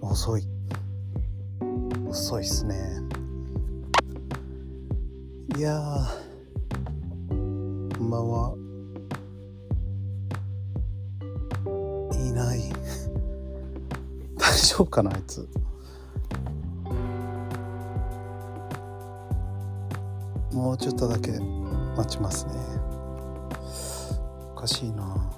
遅い遅いっすねいやーこんばんはいない 大丈夫かなあいつもうちょっとだけ待ちますねおかしいな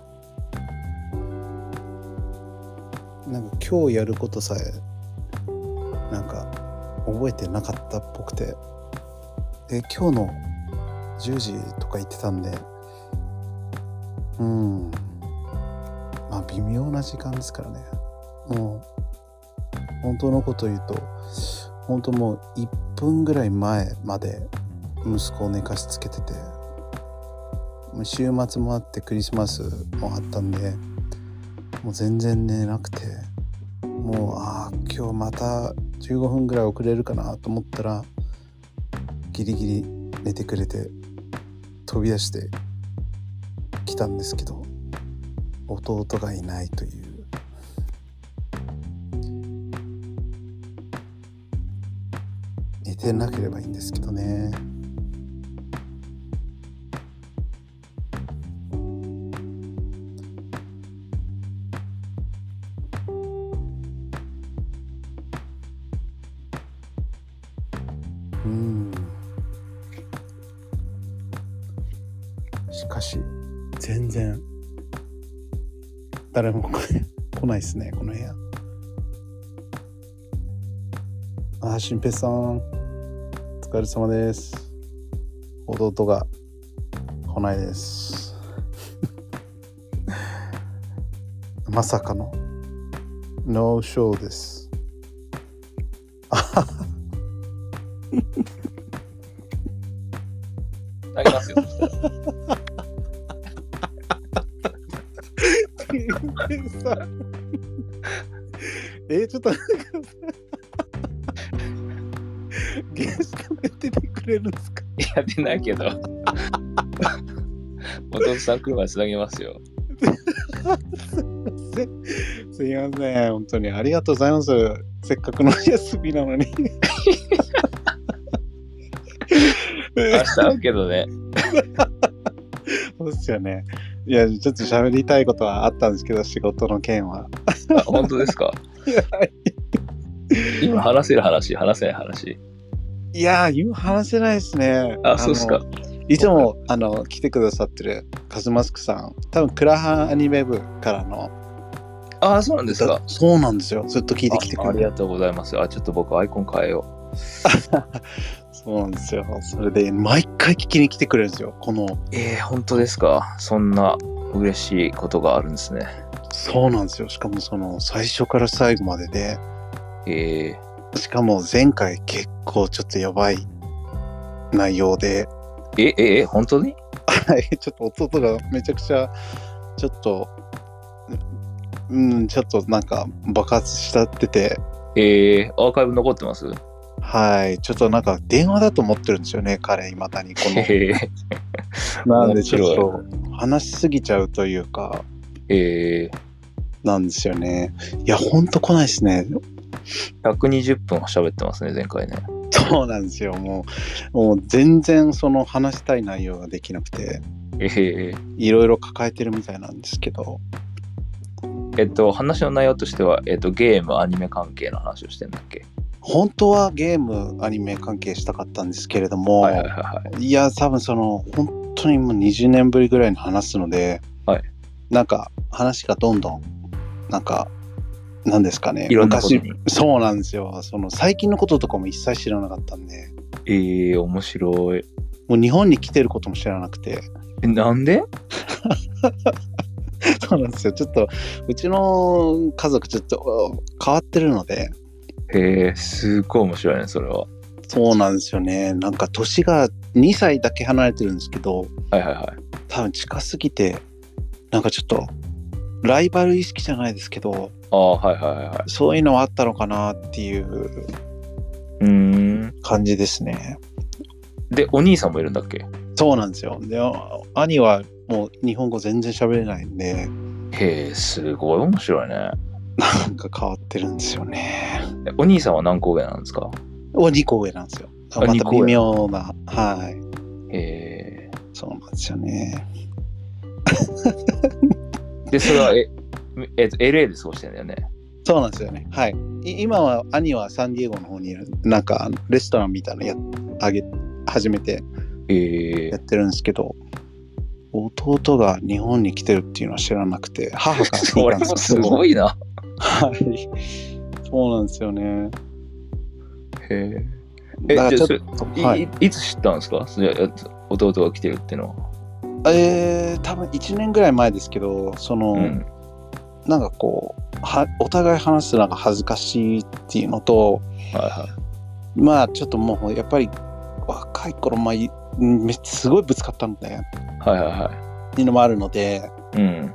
なんか今日やることさえなんか覚えてなかったっぽくてで今日の10時とか言ってたんでうんまあ微妙な時間ですからねもう本当のこと言うと本当もう1分ぐらい前まで息子を寝かしつけててもう週末もあってクリスマスもあったんでもう全然寝れなくてもうああ今日また15分ぐらい遅れるかなと思ったらギリギリ寝てくれて飛び出してきたんですけど弟がいないという寝てなければいいんですけどねうんしかし全然誰も来ない来ないですねこの部屋あー新平さんお疲れ様です弟が来ないです まさかのノーショーですあげますよ。そしたらさ えちょっとなんかさゲストで出てくれるんですか いやってない けど。弟さん来るまでつなげますよ。すいません本当にありがとうございますせっかくの休みなのに 明日会うけどね。そうですよねいやちょっと喋りたいことはあったんですけど仕事の件 はあ本当ですか今話せる話、話せない話。いやー今話せないですねあ、そうですか。いつもあの来てくださってるカズマスクさん多分クラハンアニメ部からのあ、そうなんですか。そうなんですよずっと聞いてきてああくりれるがとうございます。あ、ちょっと僕アイコン変えよそうなんですよそれで毎回聞きに来てくれるんですよこのう。えー、本当ですか。そんな嬉しいことがあるんですね。そうなんですよしかもその最初から最後まででえしかも前回結構ちょっとやばい内容で、 ー、え、え、え、本当にはいちょっと弟がめちゃくちゃちょっと、うん、ちょっとなんか爆発しちゃってて、えー、アーカイブ残ってますはい、ちょっとなんか電話だと思ってるんですよね、彼、いまだにこえー、 の。なん面でち白いょっと話しすぎちゃうというか、えなんですよね。いや、ほんと来ないですね。ー、120分喋ってますね、前回ね。そうなんですよ、もう、もう全然その話したい内容ができなくて、えー、いろいろ抱えてるみたいなんですけど、えっと、話の内容としては、えっと、ゲーム、アニメ関係の話をしてんだっけ本当はゲームアニメ関係したかったんですけれども、はいはいいはいはい。や多分その本当にもう20年ぶりぐらいに話すので、はいなんか話がどんどんなんかなんですかねいろんなことに昔そうなんですよその最近のこととかも一切知らなかったんでええー、面白い。もう日本に来てることも知らなくてえなんでそうなんですよちょっとうちの家族ちょっと変わってるのでえー、すっごい面白いね、それは。そうなんですよねなんか年が2歳だけ離れてるんですけど、はいはいはい。多分近すぎてなんかちょっとライバル意識じゃないですけどああ、はいはいはいはい。そういうのはあったのかなっていううーん。感じですねで、お兄さんもいるんだっけそうなんですよで兄はもう日本語全然喋れないんでへえ、すごい面白いね。なんか変わってるんですよね。えお兄さんは何個上なんですかお、2個上なんですよ。あま二た個上微妙な。はい。えそうなんですよね。ー、で、それは、え、えっと、LA で過ごしてんだよね。そうなんですよね。はい。い今は兄はサンディエゴの方にいる、なんかレストランみたいなのやあげ、始めてえやってるんですけど、弟が日本に来てるっていうのは知らなくて、母からー、聞い そたれんですもよすごいな。はい。そうなんですよね。えだからえ、ちじょっゃあそれ、と、いはい。い、いつ知ったんですかそれえっと弟が来てるってのは。えー、多分1年ぐらい前ですけど、その、うん。なんかこうはお互い話すのが恥ずかしいっていうのとはいはまあちょっともうやっぱり若い頃、まあい、めすごいぶつかったんだよい。はいはいはっていうのもあるのでい。うん。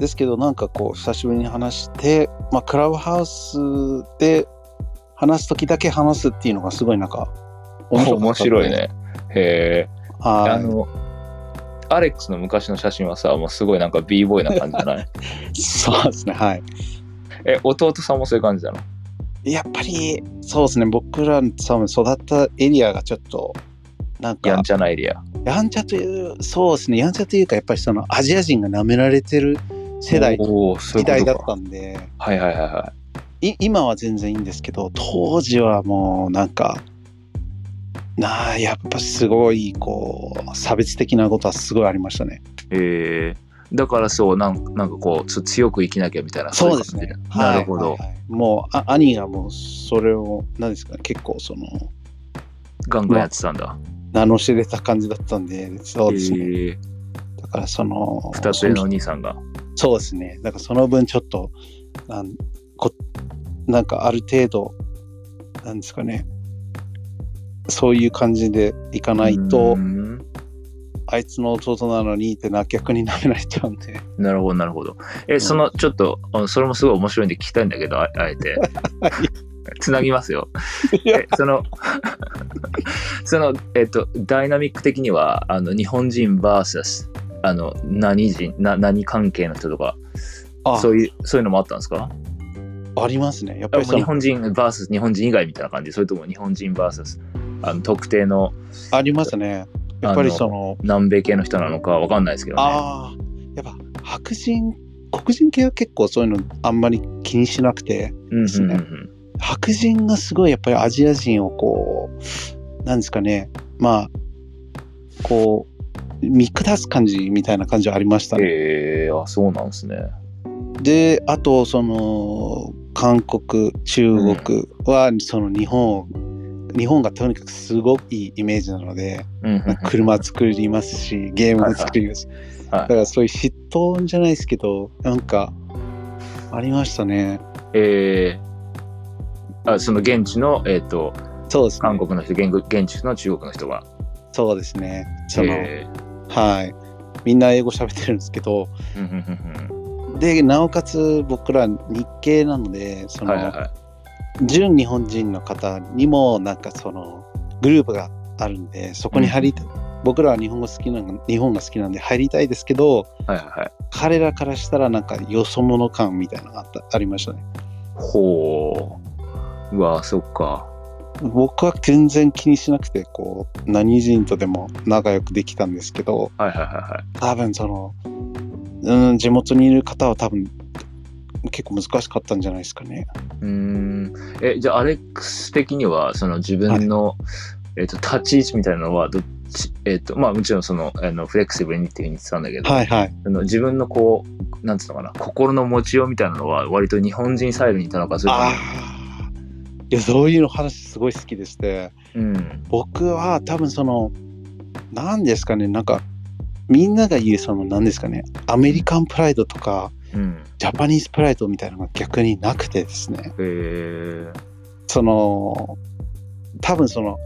ですけどなんかこう久しぶりに話して、まあ、クラブハウスで話す時だけ話すっていうのがすごいなんか面白かいっね。へえ。たあんで。の、アレックスの昔の写真はさ、もうすごいなんか b ボーイな感じじゃない はいそうですねはい。え、弟さんもそういう感じなのやっぱりそうですね僕らの多分育ったエリアがちょっとなんかやんちゃなエリア。やんちゃという、そうですね、やんちゃというか、やっぱりそのアジア人が舐められてる世代、おーそうい時うこと代だっかたんで、はいはいはいはい今は全然いいんですけど、当時はもうなんか、なあ、やっぱすごい、こう、差別的なことはすごいありましたね。い。えーだからそうなん、なんかこう、つ強く生きなきゃみたいな。そうですいね感じ。はいなるほど。はいはいもうあ、兄がもう、それを、何ですかね、結構、その、ガンガンやってたんだ。名の知れた感じだったんで、そうですね。えーだから、その、二つ上のお兄さんが。そうですね。だからその分ちょっと、なんこなんかある程度、なんですかね、そういう感じでいかないうとー、んあいつの弟なのにってな、逆になめられちゃうんで。なるほど、なるほど。え、その、ちょっと、あのそれもすごい面白いんで聞きたいんだけど、ああえて。つなぎますよ。いやえ、その、 その、えっと、ダイナミック的には、あの、日本人 VS、あの、何人、な何関係の人とか、あ そういう、そういうのもあったんですかありますね。やっぱあもりそう日の、本人 VS 日本人以外みたいな感じ、それとも日本人 VS、あの、特定のありますね。やっぱりその、南米系の人なのかわかんないですけどね。ああ、やっぱ白人、黒人系は結構そういうのあんまり気にしなくて、うんうんうんうでん。白人がすごいやっぱりアジア人をこうなんですかねまあこう見下す感じみたいな感じはありましたね。えー、あ、そうなんですね。であとその韓国中国はその日本、日本がとにかくすごくいいイメージなので、うんうんうん車作りますしゲームも作りますし、はいはいだからそういう嫉妬じゃないですけどなんかありましたね。えーあその現地の、えー、とそうですね。韓国の人現現地の中国の人が、そうですね。その、えーはい。みんな英語喋ってるんですけど、うんうんうんで、なおかつ僕ら日系なので、うそんの、はいはいはい純日本人の方にも、なんかその、グループがあるんで、そこに入りたい。僕らは日本語好きなの、日本が好きなんで入りたいですけど、はいはいはい彼らからしたらなんかよそ者感みたいなのがあったありましたね。ほううわそっか僕は全然気にしなくて、こう、何人とでも仲良くできたんですけど、はいはいはいはい多分その、うん、地元にいる方は多分結構難しかったんじゃないですかね。うーんえじゃあアレックス的にはその自分の、えー、と立ち位置みたいなのはどっちえっ、とまあもちろんそのあのフレキシブルにっていうふうに言ってたんだけど、はいはい。その自分のこうなんつうのかな心の持ちようみたいなのは割と日本人サイドにいたのかそれともああ。いや、そういうの話すごい好きでして、うん僕は多分その、何ですかね、なんか、みんなが言うその何ですかね、アメリカンプライドとか、うんジャパニーズプライドみたいなのが逆になくてですね、えーその、多分その、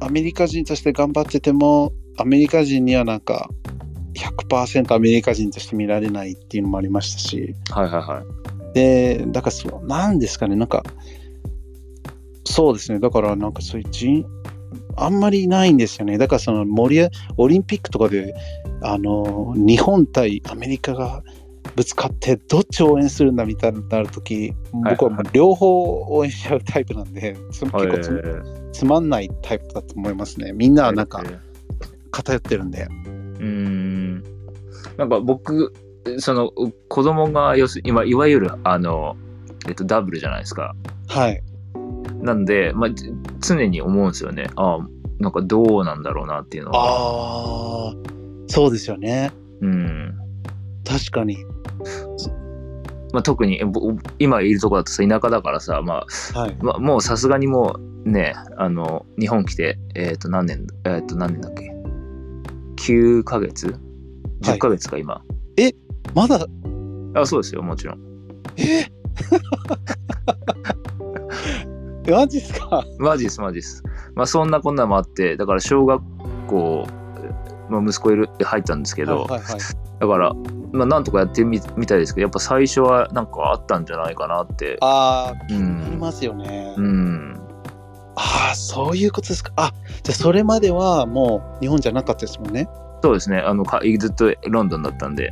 アメリカ人として頑張ってても、アメリカ人にはなんか、100%アメリカ人として見られないっていうのもありましたし、はいはいはい。で、だからそう、なんですかね、なんか、そうですね、だからなんかそういう人、あんまりないんですよね。だからその盛り上、オリンピックとかで、あの、日本対アメリカがぶつかってどっちを応援するんだみたいになる時はい僕はもう両方応援しちゃうタイプなんでその結構つ,、構つまんないタイプだと思いますねみんなはなんか偏ってるんでうーんなんか僕その子供が要す今いわゆるあの、えっと、ダブルじゃないですかはいなんで、まあ、じ常に思うんですよねああなんかどうなんだろうなっていうのあはあそうですよねうん確かにまあ、特にえぼ今いるとこだとさ田舎だからさ、まはいあ、まあもうさすがにもうねあの日本来てえっ、と何年えっ、と何年だっけ9ヶ月10ヶ月か今、まだあそうですよもちろんえマジっすかマジですマジですまあそんなこんなもあってだから小学校、まあ、息子いる入ったんですけど、はいはいはいだからまあなんとかやってみみたいですけどやっぱ最初はなんかあったんじゃないかなってああうありんますよね、うんああそういうことですかあじゃあそれまではもう日本じゃなかったですもんねそうですねあのかずっとロンドンだったんで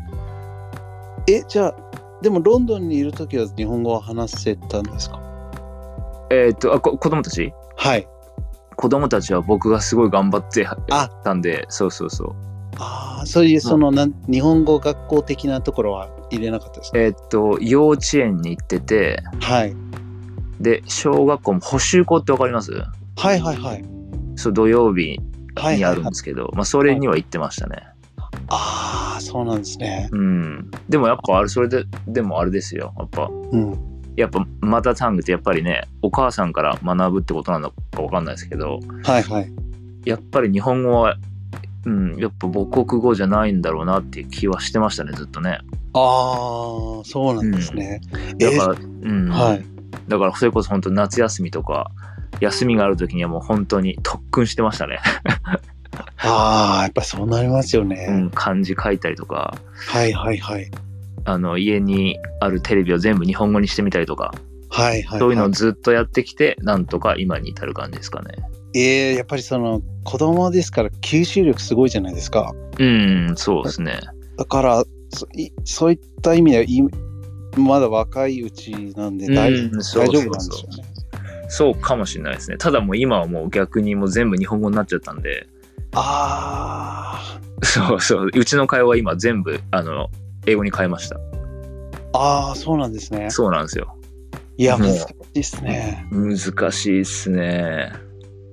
えじゃあでもロンドンにいる時は日本語は話せたんですかえーっとあこ子供たちはい子供たちは僕がすごい頑張ってやあったんでそうそうそうああそういうそのなん日本語学校的なところは入れなかったですかえーっと幼稚園に行っててはいで小学校も補習校ってわかりますはいはいはいそう土曜日はいにはあいるんはでいすけど、まあ、それには行ってましたね、ああそうなんですねうんでもやっぱあれそれででもあれですよやっぱうんやっぱマダータングってやっぱりねお母さんから学ぶってことなのかわかんないですけどはいはいやっぱり日本語はうんやっぱ母国語じゃないんだろうなっていう気はしてましたねずっとねああそうなんですね、えだーから、うんはいだからそれこそ本当夏休みとか休みがある時にはもう本当に特訓してましたね、ああやっぱそうなりますよね、うん、漢字書いたりとかはいはいはいあの家にあるテレビを全部日本語にしてみたりとかはいはい、はい、そういうのをずっとやってきてなんとか今に至る感じですかねえー、やっぱりその子供ですから吸収力すごいじゃないですかうんそうですねだからそいそういった意味ではいまだ若いうちなんで大,、うんそう大丈夫なんでそうすそよねそうかもしれないですねただもう今はもう逆にもう全部日本語になっちゃったんで あーそうそううちの会話は今全部あの英語に変えましたあーそうなんですねそうなんですよいやもう難しいですね難しいっすね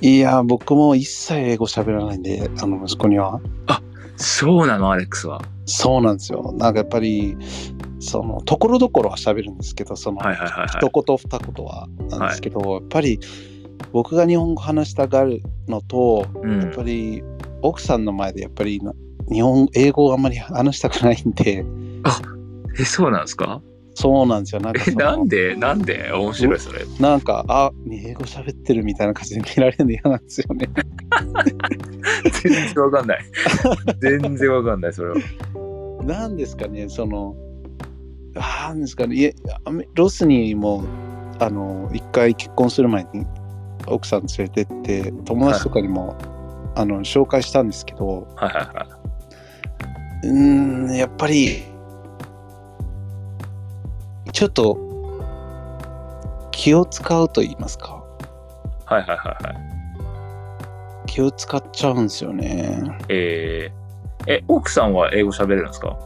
いや僕も一切英語喋らないんであの息子にはそうなのアレックスはそうなんですよなんかやっぱりそのところどころは喋るんですけどその、はいはいはいはい一言二言はなんですけど、やっぱり僕が日本語話したがるのと、うんやっぱり奥さんの前でやっぱりな日本英語をあんまり話したくないんでえそうなんですかそうなんですよなんかえそのなんでなんで面白いそれなんかあ英語喋ってるみたいな感じで見られるの嫌なんですよね 全然わかんない全然わかんないそれはなんですかねそのあーなんですかねいえアメロスにもあの一回結婚する前に奥さん連れてって友達とかにも、あの紹介したんですけどはいはいはいうーんやっぱりちょっと気を使うと言いますかはいはいはいはい気を使っちゃうんですよねえー、え奥さんは英語喋れるんですか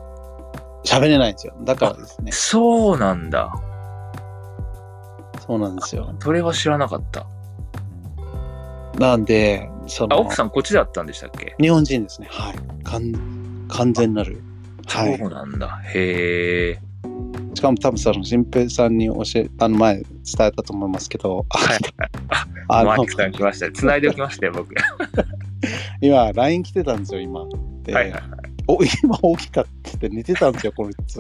喋れないんですよだからですねそうなんだそうなんですよそれは知らなかったなんでそあの奥さんこっちだったんでしたっけ日本人ですねはい完完全なるはそいうなんだへえしかも多分その新平さんに教えあの前伝えたと思いますけど、はいあマのークさん来ました繋いでおきましたよ僕は今 LINE 来てたんですよ今で、いはいはいお今起きたって言って寝てたんですよこいつ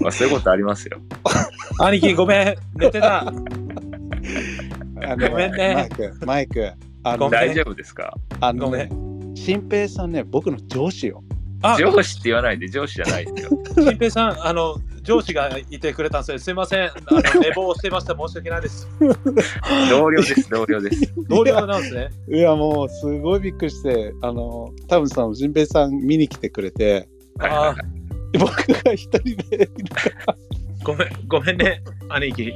まあそういうことありますよ兄貴ごめん寝 てたあのごめんねマイク、マイク、あごの、めん大丈夫ですかあの、ごめね、新平さんね、僕の上司よ。あ上司って言わないで上司じゃないですよ新平さんあの上司がいてくれたんですよすいませんあ の寝坊してました申し訳ないです同僚です同僚です同僚なんですねいや、もう、すごいびっくりして、あの、多分その、新平さん見に来てくれて、 はいはいはい僕が一人でごめん、ごめんね、兄貴。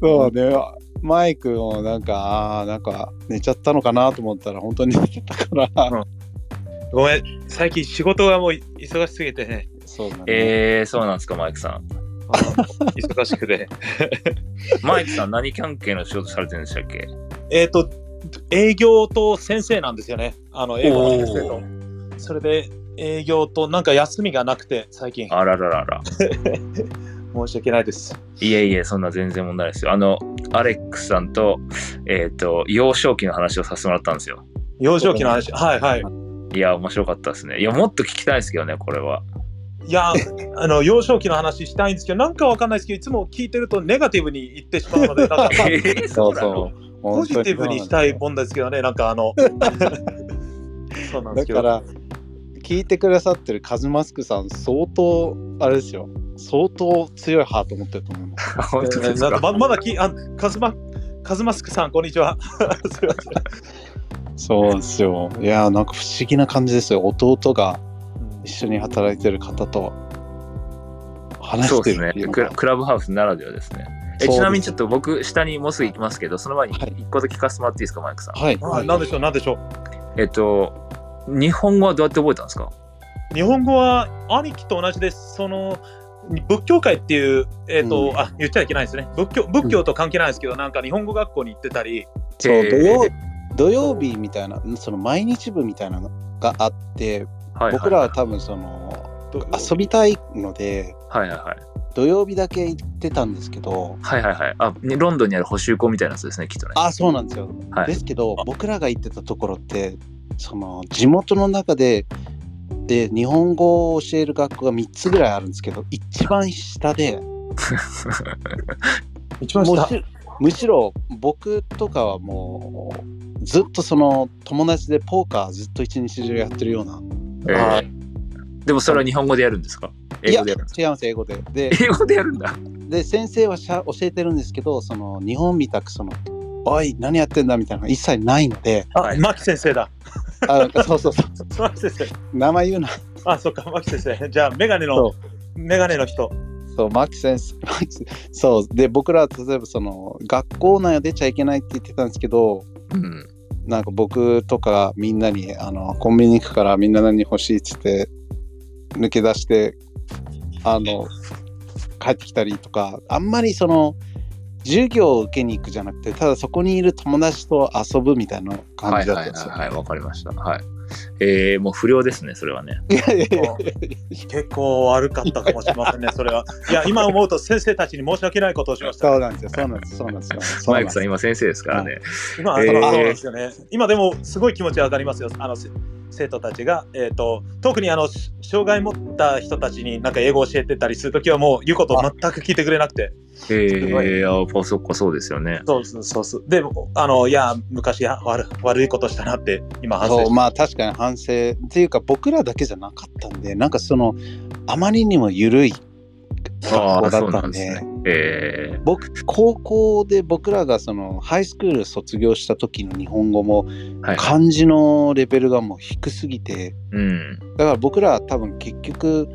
そうね、マイクをなんか、あーなんか寝ちゃったのかなと思ったら、本当に寝てたから、うんごめん、最近仕事がもう忙しすぎてね、そうだね。えー、そうなんですか、マイクさん。あの忙し くて。マイクさん、何関係の仕事されてるんでしたっけえっ、と、営業と先生なんですよね、あの英語の先生と。それで営業となんか休みがなくて、最近、あらららら。申し訳ないです。いえいえ、そんな全然問題ないですよ。あの、アレックスさんと、えっ、と、幼少期の話をさせてもらったんですよ。幼少期の話、はいはい。いや、面白かったですね。いや、もっと聞きたいですけどね、これは。いや、あの幼少期の話したいんですけど、なんかわかんないですけど、いつも聞いてるとネガティブに言ってしまうので、な んかまあ えーそうなのそう。ポジティブにしたい本もんですけどね、なんかあ の。そうな当んでにすけそうなんどだよ。だから、聞いてくださってるカズマスクさん、相当、あれですよ、相当強いハート持ってると思います。本当ですなんかか。ままだきあカズマカズマスクさんこんにちは。すいませんそうですよ。いやー、なんか不思議な感じですよ。弟が一緒に働いてる方と話そしうでてするねっていうのクがラ。クラブハウスならではですね。えそうちなみにちょっと僕、下にもうすぐ行きますけど、その前にはい一個だけ聞かせてもらっていいですか、マイクさん。はい。はい、なんでしょうなんでしょう。えっと、日本語はどうやって覚えたんですか日本語は兄貴と同じです。その仏教界っていう、えっとうあ言っちゃいけないですね仏教。仏教と関係ないですけど、なんか日本語学校に行ってたり、そう、えー土曜土曜日みたいな、その毎日部みたいなのがあって、はいはい僕らは多分そのど遊びたいので、はいはいはい。土曜日だけ行ってたんですけど、はいはいはい。あ、ねロンドンにある補修校みたいなやつですね、きっとね。あ、そうなんですよ。はいですけど、僕らが行ってたところって、その地元の中で、で、日本語を教える学校が3つぐらいあるんですけど、一番下で、一番む下。しむしろ僕とかはもう、ずっとその友達でポーカーずっと一日中やってるような。えーはいでもそれは日本語でやるんですかい英や語でやるんですか違います、英語で。で、英語でやるんだ。で先生はしゃ教えてるんですけどその日本みたくその「おい何やってんだ」みたいなのが一切ないのであ、牧先生だ。あなんかそうそうそう牧先生。名前言うなあ、そっか、牧先生。じゃあ、メガネそのう、メガネの人。そう牧先生 牧先生そうで僕らは例えばその学校内を出ちゃいけないって言ってたんですけどうん。なんか僕とかみんなにあのコンビニ行くからみんな何欲しいっつって抜け出してあの帰ってきたりとかあんまりその授業を受けに行くじゃなくてただそこにいる友達と遊ぶみたいな感はいじだっはたいんですよ。はいはい、わかりました。はい。えー、もう不良ですね、それはね。いやいやいや結構悪かったかもしれませんね、それは。いや、今思うと先生たちに申し訳ないことをしました。そうなんですよ、そうなんですよ、そうなんですよ。そうなマんイでクすさん、今先生ですからね。今、えーそのそうですよね。今でもすごい気持ちわかりますよ。あのせ生徒たちが、えっ、と、特にあの、し障害持った人たちになんか英語を教えてたりするときはもう言うことを全く聞いてくれなくて。ごいえー、あ、パソコンそうですよね。そうそうそうそう。で、あの、いや、昔は悪悪いことしたなって今反省そうして。まあ確かに反省っていうか僕らだけじゃなかったんでなんかそのあまりにも緩いあ学あ、校だそうっなたんんでですね。え僕高校で僕らがそのハイスクール卒業した時の日本語もー、はい。漢字のレベルがもう低すぎてうん。だから僕らは多分結局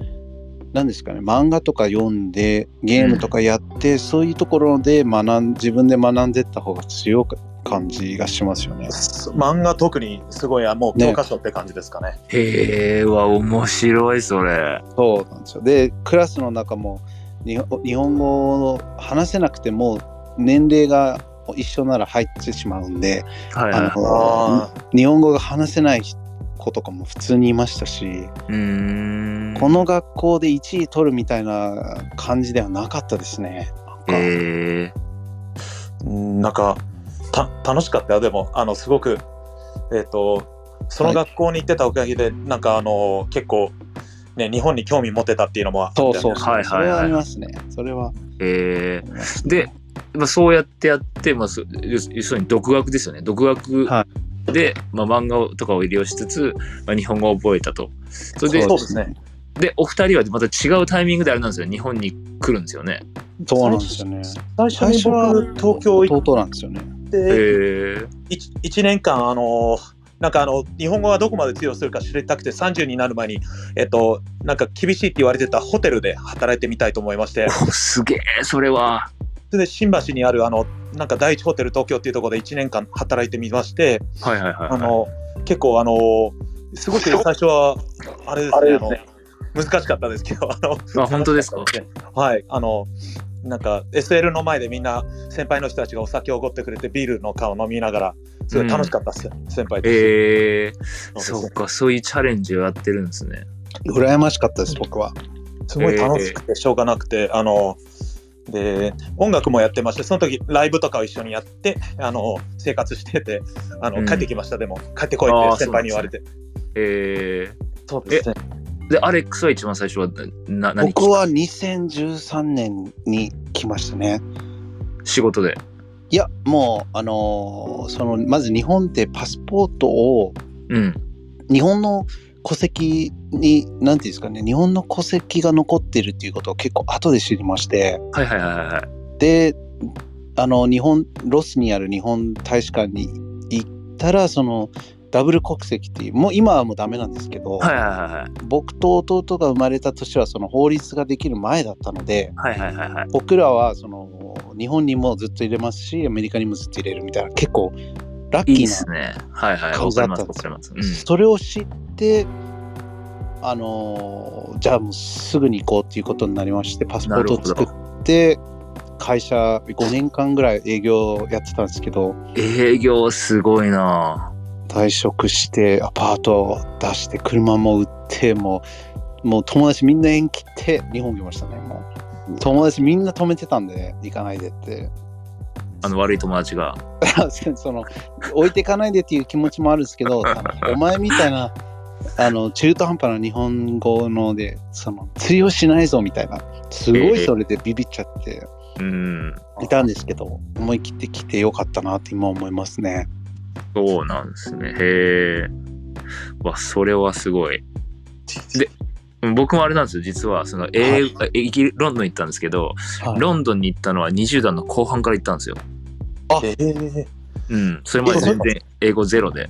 何ですかね漫画とか読んでゲームとかやって、そういうところで学ん自分で学んでった方が強く感じがしますよね。漫画特にすごい、あもう教科書って感じですかね。へえー、わ、面白い、それ。そうなんですよ。で、クラスの中もに日本語を話せなくても年齢が一緒なら入ってしまうんで、はいあはのあ日本語が話せない子とかも普通にいましたし、い。うーん。この学校で1位取るみたいな感じではなかったですね。なんかえうんなんかた楽しかったよでもあのすごくえっ、とその学校に行ってたおかげで、なんかあの結構ね日本に興味持てたっていうのもあったそようねそうそう、はいはそいはいれはありますね。それはー、えありますー。で、まあ、そうやってやって、まあ、そ要す要するに独学ですよね。独学はで、まあ、漫画とかを利用しつつ、まあ、日本語を覚えたと。それでそうですねで、お二人はまた違うタイミングであれなんですよ。日本に来るんですよね。そうなんですよね。最初に最初は僕東京行っ弟なんですよね。てへえ。 1, 年間あのなんかあの日本語がどこまで通用するか知りたくて30になる前に、えっと、なんか厳しいって言われてたホテルで働いてみたいと思いましておすげえ、それは。それで新橋にあるあのなんか第一ホテル東京っていうところで1年間働いてみましてはいはいはい。あの結構あのすごく最初はあれですねあの難しかったですけどあ のあ本当ですかはい、あの、なんか SL の前でみんな先輩の人たちがお酒をおごってくれてビールの缶を飲みながらすごい楽しかったっすよ、先輩としてええそうそでうか、そういうチャレンジをやってるんですね。羨ましかったです、僕は。すすごい楽しくてしょうがなくて、あので音楽もやってましてその時ライブとかを一緒にやってあの生活しててあの、うん帰ってきましたでも帰ってこいあっーて先輩に言われてえそうですねーで、アレックスは一番最初はな、な何僕は2013年に来ましたね。仕事で。いや、もう、あのーその、まず日本ってパスポートを、うん。日本の戸籍に、なんていうんですかね、日本の戸籍が残ってるっていうことを結構後で知りまして、はいはいはいはいはい。で、あの、日本、ロスにある日本大使館に行ったら、その、ダブル国籍っていう、もう今はもうダメなんですけど、はいはい僕と弟が生まれた年はその法律ができる前だったので、はいはい。はいはいはいはい。僕らはその日本にもずっと入れますしアメリカにもずっと入れるみたいな結構ラッいいキーですなね。はいはい。顔わだかっりたまんですすわかります。それを知ってあのーじゃあもうすぐに行こうっていうことになりましてパスポートを作って会社5年間ぐらい営業やってたんですけどうん。営業すごいな退職してアパートを出して車も売ってもうもう友達みんな縁切って日本来ましたねもう友達みんな止めてたんで行かないでって あの悪い友達が。あそその置いていかないでっていう気持ちもあるんですけ どあのお前みたいなあの中途半端な日本語のでその通用しないぞみたいなすごいそれでビビっちゃってうん。いたんですけど思い切ってきてよかったなって今思いますねそうなんですね。へえ。わ、それはすごい。で、僕もあれなんですよ。実は、その、英語えイギリロンドン行ったんですけど、はいロンドンに行ったのは20代の後半から行ったんですよ。あえー、うん。それまで全然英語ゼロで。う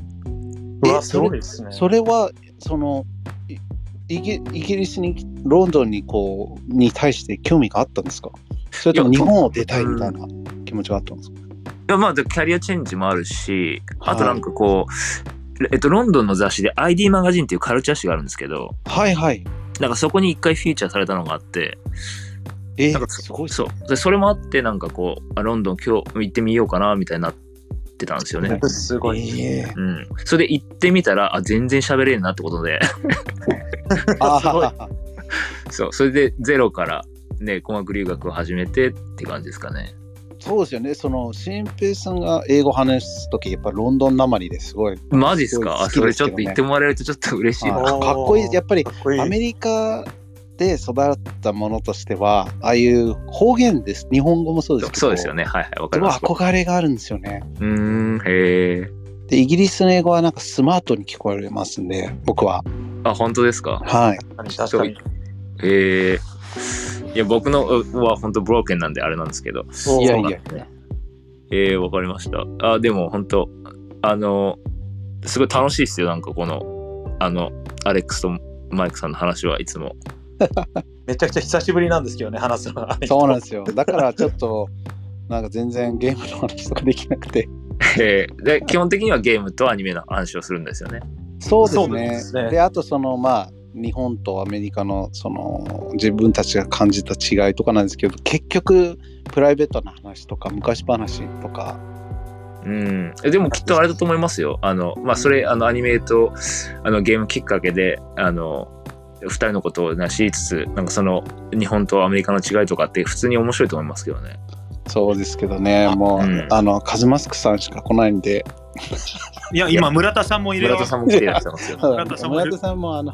えわすそれごいですねそれはそのいイギイギリスにロンドンにこうに対して興味があったんですかそれともい日や本を出たいみたいな気持ちがあったんですかいやまあ、でキャリアチェンジもあるし、はいあとなんかこう、えっと、ロンドンの雑誌で ID マガジンっていうカルチャー誌があるんですけど、はいはいなんかそこに一回フィーチャーされたのがあって、えなんかすごいっすそう。で、それもあって、なんかこう、あロンドン今日行ってみようかな、みたいになってたんですよね。すごいええうん。それで行ってみたら、あ、全然喋れるなってことで、あすごいーそう。それでゼロから、ね、語学留学を始めてって感じですかね。そうですよね。その、新平さんが英語話すとき、やっぱロンドンなまりですごい。マジっすかあすそごい好きでれすちょけっどねと言ってもらえるとちょっと嬉しいあな。かっこいい。やっぱりか、っこいいアメリカで育ったものとしては、ああいう方言です。日本語もそうですけど。そうですよ。ね。はいはい。わかすりごいます。憧れがあるんですよね。うーん、へえ。で、イギリスの英語はなんかスマートに聞こえますんで、僕は。あ、本当ですかはい。確かにへえ。いや、僕のうは本当ブローケンなんであれなんですけど。いやいやそうなんですね。ええ、わかりました。あ、でも本当あの、すごい楽しいですよ。なんかこの、あの、アレックスとマイクさんの話は いつも。めちゃくちゃ久しぶりなんですけどね話すのはそうなんですよ。だからちょっと、 なんか全然ゲームの話とかできなくて。ええで、基本的にはゲームとアニメの話をするんですよね。そうですそうなんね。ですねであとそのまあ日本とアメリカのその自分たちが感じた違いとかなんですけど結局プライベートな話とか昔話とかうん、えでもきっとあれだと思いますよ。あの、まあ、それ、あの、アニメと、あの、ゲームきっかけで、あの、二人のことをな知りつつ、なんかその、日本とアメリカの違いとかって普通に面白いと思いますけどね。そうですけどねもう、うんあのカズマスクさんしか来ないんでいや今村田さんもいる村よ田さんも来ていらっしゃ いますよ。村村田田ささんんももあの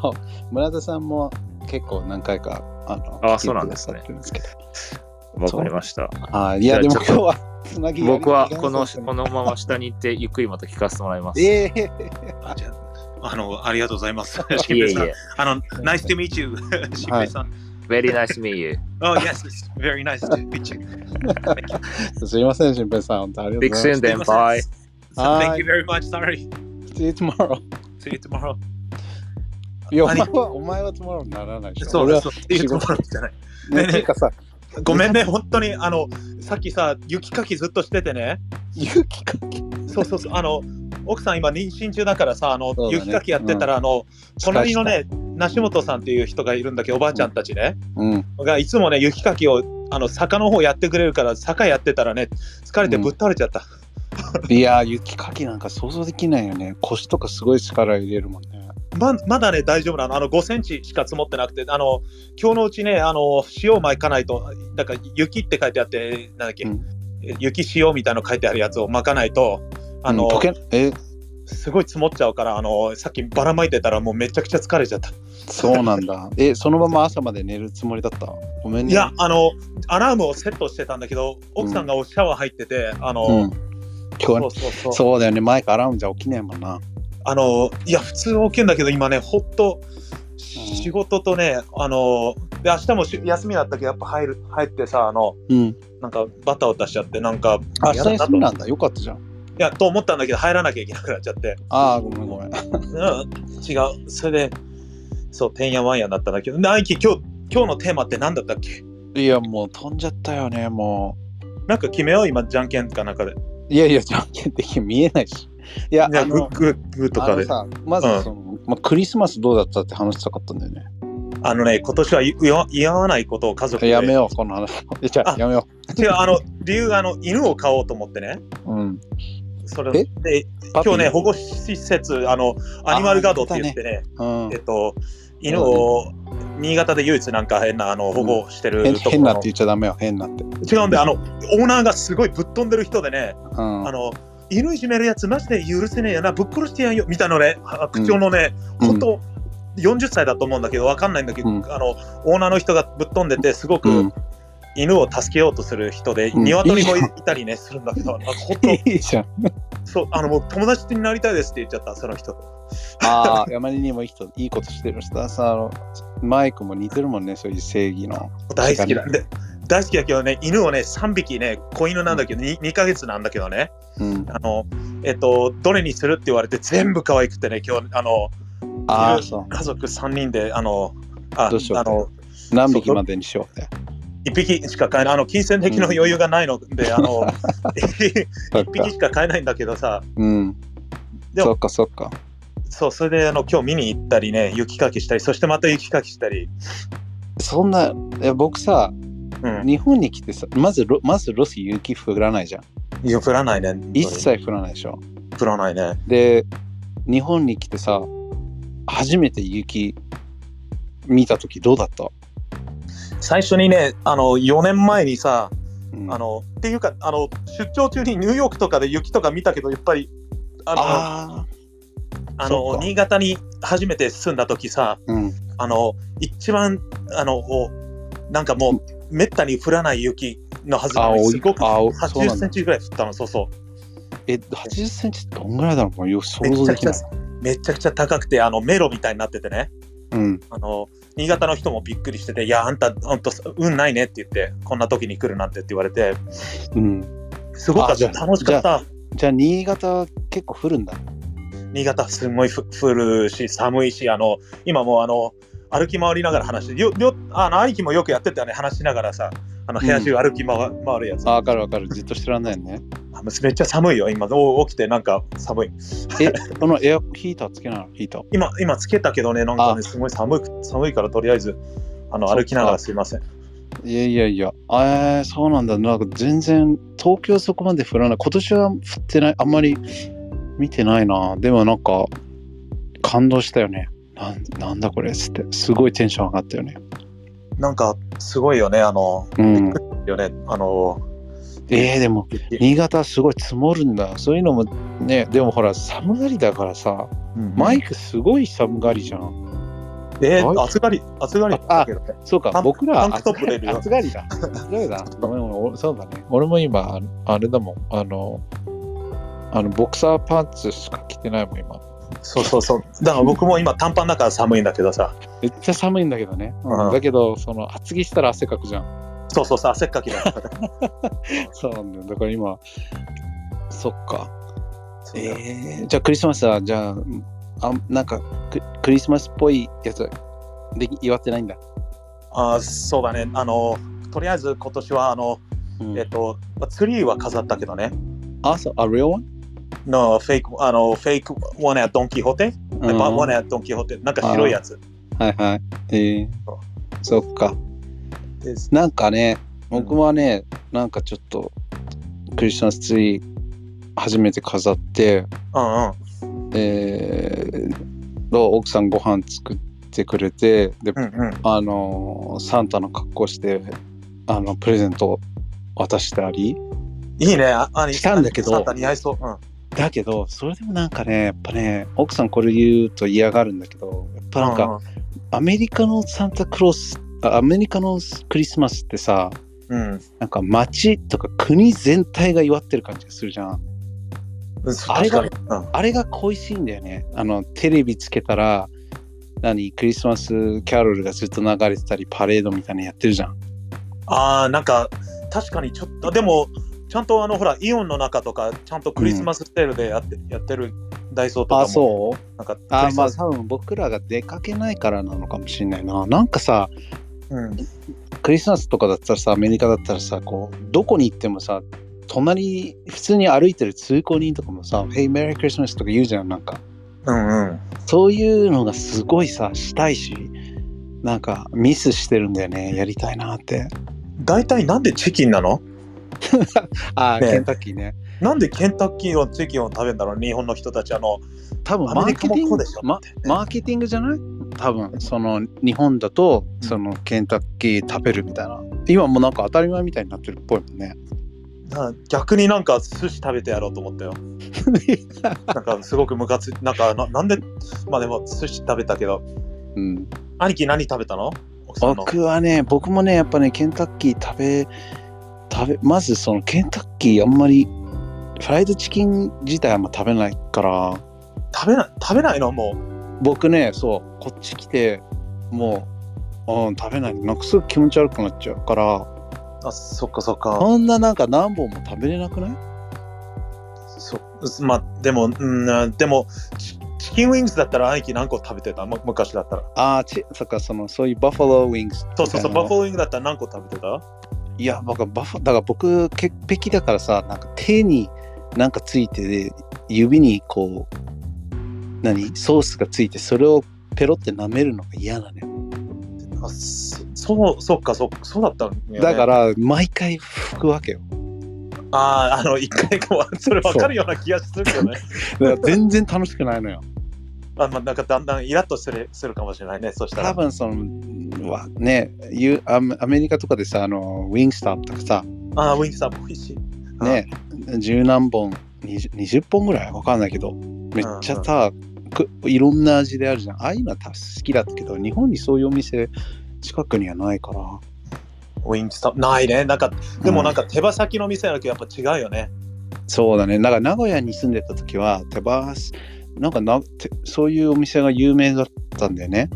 村田さんも結構何回かあのあ来てそうなんですくねださってるんですけどわかりました。はいいやでもじゃあ今ち日ょっとはつなぎやり僕はやりこの、そうですこねのまま下に行って、ゆっくりまた聞かせてもらいます。いええあじゃああのありがとうございます。え新いえ平さん、あの、ナイス to meet you、新 平さん。 Very nice to meet you. Oh, yes, it's very nice to meet you. すいません新平さん本当ありがとう Big ござい soon ま then. すいま Bye. せん Hi. Thank you very much, sorry. す See you tomorrow. See you tomorrow. いや、お前何は、お前は tomorrow にならないでしょ。そう俺だ、はそう。See you tomorrow じゃない。ねねていうかさ、ごめんね、本当に、あの、さっきさ、雪かきずっとしててね。勇気かけ。そうそうそう、あの、奥さん今妊娠中だからさ、あの、そうだね雪かきやってたら、あの、隣のね、梨本さんっていう人がいるんだけど、おばあちゃんたちね、うん。がいつもね、雪かきを、あの、坂の方やってくれるから、坂やってたらね、疲れてぶっ倒れちゃった。いやー、雪かきなんか想像できないよね。腰とかすごい力入れるもんね。ままだね、大丈夫なの。あの、5センチしか積もってなくて、あの、今日のうちね、あの、塩巻かないと、なんか、雪って書いてあって、なんだっけ、うん雪塩みたいなの書いてあるやつを巻かないと、あの、うん溶け、え、すごい積もっちゃうから、あの、さっきばらまいてたら、もうめちゃくちゃ疲れちゃった。そうなんだ。え、そのまま朝まで寝るつもりだったごめんね。いや、、あの、アラームをセットしてたんだけど、奥さんがおシャワー入ってて、あの、うん。今日そうそうそうそうだよね。マイクアラームじゃ起きないもんな。あの、いや、普通起きるんだけど、今ね、ほっと、仕事とね、あの、で、明日もし休みだったけど、やっぱ入る、入ってさ、あの、うん。なんかバタバタしちゃって、なんか、明や日だな休とみいなんだ。よかったじゃん。や、と思ったんだけど、入らなきゃいけなくなっちゃって、ああ、ごめんごめん。うん、違う。それで、そう、てんやわんやになったんだけど、ナイキ、今日、今日のテーマって何だったっけいや、もう飛んじゃったよね、もなんか決めよう、今、じゃんけんかなんかで。う。いやいや、じゃんけん的に見えないし。いや、いや、あグのッ、グッグッとかで。あのさまずその、まあ、クリスマスどうだったって話したかったんだよね。あのね、今年は祝わ祝わないことを家族で。やめよう、この話。えじゃああやめよ違う、あの、理由があの、犬を飼おうと思ってね。う。うん。それえで、パピ今ー日ね、保護施設、あの、アニマルガードって言ってね、うんえっと、犬を、新潟で唯一なんか変な、あの、保護してる変ところ変なのって言っちゃダメよ、変なって。違うんで、あの、オーナーがすごいぶっ飛んでる人でね、うんあ。の、犬いじめるやつマジで許せねえよな、ぶっ殺してやんよ、みたいなね、あ口調のね、うん本当、40歳だと思うんだけど、わかんないんだけど、うんあの、オーナーの人がぶっ飛んでて、すごく、うん、犬を助けようとする人で、うん鶏もいたりね、するんだけど、あ本 当、いいじゃん。そう、あの、もう友達になりたいですって言っちゃった、その人。ああ、山にもいい人、いいことしてる人ださ、あの、マイクも似てるもんね、そういう正義の。大好きだ。確かにで大好きだけどね、犬をね、3匹ね、子犬なんだけど、に 2, ヶ月なんだけどね、うん。あの、えっと、どれにするって言われて、全部可愛くてね、今日、あの、あいあ、るそ家族3人で、あの、あどうしようあのう。何匹までにしようって。 1匹しか買えない、あの、金銭的な余裕がないので、あ の、1そっか匹。しか買えないんだけどさ、うん。でもそっか、そっか。そう、それであの今日見に行ったりね、雪かきしたり、そしてまた雪かきしたり、そんな、いや僕さ、うん、日本に来てさ、まずロ、まずロス雪降らないじゃん。いや降らないね。一切降らないでしょ。降らないね。で、日本に来てさ、初めて雪見たときどうだった、最初にね、あの4年前にさ、うんあのっていうかあの出張中にニューヨークとかで雪とか見たけど、やっぱりあのああそのっか新潟に初めて住んだ時さ、ー、うん、あの一番あのおなんかもうめったに降らない雪のはずなのに青いすごく青そうな80んセだンチぐらい降ったの、そうそう。え、80センチってどんぐらいだろうもうよ想め像ちゃでくきちゃない。めちゃくちゃ高くてあの迷路みたいになっててね。うん、あの新潟の人もびっくりしてて、いや、あんた、ほんと、運ないねって言って、こんな時に来るなんてって言われて、うん。すごかあっじた、ゃあ楽しかった。じゃあ、新潟結構降るんだ。新潟、すごいふ降るし、寒いし、あの、今もう、あの、歩き回りながら話して、よ、よ、あの、兄貴もよくやってたよね、話しながらさ、あの、部屋中歩き回,、回るやつ。あ、わかるわかる。じっとしてらんないよね。あめっちゃ寒いよ、今、お起きて、なんか寒い。え、このエアヒーターつけなのヒーター。今、今つけたけどね、なんかね、あすごい寒い、寒いから、とりあえず、あの、そっか歩きながらすいません。いやいやいや、えー、そうなんだ。なんか全然、東京そこまで降らない。今年は降ってない。あんまり見てないな。でもなんか、感動したよね。なんなんだこれっつって。すごいテンション上がったよね。なんか、すごいよね、あの、うん。 よね、あの、えー、でも、新潟はすごい積もるんだ。そういうのもね、でもほら、寒がりだからさ、うんマイクすごい寒がりじゃん。えはいー、暑がり、暑がりだけどね。そうか、タン僕らタンクトップでいるよ暑がりだ。暑がりだ。ごめんごめんお、そうだね。俺も今、ああれだもん、あの、あのボクサーパンツしか着てないもん、今。そうそうそう。だから僕も今短パンだから寒いんだけどさ。めっちゃ寒いんだけどね。うんだけど、その厚着したら汗かくじゃん。そうそうそう、汗っかきだから。そうなんだよ。だから今、そっか。 えーじゃあクリスマスはじゃああなんかククリスマスっぽいやつでき祝ってないんだ、あーそうだね。あの、とりあえず今年は、あの、うんえっと、まあツリーは飾ったけどね。あそうあ real one? のフェイク、あの、フェイク、ワネアドンキホーテ、うんバワネアドンキホーテ、なんか白いやつ。はいはいえー、そっかですなんかね、僕はね、なんかちょっと、クリスマスツリー初めて飾って、うんうん。えーと奥さんご飯作ってくれて、で、うんうん。あのーサンタの格好して、あの、プレゼント渡したり、いいね。ああしたんだけどサンタ似合いそう。うん。だけど、それでもなんかね、やっぱね、奥さんこれ言うと嫌がるんだけど、やっぱなんか、アメリカのサンタクロース、あアメリカのクリスマスってさ、うんうん。なんか街とか国全体が祝ってる感じがするじゃん。うん。あれが確かに。うん。あれが恋しいんだよね。あの、テレビつけたら、何、クリスマスキャロルがずっと流れてたり、パレードみたいなのやってるじゃん。ああ、なんか、確かにちょっと、でも、ちゃんとあの、ほら、イオンの中とか、ちゃんとクリスマスステールでやって,、やってるダイソーとかも。あ、そうう。なんかクリスあマー、まあス、多分僕らが出かけないからなのかもしれないな。なんかさ、うん。クリスマスとかだったらさ、アメリカだったらさ、こう、どこに行ってもさ、隣、普通に歩いてる通行人とかもさ、Hey, Merry Christmas とか言うじゃん、なんか。うんうん。そういうのがすごいさ、したいし、なんかミスしてるんだよね。やりたいなって。大体なんでチキンなのあー、ねケンタッキーね。なんでケンタッキーのチキンを食べるんだろう日本の人たちあの多分マアメーリケカティもンこグうでしょママーケティングじゃない多分その日本だとうんそのケンタッキー食べるみたいな今もうなんか当たり前みたいになってるっぽいもん ねな逆になんか寿司食べてやろうと思ったよなんかすごくムカつ いなんかななんでまあでも寿司食べたけどうん兄貴何食べたの奥さんの僕はね僕もねやっぱねケンタッキー食べ食べまずそのケンタッキーあんまりフライドチキン自体あんま食べないから食べない食べないのもう僕ねそうこっち来てもう、うん、食べないなんかすぐ気持ち悪くなっちゃうからあそっかそっかこんななんか何本も食べれなくないそうまあでもうんでもチチキンウィングスだったら兄貴何個食べてたむ昔だったらああちそっかそのそういうバッファローウィングスそうそうそみたういバなファローウィングだったら何個食べてたいや、僕はバッファ、だから僕、潔癖だからさ、なんか手になんかついてで、指にこう、何ソースがついて、それをペロって舐めるのが嫌なのよ。あそそうそっかそそうだったんよねだから、毎回拭くわけよ。あああの一回こうそれ分かるような気がするけどねだから全然楽しくないのよ。あまあ、なんかだんだんイラッとするするかもしれないね、そしたら。多分、その、わね、ゆアメアメリカとかでさ、あの、ウィングスタップとかさ、ああ、ウィングさんも美味しい。ね、十何本、20, 20本ぐらいわかんないけど、めっちゃさ、くいろんな味であるじゃん。ああいうのは好きだったけど、日本にそういうお店近くにはないから。ウィングスタッフないね。なんか、でもなんか手羽先の店だけどやっぱ違うよね。そうだね。だから名古屋に住んでた時は、手羽す、なんかなてそういうお店が有名だったんだよね。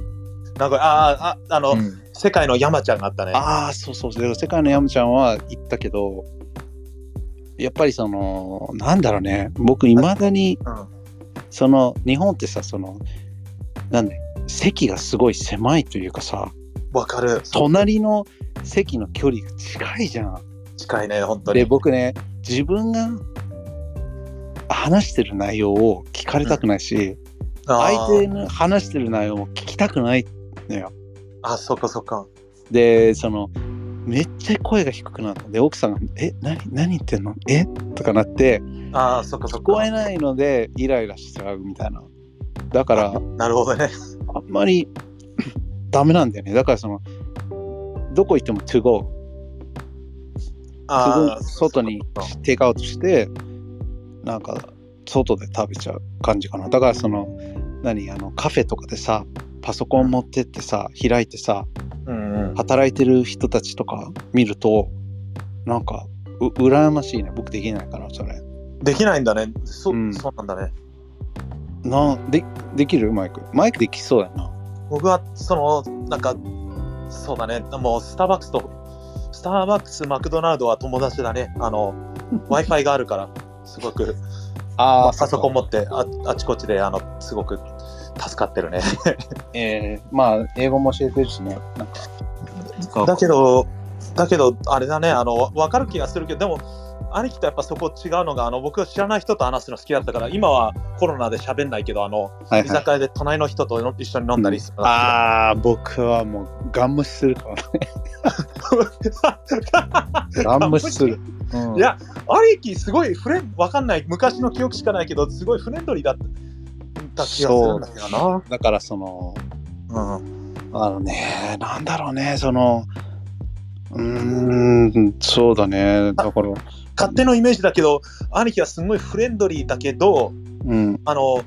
なんか、ああ、ああの、うん世界の山ちゃんがあったね。ああ、そうそうそう。世界のヤムちゃんは行ったけど、やっぱりその、なんだろうね。僕、いまだに、うんその、日本ってさ、その、なんだ席がすごい狭いというかさ、わかる。隣の席の距離が近いじゃん。近いね、本当でに。僕ね自分が話してる内容を聞かれたくないし、あ相ー手の話してる内容も聞きたくないのよあ、そっかそっか。でそのめっちゃ声が低くなってで奥さんが「え何何言ってんのえとかなってああ、そっかそっ聞かこ。えないのでイライラしちゃうみたいなだからなるほどね。あんまりダメなんだよねだからそのどこ行っても to go ああ、外にテイクアウトしてなんか外で食べちゃう感じかなだからその何あのカフェとかでさパソコン持ってってさ開いてさうんうん。働いてる人たちとか見るとなんかう羨ましいね僕できないからそれできないんだね。そ,、ううんそうなんだね。なんでできるマイクマイクできそうだよな僕はそのなんかそうだねもうスターバックスとスターバックスマクドナルドは友達だねあの w i f i があるからすごくあまああ、パソコンも。持ってああちこちであのすごく助かってるね。ええまあ、英語も教えてるしね。なんか、だけど、だけど、あれだね、あの、わかる気がするけど、でも、兄貴とやっぱそこ違うのが、あの、僕は知らない人と話すの好きだったから、今はコロナで喋んないけど、あの、はい居はい。酒屋で隣の人との一緒に飲んだりするの あがあ、僕はもう、ガン無視するからね。好きだ。ガン無視する。うんいや、兄貴、すごいフレン、わかんない、昔の記憶しかないけど、すごいフレンドリーだった気がするんだけどな。だからその、うん、あのね、なんだろうね、その、うーん、そうだね、だから、勝手のイメージだけど、兄貴はすごいフレンドリーだけど、うん、あの、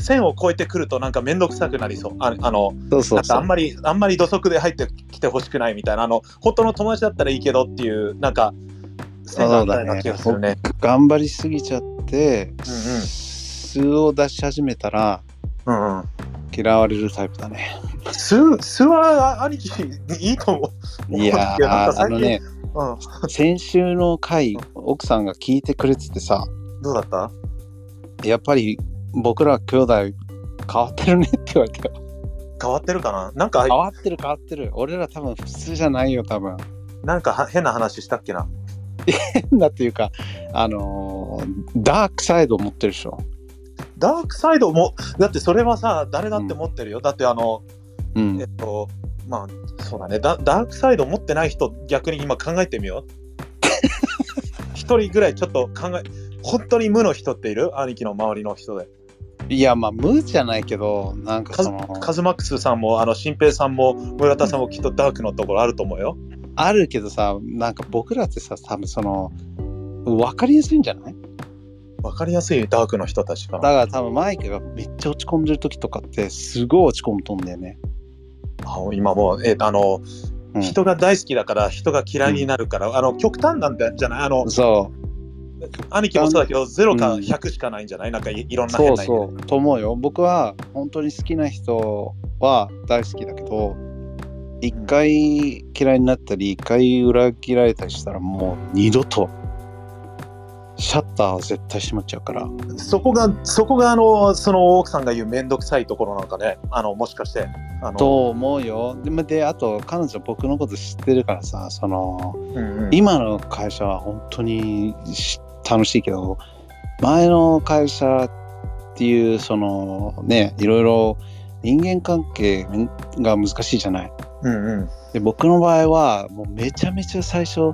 線を越えてくるとなんか面倒くさくなりそう。ああの、そうそなんうそかあ。うんまり、あんまり土足で入ってきてほしくないみたいな、あの、本当の友達だったらいいけどっていう、なんか、線があったような気がするね。頑張りすぎちゃって、うんうん素を出し始めたらうんうん。嫌われるタイプだね。す、すは兄貴にいいと思う。いやー、なんかあ最の近、ね、うん、先週の回、奥さんが聞いてくれててさ、どうだったやっぱり僕ら兄弟変わってるねって言われて、変わってるかななんか変、わってる変わってる。俺ら多分普通じゃないよ、多分。 なんかは変な話したっけな。変だっていうか、あのーダークサイドを持ってるでしょ。ダークサイドも、だってそれはさ、誰だって持ってるよ。だってあの、うんえっ。と、まあ、そうだねダ、ダークサイド持ってない人、逆に今考えてみよう。 一人ぐらいちょっと考え、本当に無の人っている兄貴の周りの人で。いや、まあ、無じゃないけど、なんかカズその、カズマックスさんも、あの、新平さんも、森田さんもきっとダークのところあると思うよ。あるけどさ、なんか僕らってさ、多分その、わかりやすいんじゃないわかりやすいダークの人たちかだからな。多分マイクがめっちゃ落ち込んでる時とかって、すごい落ち込むとんだよね。あ今もう、えっと、あの、うん人が大好きだから、人が嫌いになるから、あの、極端なんだじゃないあの、そう、兄貴もそうだけど、0かうん100しかないんじゃないなんかいいろんなそ変うな意味でそう、と思うよ。僕は本当に好きな人は大好きだけど、一回嫌いになったり、一回裏切られたりしたら、もう二度と、シャッターは絶対閉まっちゃうから。そこが、そこがあの、その奥さんが言うめんどくさいところなのかね、あの、もしかして。あのと思うよでまであと彼女僕のこと知ってるからさそのうんうん今の会社は本当にし楽しいけど前の会社っていうそのねいろいろ人間関係が難しいじゃないうんうんで僕の場合はもうめちゃめちゃ最初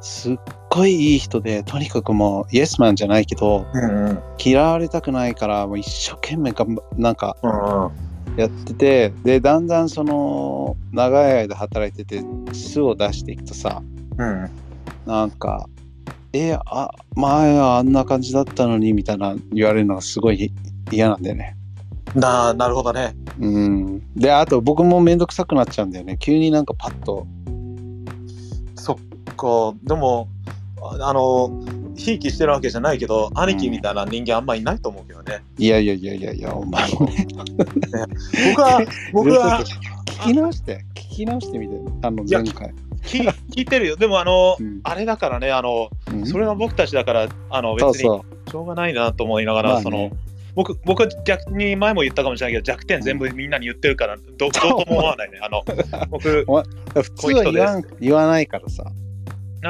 すっごいいい人でとにかくもうイエスマンじゃないけどうんうん嫌われたくないからもう一生懸命頑張なんかうんうんやっててでだんだんその長い間働いてて巣を出していくとさうんなんか「えあ前はあんな感じだったのに」みたいな言われるのがすごい嫌なんだよね。ななるほどね。うん、であと僕も面倒くさくなっちゃうんだよね急になんかパッとそっか、でも、ああの、ひいきしてるわけじゃないけど、兄貴みたいな人間あんまいないと思うけどね。 「いやいやいやいやいやお前もね僕は、 僕は ちょっと聞き直して聞き直してみてあのいや前回」聞聞いてるよ。でもあのう、んあれだからね、あの、うんそれは僕たちだから、あの、別そうにそしょうがないなと思いながう、まら、あそのね、、僕僕は逆に前も言ったかもしれないけど弱点全部みんなに言ってるからどどうとも思わないね あの僕普通は言わん言わないからさだ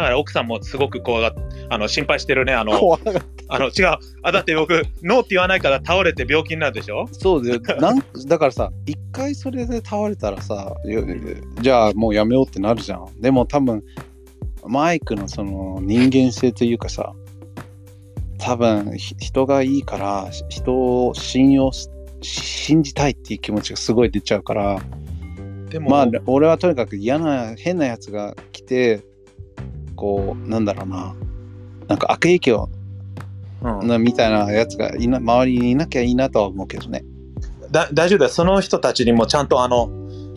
から奥さんもすごく怖がっあの心配してるねあの怖があの違うあだって僕ノーって言わないから倒れて病気になるでしょそうでなんだからさ一回それで倒れたらさよじゃあもうやめようってなるじゃんでも多分マイクのその人間性というかさ多分ひ人がいいからし人を信用し信じたいっていう気持ちがすごい出ちゃうからでも、まあ俺はとにかく嫌な変なやつが来てこうなんだろうななんか悪影響うん、なみたいなやつがいな周りにいなきゃいいなとは思うけどね。だ大丈夫だよその人たちにもちゃんとあの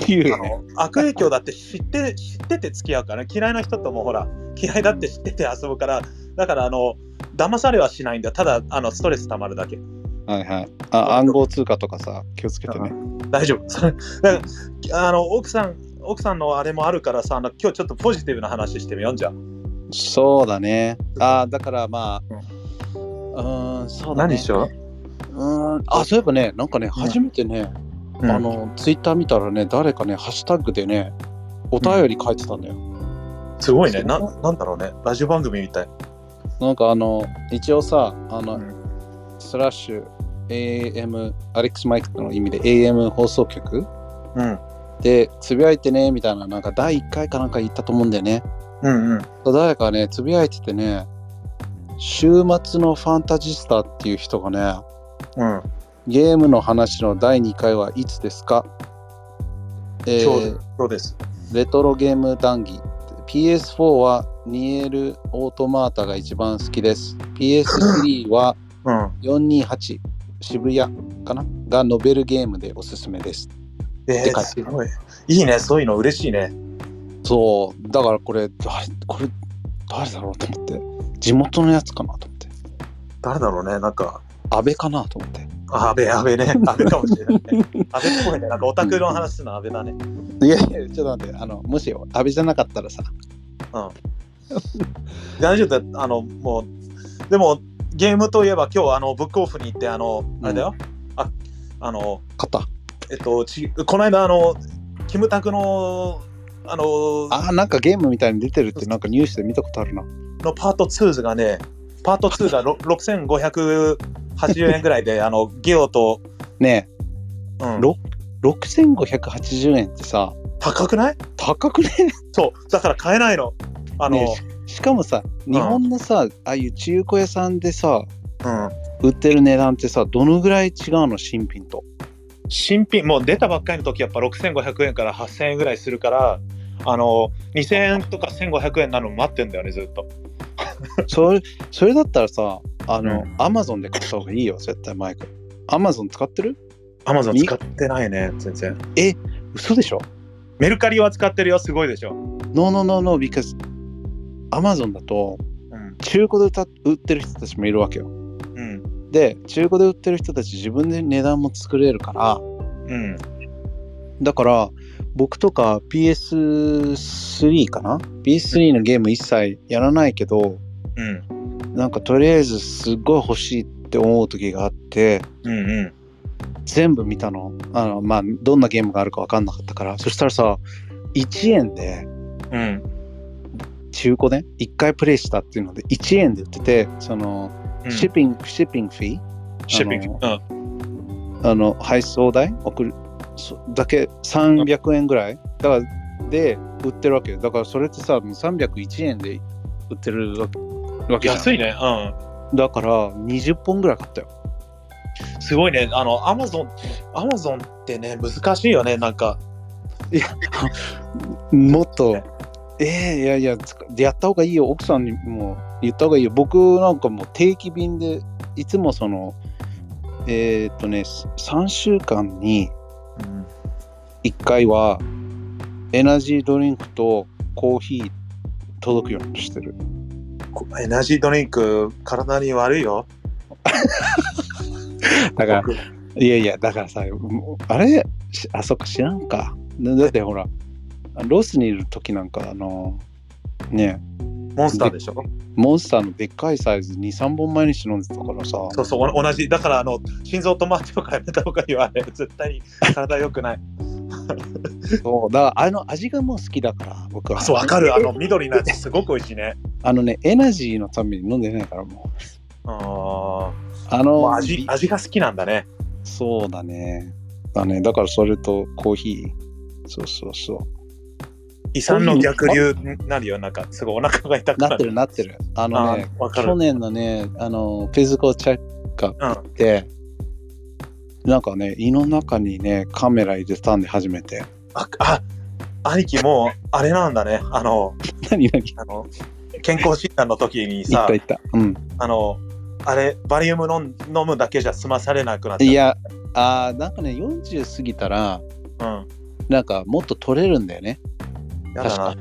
言うあの悪影響だって知って知ってて付き合うから、ね、嫌いな人ともほら嫌いだって知ってて遊ぶからだからあの騙されはしないんだよただあのストレス溜まるだけはいはい。あ暗号通貨とかさ、気をつけてね。大丈夫。 それだからあの奥さん奥さんのあれもあるからさ、あの今日ちょっとポジティブな話してみようじゃあ。そうだね。あだからまあ、ーん、そうだね。何しようーん、あ、そういえばね、なんかね、初めてね、う、うんあの、ツイッター見たらね、誰かね、ハッシュタグでね、お便り書いてたんだよ。すごいねな。なんだろうね。ラジオ番組みたい。なんかあの、一応さ、あの、うんスラッシュ AM、アレックス・マイクの意味で AM 放送局うん。で、つぶやいてね、みたいな、なんか第1回かなんか言ったと思うんだよね。うんうん。誰かね、つぶやいててね、週末のファンタジスタっていう人がね、うん。ゲームの話の第2回はいつですか、えーそうそうです。レトロゲーム談義 PS4 はニエル・オートマータが一番好きです PS3 はうん。 428渋谷かながノベルゲームでおすすめですえでかー、いすごい。いいね。そういうの嬉しいね。そうだからこれ誰これ誰だろうと思って地元のやつかなと思って誰だろうね。なんか、安倍かなと思って安倍、安倍 ね。安倍かもしれない、ね。安倍っぽいね。なんかオタクの話するの安倍だね。いやいやちょっと待ってあのもしよ安倍じゃなかったらさ大丈夫だ。あの、もう、でも、ゲームといえば今日、あの、ブックオフに行って、あの、あれだよ。あ、あの、肩えっと、ちこの間、あの、キムタクの、あの、あーなんかゲームみたいに出てるってなんかニュースで見たことあるなのパート2がね、パート2がろ6580円ぐらいで、あの、ゲオと、ねうん、ろえ6580円ってさ高くない高くねそう、だから買えないの。あの、ねしかもさ日本のさ、ああいう中古屋さんでさうん。売ってる値段ってさどのぐらい違うの新品と新品、もう出たばっかりの時やっぱ6500円から8000円ぐらいするから、あの、2000円とか1500円なの待ってんだよね、ずっと。それそれだったらさあうの、アマゾンで買った方がいいよ絶対マイクアマゾン使ってるアマゾンみ使ってないね、全然。嘘でしょメルカリは使ってるよ、すごいでしょ。ノーノーノーノー because アマゾンだとうん。中古で売った売ってる人たちもいるわけようん。で中古で売ってる人たち自分で値段も作れるからうん。だから僕とか PS3 かな ?PS3 のゲーム一切やらないけど、うん。なんかとりあえずすごい欲しいって思う時があって、うんうん。全部見たの。あの、まあ、どんなゲームがあるか分かんなかったから。そしたらさ、1円で、うん。中古ね、1回プレイしたっていうので、1円で売ってて、その、うんシッピング、シッピングフィーシッピング。うん。あの配送代送るそだけ300円ぐらいだからで売ってるわけよだからそれってさもう301円で売ってるわけわけじゃん安いね。うん。だから20本ぐらい買ったよすごいね。あの、アマゾン、アマゾンってね、難しいよね。なんか、もっとええいやいやつかやった方がいいよ奥さんにも言った方がいいよ僕なんかもう定期便でいつもそのえーっとね3週間に1回はエナジードリンクとコーヒー届くようにしてるこエナジードリンク、体に悪いよ。だから僕いやいやだからさもうあれしあそっか知らんかだだってほらロスにいる時なんかあのねモンスターでしょモンスターのでっかいサイズ23本毎日飲んでたからさそうそう、お同じ。だから、あの、心臓止まってとかやめた方がいいわ。あれ絶対に体 良くない。そうだからあの味がもう好きだから僕はそう、わかる。あの、緑のやつ、すごく美味しいね。あのねエナジーのために飲んでないからもううん。もあのう味、味が好きなんだね。そうだねだねだからそれとコーヒーそうそうそう胃酸の逆流になるよ。なんか、すごいお腹が痛くなる。なってるなってる。あのねあ、わかる去年のね、あの、フィズコチェックアップって、なんかね、胃の中にね、カメラ入れたんで初めて。 あ、あ、兄貴もう、あれなんだね。あの、何何いあの、健康診断の時にっさた、いった。うん。あの、あれ、バリウム飲ん飲むだけじゃ済まされなくなっちゃうい、や、あーなんかね、40過ぎたら、うん。なんかもっと取れるんだよね。やだな。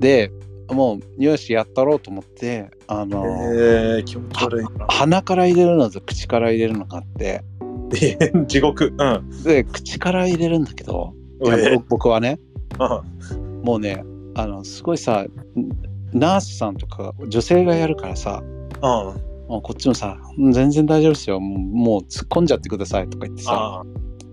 で、もう、よし、やったろうと思って、あの、えー、気持ち悪いな。鼻から入れるのと口から入れるのがあって、 地獄。うん。で、口から入れるんだけど、いやえ僕僕はね、ーもうねあのすごいさナースさんとか女性がやるからさうん。うん。もうこっちもさ「うん全然大丈夫ですよもうもう突っ込んじゃってください」とか言ってさあ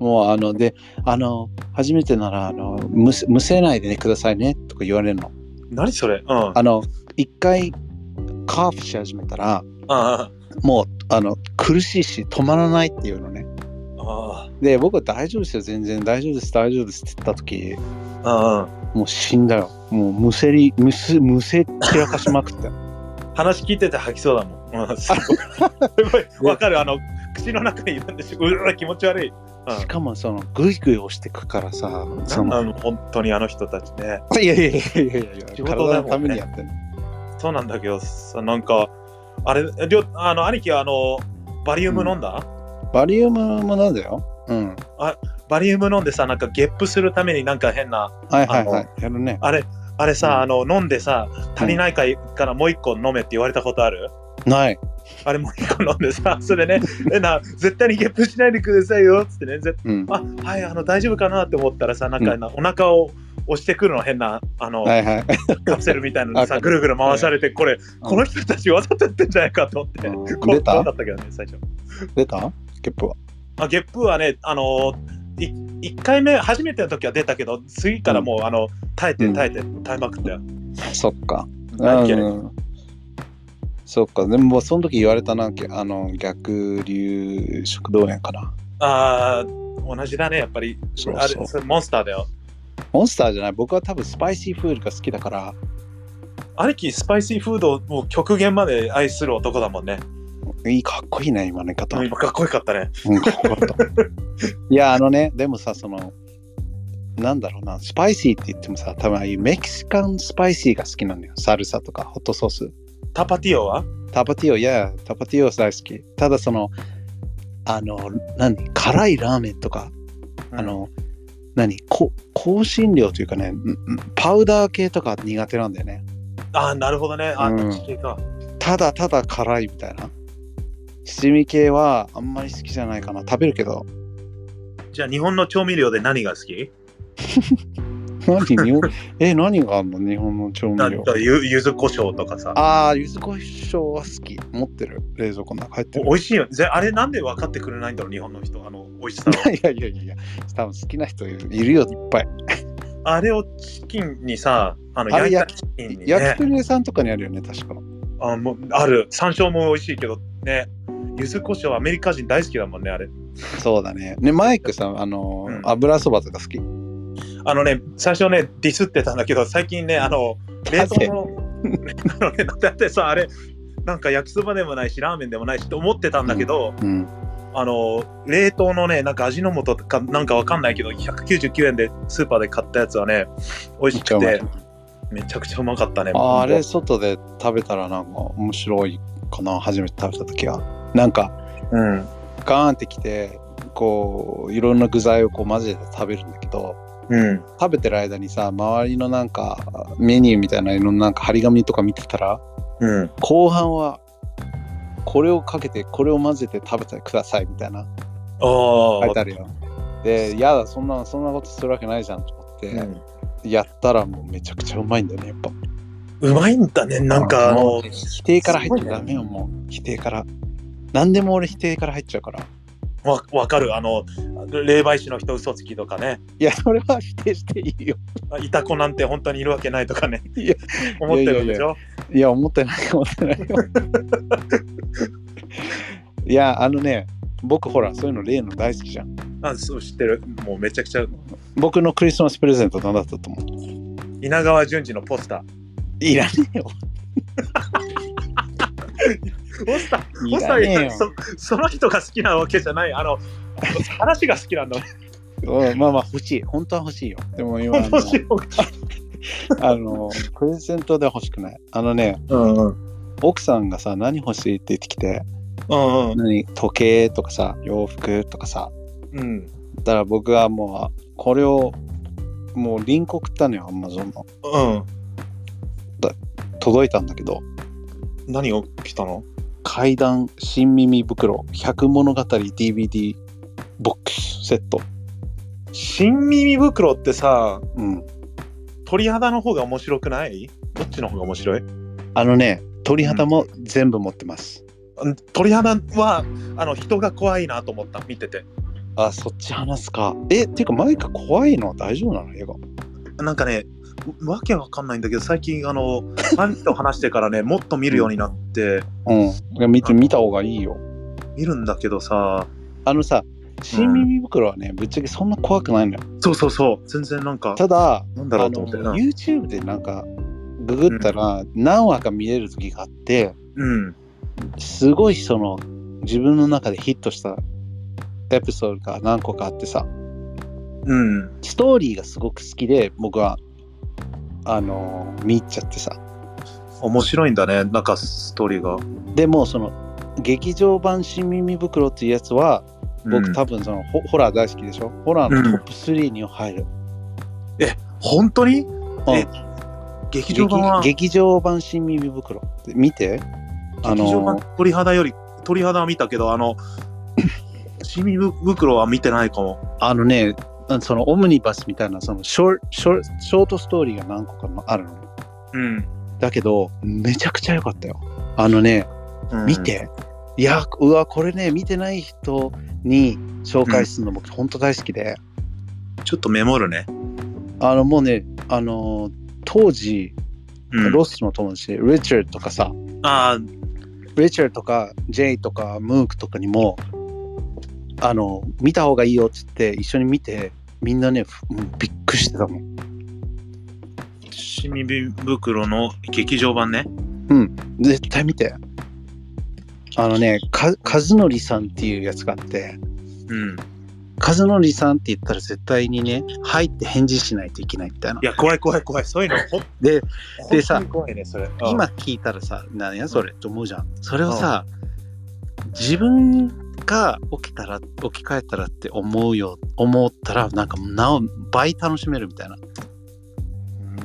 もうあのであの初めてならあのむせむせないでねくださいねとか言われるの何それうん。ああの一回カーフし始めたらあもうあの苦しいし止まらないっていうのねあで僕は大丈夫ですよ全然大丈夫です大丈夫ですって言った時ああもう死んだよもうむせりむすむせ散らかしまくって話聞いてて吐きそうだ もん。うん、すごいすごい。わかる。あの、口の中にいるんでしょ。うら気持ち悪い。しかもそのグイグイ押してくからさそあのの本当にあの人たちね。 いやいやいやいやいや仕事体だのもたんねめにやってんのそうなんだけどさ、なんか、あれ、りょあの兄貴はあの、バリウム飲んだ、バリウムもなんだようんバリウム飲んでさ、なんかゲップするためになんか変な、はいはいはいやるねあれ、あれさ、あの、飲んでさ、足りい、ないからもう一個飲めって言われたことある、うんないあれもう一個飲んでさ、それね、えな、絶対にゲップしないでくださいよ、つってね、絶うんあはい、あの大丈夫かなって思ったらさ、なんか、お腹を押してくるの変な、あの、はい はいカプセルみたいな のにさ、あぐるぐる回されて、これ、この人たちわざとやってんじゃないかと思って、うんこ出た怖かったけどね、最初。出たゲップはあゲップはね、あのい1回目、初めての時は出たけど、次からもう、あの耐えて、うん耐えて、耐えまくったよ。そっか大嫌いうんそっかでももうその時言われたなあの逆流食道炎かなあー同じだね、やっぱり。そうあそうれそれモンスターだよ。モンスターじゃない僕は多分スパイシーフールが好きだから兄貴、スパイシーフードをもう極限まで愛する男だもんね。いいかっこいいね今の言い方、うん今、かっこよかったね。うんかっこよかったいやあのねでもさそのなんだろうなスパイシーって言ってもさ多分ああいうメキシカンスパイシーが好きなんだよサルサとかホットソースタパティオはタパティオいやタパティオ大好きただそのあの何辛いラーメンとか、あの何こ香辛料というかねんんパウダー系とか苦手なんだよねあーなるほどね。あ、うん地形か。ただただ辛いみたいな七味系はあんまり好きじゃないかな食べるけどじゃあ日本の調味料で何が好き何日本え何があんの日本の調な味ん料かゆ柚子胡椒とかさ。ああ柚子胡椒は好き持ってる冷蔵庫の中入っておる美味しいよ。ぜあれなんで分かってくれないんだろう、日本の人。あの、美味しさを。いやいやいやいや多分好きな人いるよいっぱいあれをチキンにさ、あのあ焼れいたチキンに焼ねき。鳥屋さんとかにあるよね確かあもうある。山椒も美味しいけどね。柚子胡椒アメリカ人大好きだもんね、あれ。そうだねねマイクさんあのーうん油そばとか好きあのね、最初ね、ディスってたんだけど、最近ね、あの、冷凍の。 あのね、だってさ、あれ、なんか焼きそばでもないし、ラーメンでもないしと思ってたんだけど、うんあの冷凍のねなんか味の素かなんかわかんないけど199円でスーパーで買ったやつはね美味しくめってちゃうまいめちゃくちゃうまかったねあーあれ本外で食べたらなんか面白いかな初めて食べた時はなんか当うんガーンってきてこういろんな具材をこう混ぜて食べるんだけど、うん食べてる間にさ周りのなんかメニューみたいなのなんか張り紙とか見てたらうん後半はこれをかけてこれを混ぜて食べてくださいみたいなあ書いてああるよでいやだそんなそんなことするわけないじゃんと思って、うんやったらもうめちゃくちゃうまいんだよねやっぱうまいんだねなんかあものう否定から入っすてごいねダメよもう否定から何でも俺否定から入っちゃうからわわかるあの霊媒師の人嘘つきとかねいやそれは否定していいよあいた子なんて本当にいるわけないとかね いや思ってるんでしょいや、思ってない、思って ないよ。いや、あのね、僕ほら、そういうの例の大好きじゃん。あそう知ってるもうめちゃくちゃ僕のクリスマスプレゼント何だったと思う稲川淳二のポスターいらねえよ。ポスターいポスタらーねえ言よったらそその人が好きなわけじゃないあの話が好きなんだうんまあまあ欲しい。本当は欲しいよ。でも今、あの欲しいあのプレゼントでは欲しくない。あのね、うんうん奥さんがさ、何欲しいって言ってきて、うん何時計とかさ、洋服とかさ、うんだから僕はもう、これを、もうリンク送ったのよ、アマゾンの。うん届いたんだけど、何を来たの怪談新耳袋百物語 DVD ボックスセット、新耳袋ってさうん、鳥肌の方が面白くないどっちの方が面白いあのね鳥肌も全部持ってます、うん鳥肌はあの人が怖いなと思った見ててあ、そっち話すか。え、っていうかマイク怖いの大丈夫なの映画。なんかねわわけわかんないんだけど最近 あの兄と話してからねもっと見るようになってうん。いや見て、見た方がいいよ。見るんだけどさあのさ、新耳袋はね、ぶっちゃけそんな怖くないのよ。そうそうそう全然なんかただ、なんあだろのうと思ってうん YouTube でなんか、ググったら何話か見れる時があって、うんすごいその、自分の中でヒットしたエピソードが何個かあってさ、うんストーリーがすごく好きで、僕は、あの見入っちゃってさ。面白いんだねなんかストーリーがでもその劇場版「新耳袋」っていうやつは僕た多分そのホ,、ホラー大好きでしょホラーのトップ3に入る、本当にうんえ劇場版は劇劇場版「新耳袋」って見てあ劇場版の鳥肌より鳥肌は見たけどあ のシミ袋は見てないかもあのねそのオムニバスみたいなそのショーショーショートストーリーが何個かあるのうん、だけどめちゃくちゃ良かったよあのねうん見て、いやうわこれね見てない人に紹介するの僕本当大好きで、ちょっとメモるね、あのもうねあの当時うん、ロスの友達で、リチャードとかさ、ああリチャードとか、ジェイとか、ムークとかにも、あの、見た方がいいよっつって、一緒に見て、みんなね、ふうんびっくりしてたもん。シミ袋の劇場版ね絶対見て。あのね、かカズノリさんっていうやつがあって、うんカズノリさんって言ったら絶対にね、入って返事しないといけないみたいな。いや怖い怖い怖いそういうのほんで、で本さ当に怖いねそれうん今聞いたらさ、何やそれって思うじゃん。それをさ、自分が起きたら、置き換えたらって思うよ、思ったら、なんか、なお、倍楽しめるみたいな。う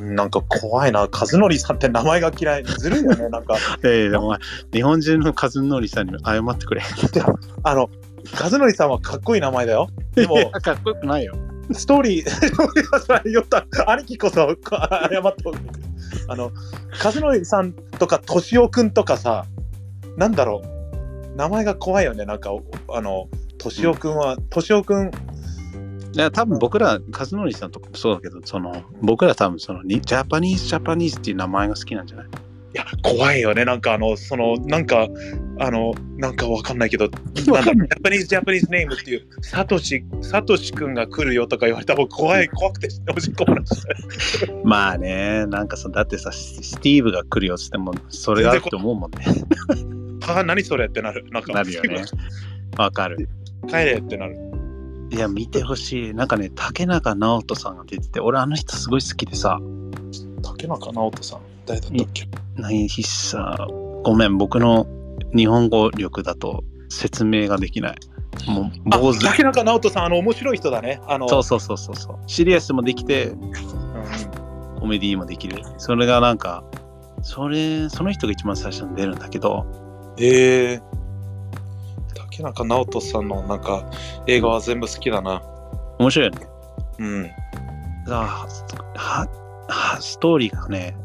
んなんか怖いな和則さんって名前が嫌いずるいよねなんかええでもお前、日本人のカズノリさんに謝ってくれ。あの和則さんはかっこいい名前だよでもいやかっこよくないよ。ストーリー、ストーリーはさよった兄貴こそこ謝ってほしい。あの、和則さんとか、敏夫くんとかさ、なんだろう、名前が怖いよね、なんか、おあの、敏夫くんは、敏夫くん、いや、多分僕ら、カズノリさんとかもそうだけど、その、僕ら多分、その、にジャパニーズ、ジャパニーズっていう名前が好きなんじゃないいや、怖いよね、なんか、あの、その、なんか、あの、なんかわかんないけど、 わかんジャパニーズ、ジャパニーズネームっていう、サトシ、サトシくんが来るよとか言われたら、僕、怖い、怖くて、おしっこ漏らした。まあね、なんかそだってさ、ススティーブが来るよっつっても、それがあると思うもん ね。はあ、何それってなる。なんか、なるよね。わかる。帰れってなる。いや、見てほしい。なんかね、竹中直人さんが出てて、俺あの人すごい好きでさ、竹中直人さん、誰だったっけ何必さ、ごめん、僕の日本語力だと説明ができない。もう、あ坊主。竹中直人さん、あの面白い人だね。あのそうそうそうそうそう。シリアスもできて、うんコメディもできる。それがなんか、それ、その人が一番最初に出るんだけど、ええ竹中直人さんのなんか映画は全部好きだな。面白いよね。うん。あは、は、ストーリーがね、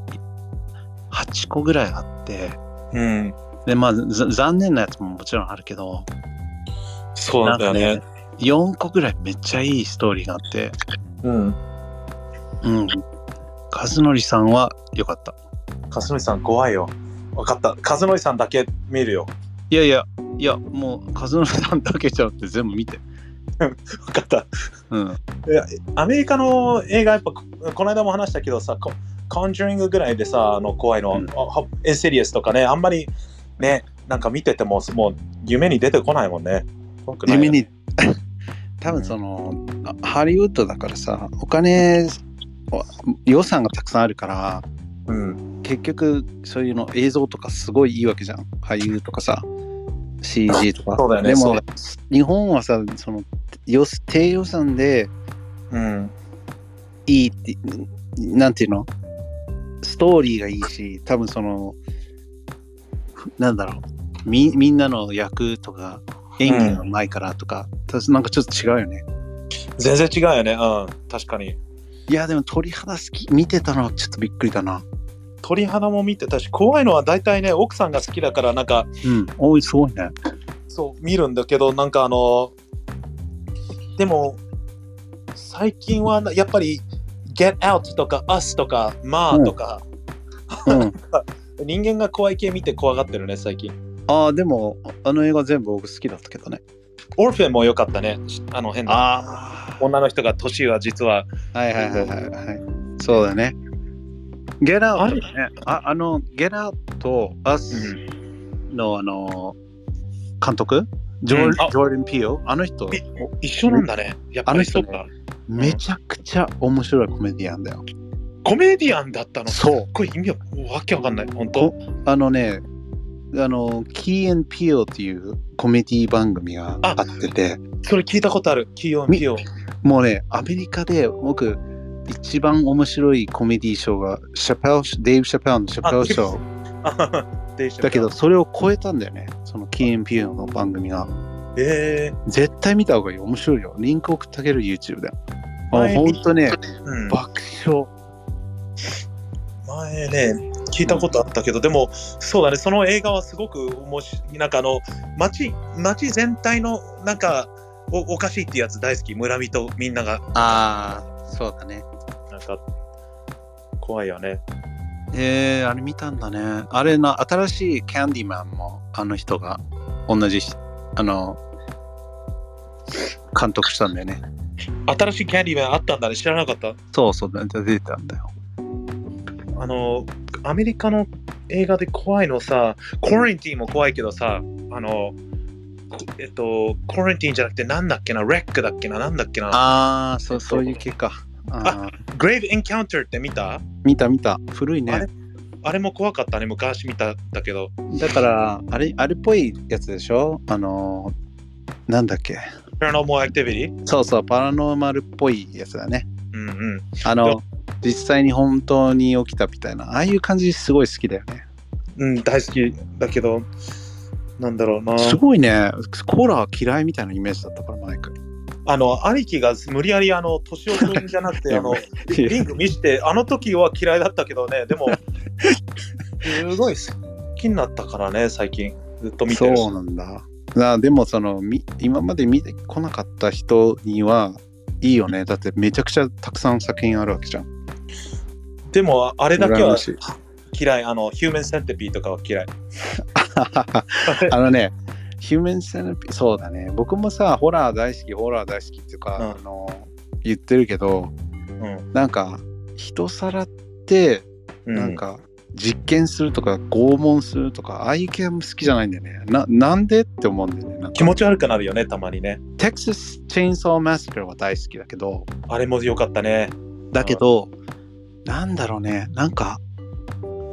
8個ぐらいあって、うん。で、まあ、ざ残念なやつももちろんあるけど、そうなんだよね。 4個ぐらいめっちゃいいストーリーがあって、うん。うん。和則さんは良かった。かすのりさん、怖いよ。わかった。かすのりさんだけ見るよ。いやいや、いや、もう和則さんだけじゃなくて全部見て。わかった。うん。アメリカの映画、やっぱ、ここの間も話したけどさ、ココンジュリングぐらいでさ、あの怖いの、うんあエンセリアスとかね、あんまりね、なんか見てても、もう夢に出てこないもんね。怖くないよ夢に 多分その、あハリウッドだからさお金お予算がたくさんあるからうん。結局そういうの映像とかすごいいいわけじゃん俳優とかさ CG とかそうだよねでそうもだ日本はさそのよ低予算でうん。いいってなんていうのストーリーがいいし多分そのなんだろうみみんなの役とか演技がうまいからとか、たなんかちょっと違うよね全然違うよね。うん。確かに。いや、でも鳥肌好き、見てたのはちょっとびっくりだな。鳥肌も見てたし怖いのは大体ね奥さんが好きだからなんかうん。おい、すごいね。そう見るんだけどなんかあのでも最近はなやっぱり「Get Out」とか「Us」とか「まあ」とか、うん。人間が怖い系見て怖がってるね最近 ああ、でも、あの映画全部僕好きだったけどね。オルフェンも良かったねあの変なあ女の人が年は実はあ。はいはいはいはいはい。そうだね。ゲラあウれトね。ああの、ゲラとアスの、あの、監督ジョ,、うんジあョーリン・ピオ。あの人、え一緒なんだねやっぱりそっあかめちゃくちゃ面白いコメディアンだよ。コメディアンだったのすっそう。ごい意味はわけわかんない本当こあのね、あの、キーピオっていうコメディ番組があってて、それ聞いたことある企業企業もうね、アメリカで僕、一番面白いコメディショーが、シャペル、デイブ・シャペルのシャペルショー。 だけど、それを超えたんだよね、そのキーピオの番組が。ええ絶対見た方がいい、面白いよ。リンク送ってあげる YouTube で。もう前本当ね、うん爆笑。前ね聞いたことあったけど、でもそうだねその映画はすごく面白いなんかあの街街全体のなんかおおかしいってやつ大好き村人みんながああ、そうだね。なんか怖いよねえー、あれ見たんだね。あれの新しいキャンディマンもあの人が同じしあの監督したんだよね。新しいキャンディーマンあったんだね知らなかったそうそうだ出てたんだよ。あのアメリカの映画で怖いのさコレンティーも怖いけどさあのえっとコレンティーじゃなくてなんだっけなレックだっけななんだっけなああそうそういう結果。あーグレイブエンカウンターって見た 見た見た古いねあれ。あれも怖かったね昔見たんだけどだからあれあれっぽいやつでしょあのなんだっけパラノーマルアクティビティそうそうパラノーマルっぽいやつだね。うんうん。あでの実際に本当に起きたみたいなああいう感じすごい好きだよね。うん、大好きだけど、なんだろうな。すごいねコーラー嫌いみたいなイメージだったからマイ ク。あの、兄貴が無理やり、あの、年を君じゃなく いて、やあの、リング見して、あの時は嫌いだったけどね、で も、すごい好きになったからね、最近。ずっと見てるしそうなんだなでもそのみ今まで見てこなかった人にはいいよねだってめちゃくちゃたくさん作品あるわけじゃんでも、あれだけ羨まはしい嫌い。あの、ヒューマンセンテピーとかは嫌い。 あのねヒューマンセラピーそうだね僕もさホラー大好きホラー大好きっていうか、うんあの言ってるけどうん。なんか人さらってうなん、か実験するとか拷問するとかああいう系も好きじゃないんだよねななんでって思うんだよねなん気か持ち悪くなるよね、たまにね。テキサス・チェーンソー・マスクルは大好きだけど、あれも良かったね。だけど、なんだろうね、なんか、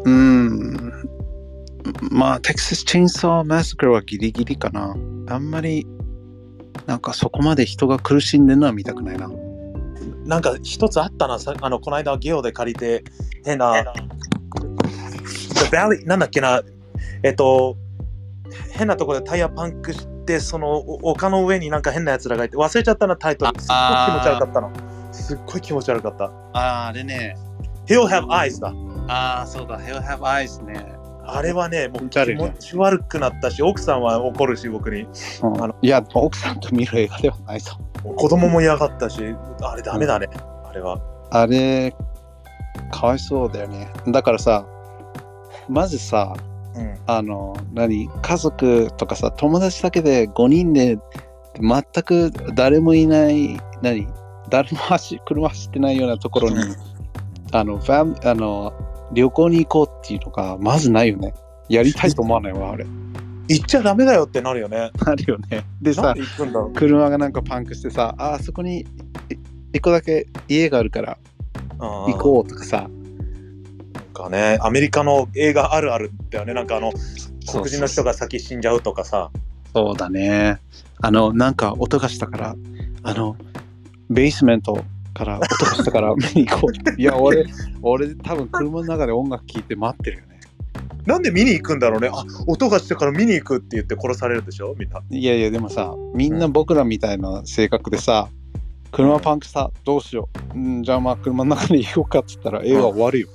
うーん、まあ、テキサス・チェーンソー・マスクルはギリギリかな。あんまり、なんかそこまで人が苦しんでるのは見たくないな。なんか一つあったな、さあのこの間ゲオで借りて、変な、バリなんだっけな、えっと、変なところでタイヤパンクして、そのお丘の上になんか変なやつらがいて、忘れちゃったな、タイトル。すっごい気持ち悪かったの。すっごい気持ち悪かった。ああれね、 He'll have eyes だ。ああ、そうだ、Hell Have Eyes ね。あれはね、もう気持ち悪気いね持ち悪くなったし、奥さんは怒るし、僕に。あのいや、奥さんと見る映画ではないぞ。子供も嫌がったし、あれダメだね、あれは。あれ、かわいそうだよね。だからさ、まずさ、うん。あの何家族とかさ友達だけで5人で全く誰もいない何誰も走車走ってないようなところにうんあのファミあの旅行に行こうっていうのがまずないよねやりたいと思わないわあれ 行っちゃダメだよってなるよね。あるよねでなさんで行くんだろう。車がなんかパンクしてさああそこに1個だけ家があるから行行こうとかさなんかね、アメリカの映画あるあるだよね、なんかあの、黒人の人が先死んじゃうとかさ、そうだね。あの、なんか音がしたから、あの、ベースメントから音がした から見に行こう。いや、俺、俺多分車の中で音楽聴いて待ってるよね。なんで見に行くんだろうね、あ音がしてから見に行くって言って殺されるでしょ、みんな。いやいや、でもさ、みんな僕らみたいな性格でさ、車パンクした、どうしよう。うん、じゃあまあ車の中で行こうかっつったら映画終わるよ。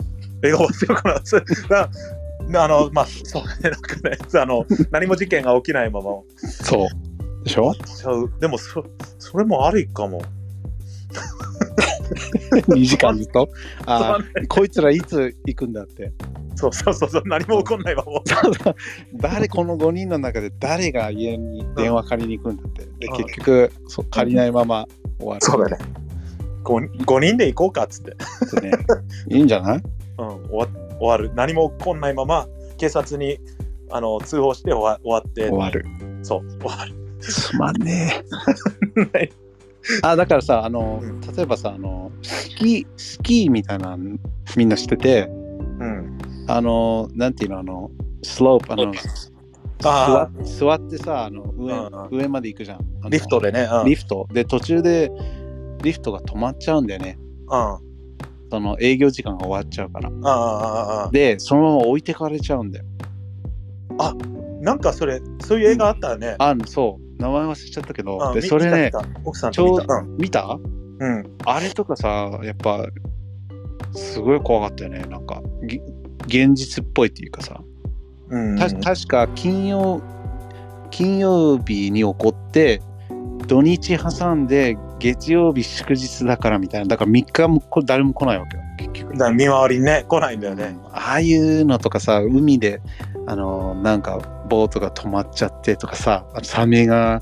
笑顔強くなる。そう だあの、まあ、そうね、なんかね、あの、何も事件が起きないままそう。でしょ ちゃう。でも、そ、それもありかも。 ?2 時間ずっと。 あーこいつらいつ行くんだって。そうそうそうそう、何も起こんないまま。誰この5人の中で誰が家に電話借りに行くんだ って。でうん結局そう借りないまま終わる。だね。5, 五人で行こうかっつって、ってね。いいんじゃないうん、終わ終わる何も起こんないまま警察にあの通報して終わ終わって終わる。そう終わるつまんねはえい。あだからさあの、うん例えばさあのスキースキーみたいなのみんなしてて うんあのなんていうのあのスロープあのあ座座ってさあの上,、うんうん上まで行くじゃんあのリフトでねうんリフトで途中でリフトが止まっちゃうんだよねうんあその営業時間が終わっちゃうからああああでそのまま置いてかれちゃうんだよなんかそれそういう映画あったよね、あそう名前忘れちゃったけど、うんでみそれね見た見た奥さんちょとう見たうん見たうんあれとかさやっぱすごい怖かったよねなんかぎ現実っぽいっていうかさうんた確か金曜金曜日に起こって土日挟んで月曜日祝日だからみたいなだから3日もこ誰も来ないわけよ結局だから見回りね来ないんだよね、ああいうのとかさ海であのなんかボートが止まっちゃってとかさあとサメが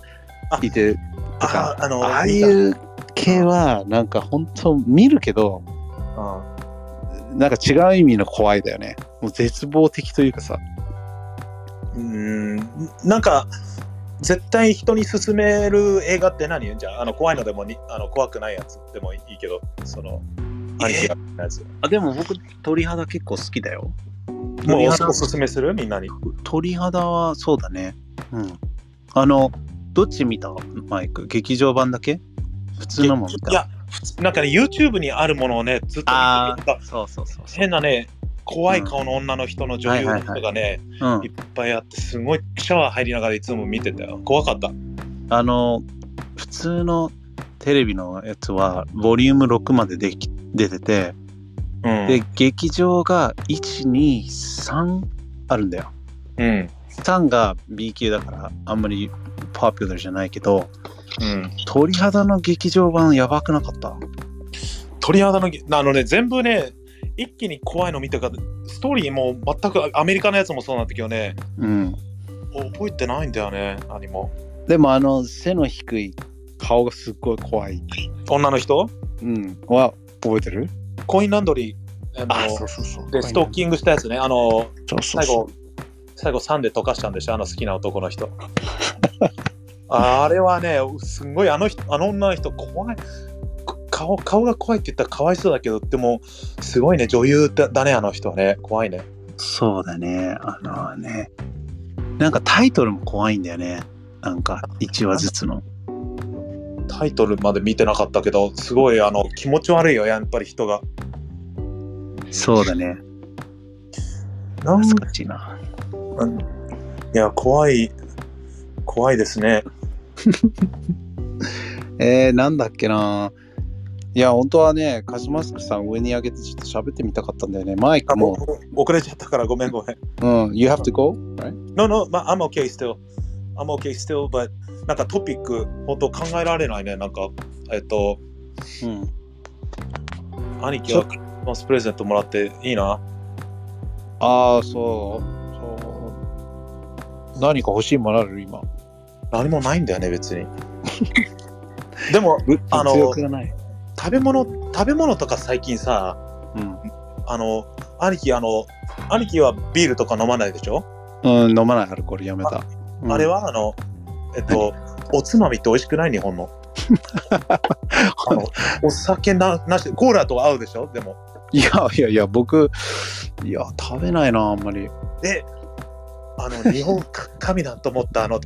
いてとあかああのああいう系はなんか本当見るけどうんなんか違う意味の怖いだよね。もう絶望的というかさ。うんなんか絶対人に勧める映画って何じゃああの怖いのでもにあの怖くないやつでもいいけどその兄貴が見たやつあでも僕鳥肌結構好きだよ。もう鳥お肌おすすめするみんなに鳥肌はそうだね。うん。あのどっち見たマイク劇場版だけ普通のも見たいや普通なんかね YouTube にあるものをねずっとあ見ーてたそうそうそうそう。変なね怖い顔の女の人の女優の人がね、うんい、っぱいあってすごいシャワー入りながらいつも見てたよ怖かったあの普通のテレビのやつはボリューム6まででき出てて、うんで劇場が123あるんだよ。うん3が B 級だからあんまりパピュラーじゃないけどうん鳥肌の劇場版やばくなかった鳥肌のぎあのね全部ね一気に怖いの見たからストーリーも全くアメリカのやつもそうなんだけどねうん覚えてないんだよね何もでもあの背の低い顔がすっごい怖い女の人うんは覚えてるコインランドリーあのそうそうでストーキングしたやつねあのそうそう最そ後最後3で溶かしたんでしょあの好きな男の人 あれはねすんごいあの人あの女の人怖いこ顔顔が怖いって言ったらかわいそうだけどでもすごいね女優だだねあの人はね怖いねうそうだねあのねなんかタイトルも怖いんだよねなんか1話ずつのタイトルまで見てなかったけどすごいあの気持ち悪いよやっぱり人がそうだねなん懐かしいなうんいや怖い怖いですねえー、なんだっけないや本当はねカシマスクさん上に上げてちょっと喋ってみたかったんだよねマイあクももう遅れちゃったからごめんごめんうん、You have to go? Right? No, no, but I'm okay still. I'm okay still, but なんかトピック、本当考えられないね。なんか、えっと、うん。兄貴はクリスマスプレゼントもらっていいな。ああ、そう。そう。何か欲しいものある今。何もないんだよね、別 に。でも、あの物欲がない。食べ物、食べ物とか最近さ、うん。あの、兄貴、あの、兄貴はビールとか飲まないでしょ、うん、飲まないアルコールやめた。うんあれは、あの、えっと、おつまみって美味しくない日 本の。あのお酒ななし、コーラと合うでしょでも。いやいやいや、僕、いや、食べないな、あんまり。で、あの日本か神だと思ったあの、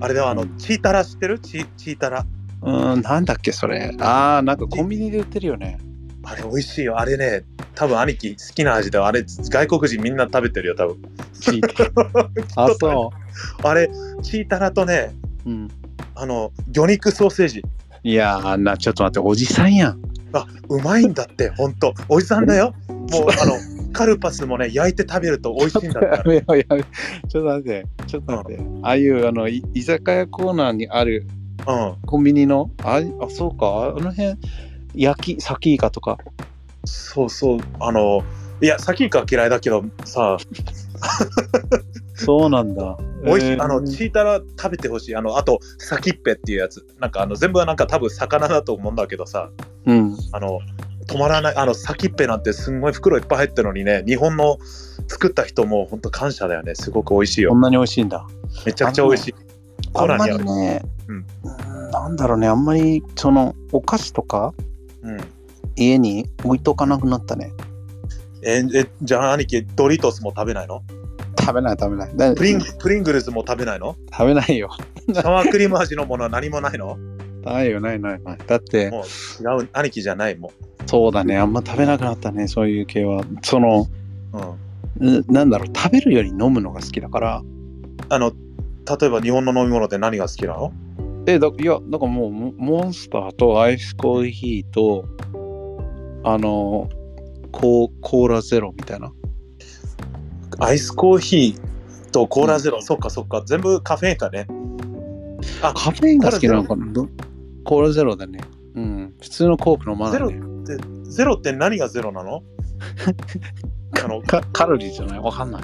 あれではあの、チータラ知ってるチチータラ。うん、なんだっけ、それ。ああ、なんかコンビニで売ってるよね。あれ美味しいよ。あれね、多分兄貴好きな味だよ。あれ外国人みんな食べてるよ、多分。チー タあ、そあれ、チータラとね、う。うん。あの、魚肉ソーセージ。いやー、な、ちょっと待って、おじさんやん。あ、うまいんだって、ほんと。おじさんだよ。もう、あの、カルパスもね、焼いて食べると美味しいんだってや。めようやめようちょっと待ってちょっと待って、ああいうあのい居酒屋コーナーにあるうん。コンビニのああそうかあの辺焼きサキイカとかそうそう。あの、いや、サキイカは嫌いだけどさ、そうなんだ美味しい、えーあの、チータラ食べてほしい。あの、あと、サキッペっていうやつ。なんか、あの、全部はなんか多分魚だと思うんだけどさ、うんあの、止まらない、あの、サキッペなんてすんごい袋いっぱい入ってるのにね、日本の作った人も本当感謝だよね。すごく美味しいこよん。なに美味しいんだめちゃくちゃ美味しい。あコーんナーまにありる。ね、ううんん、なんだろうねあんまりそのお菓子とかうん。家に置いとかなくなったねえ、え、じゃあ兄貴、ドリトスも食べないの食べない食べないだプリンプリングルズも食べないの食べないよサワークリーム味のものは何もないのないよないないないだってもう違う、兄貴じゃないもそうだねあんま食べなくなったねそういう系はそのん。うん。うなんだろう食べるより飲むのが好きだからあの、例えば日本の飲み物って何が好きなのえだいやだからもうモモンスターとアイスコーヒーとあのコーコーラゼロみたいなアイスコーヒーとコーラゼロ、そっかそっか、全部カフェインかね。あ、カフェインが好きなのかなどコーラゼロだねうん普通のコーク飲まない、ね、ゼロって何がゼロな のあの、カカロリーじゃないわかんない。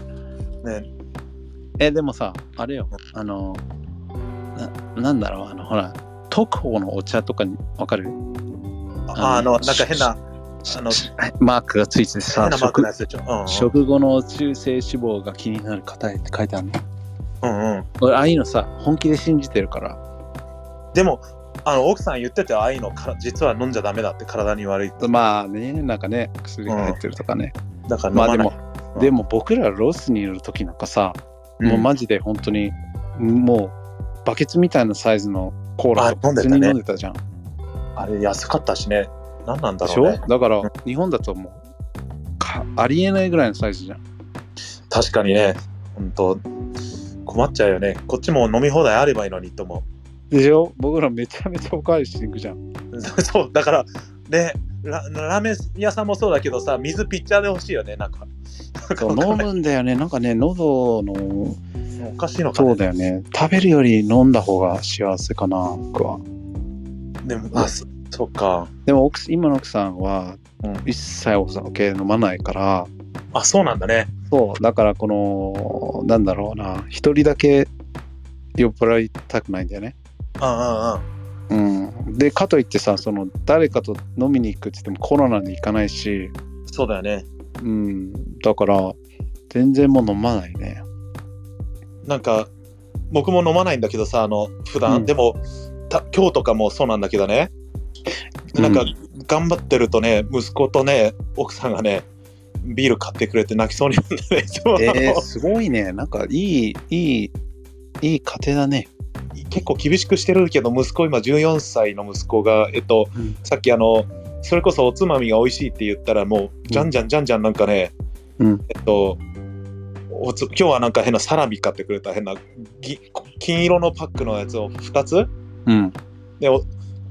ね、え、でもさ、あれよ、あの、ななんだろう、あの、ほら、特報のお茶とかにわかるああの、なんか変な、ああのの、マークがついてて変さ、なマークの食やつでしょ。うんうん食後の中性脂肪が気になる方へって書いてあるの。うんうん。俺、ああいうのさ、本気で信じてるから、でも、あの、奥さん言ってて、ああいうのから、実は飲んじゃダメだって体に悪い。まあね、なんかね、薬が入ってるとかね。だから飲ままあでない。も、うんでも僕らロスにいる時なんかさ、もうマジで本当に、もう、バケツみたいなサイズのコーラとあ飲かんで普た通ねに飲んでたじゃん。あれ安かったしね。何なんだでしろうょね。だからん日本だともうかありえないぐらいのサイズじゃん。確かにね。本当困っちゃうよね。こっちも飲み放題あればいいのにと思でしょ僕らめちゃめちゃおかわりしていくじゃん。う。 そう、だから、ね、ララーメン屋さんもそうだけどさ、水ピッチャーで欲しいよね、なんか。なんかわか飲んないむんだよね。なんかね、喉の。おかしいのか、ね、そうだよね。食べるより飲んだ方が幸せかな、僕は。でも、あ、そそっか。でも奥今の奥さんはうん一切お酒飲まないから、あ、そうなんだね。そう、だからこの、なんだろうな、一人だけ酔っ払いたくないんだよね。うんうんうん、でかといってさその誰かと飲みに行くって言ってもコロナに行かないし、うん。そうだよね。うん、だから全然もう飲まないね。なんか、僕も飲まないんだけどさ、あの、普段、うんでも、た今日とかもそうなんだけどね。なんかう、頑張ってるとね、息子とね、奥さんがね、ビール買ってくれて泣きそうになるんだね、いつもえー、すごいね。なんかいい、いい、いい家庭だね。結構厳しくしてるけど、息子、今14歳の息子が、えっと、うんさっきあの、それこそおつまみが美味しいって言ったら、もう、じゃんじゃんじゃんじゃんなんかね、うんえっと、おつ今日はなんか変なサラミ買ってくれた変なぎ金色のパックのやつを2つうん。でお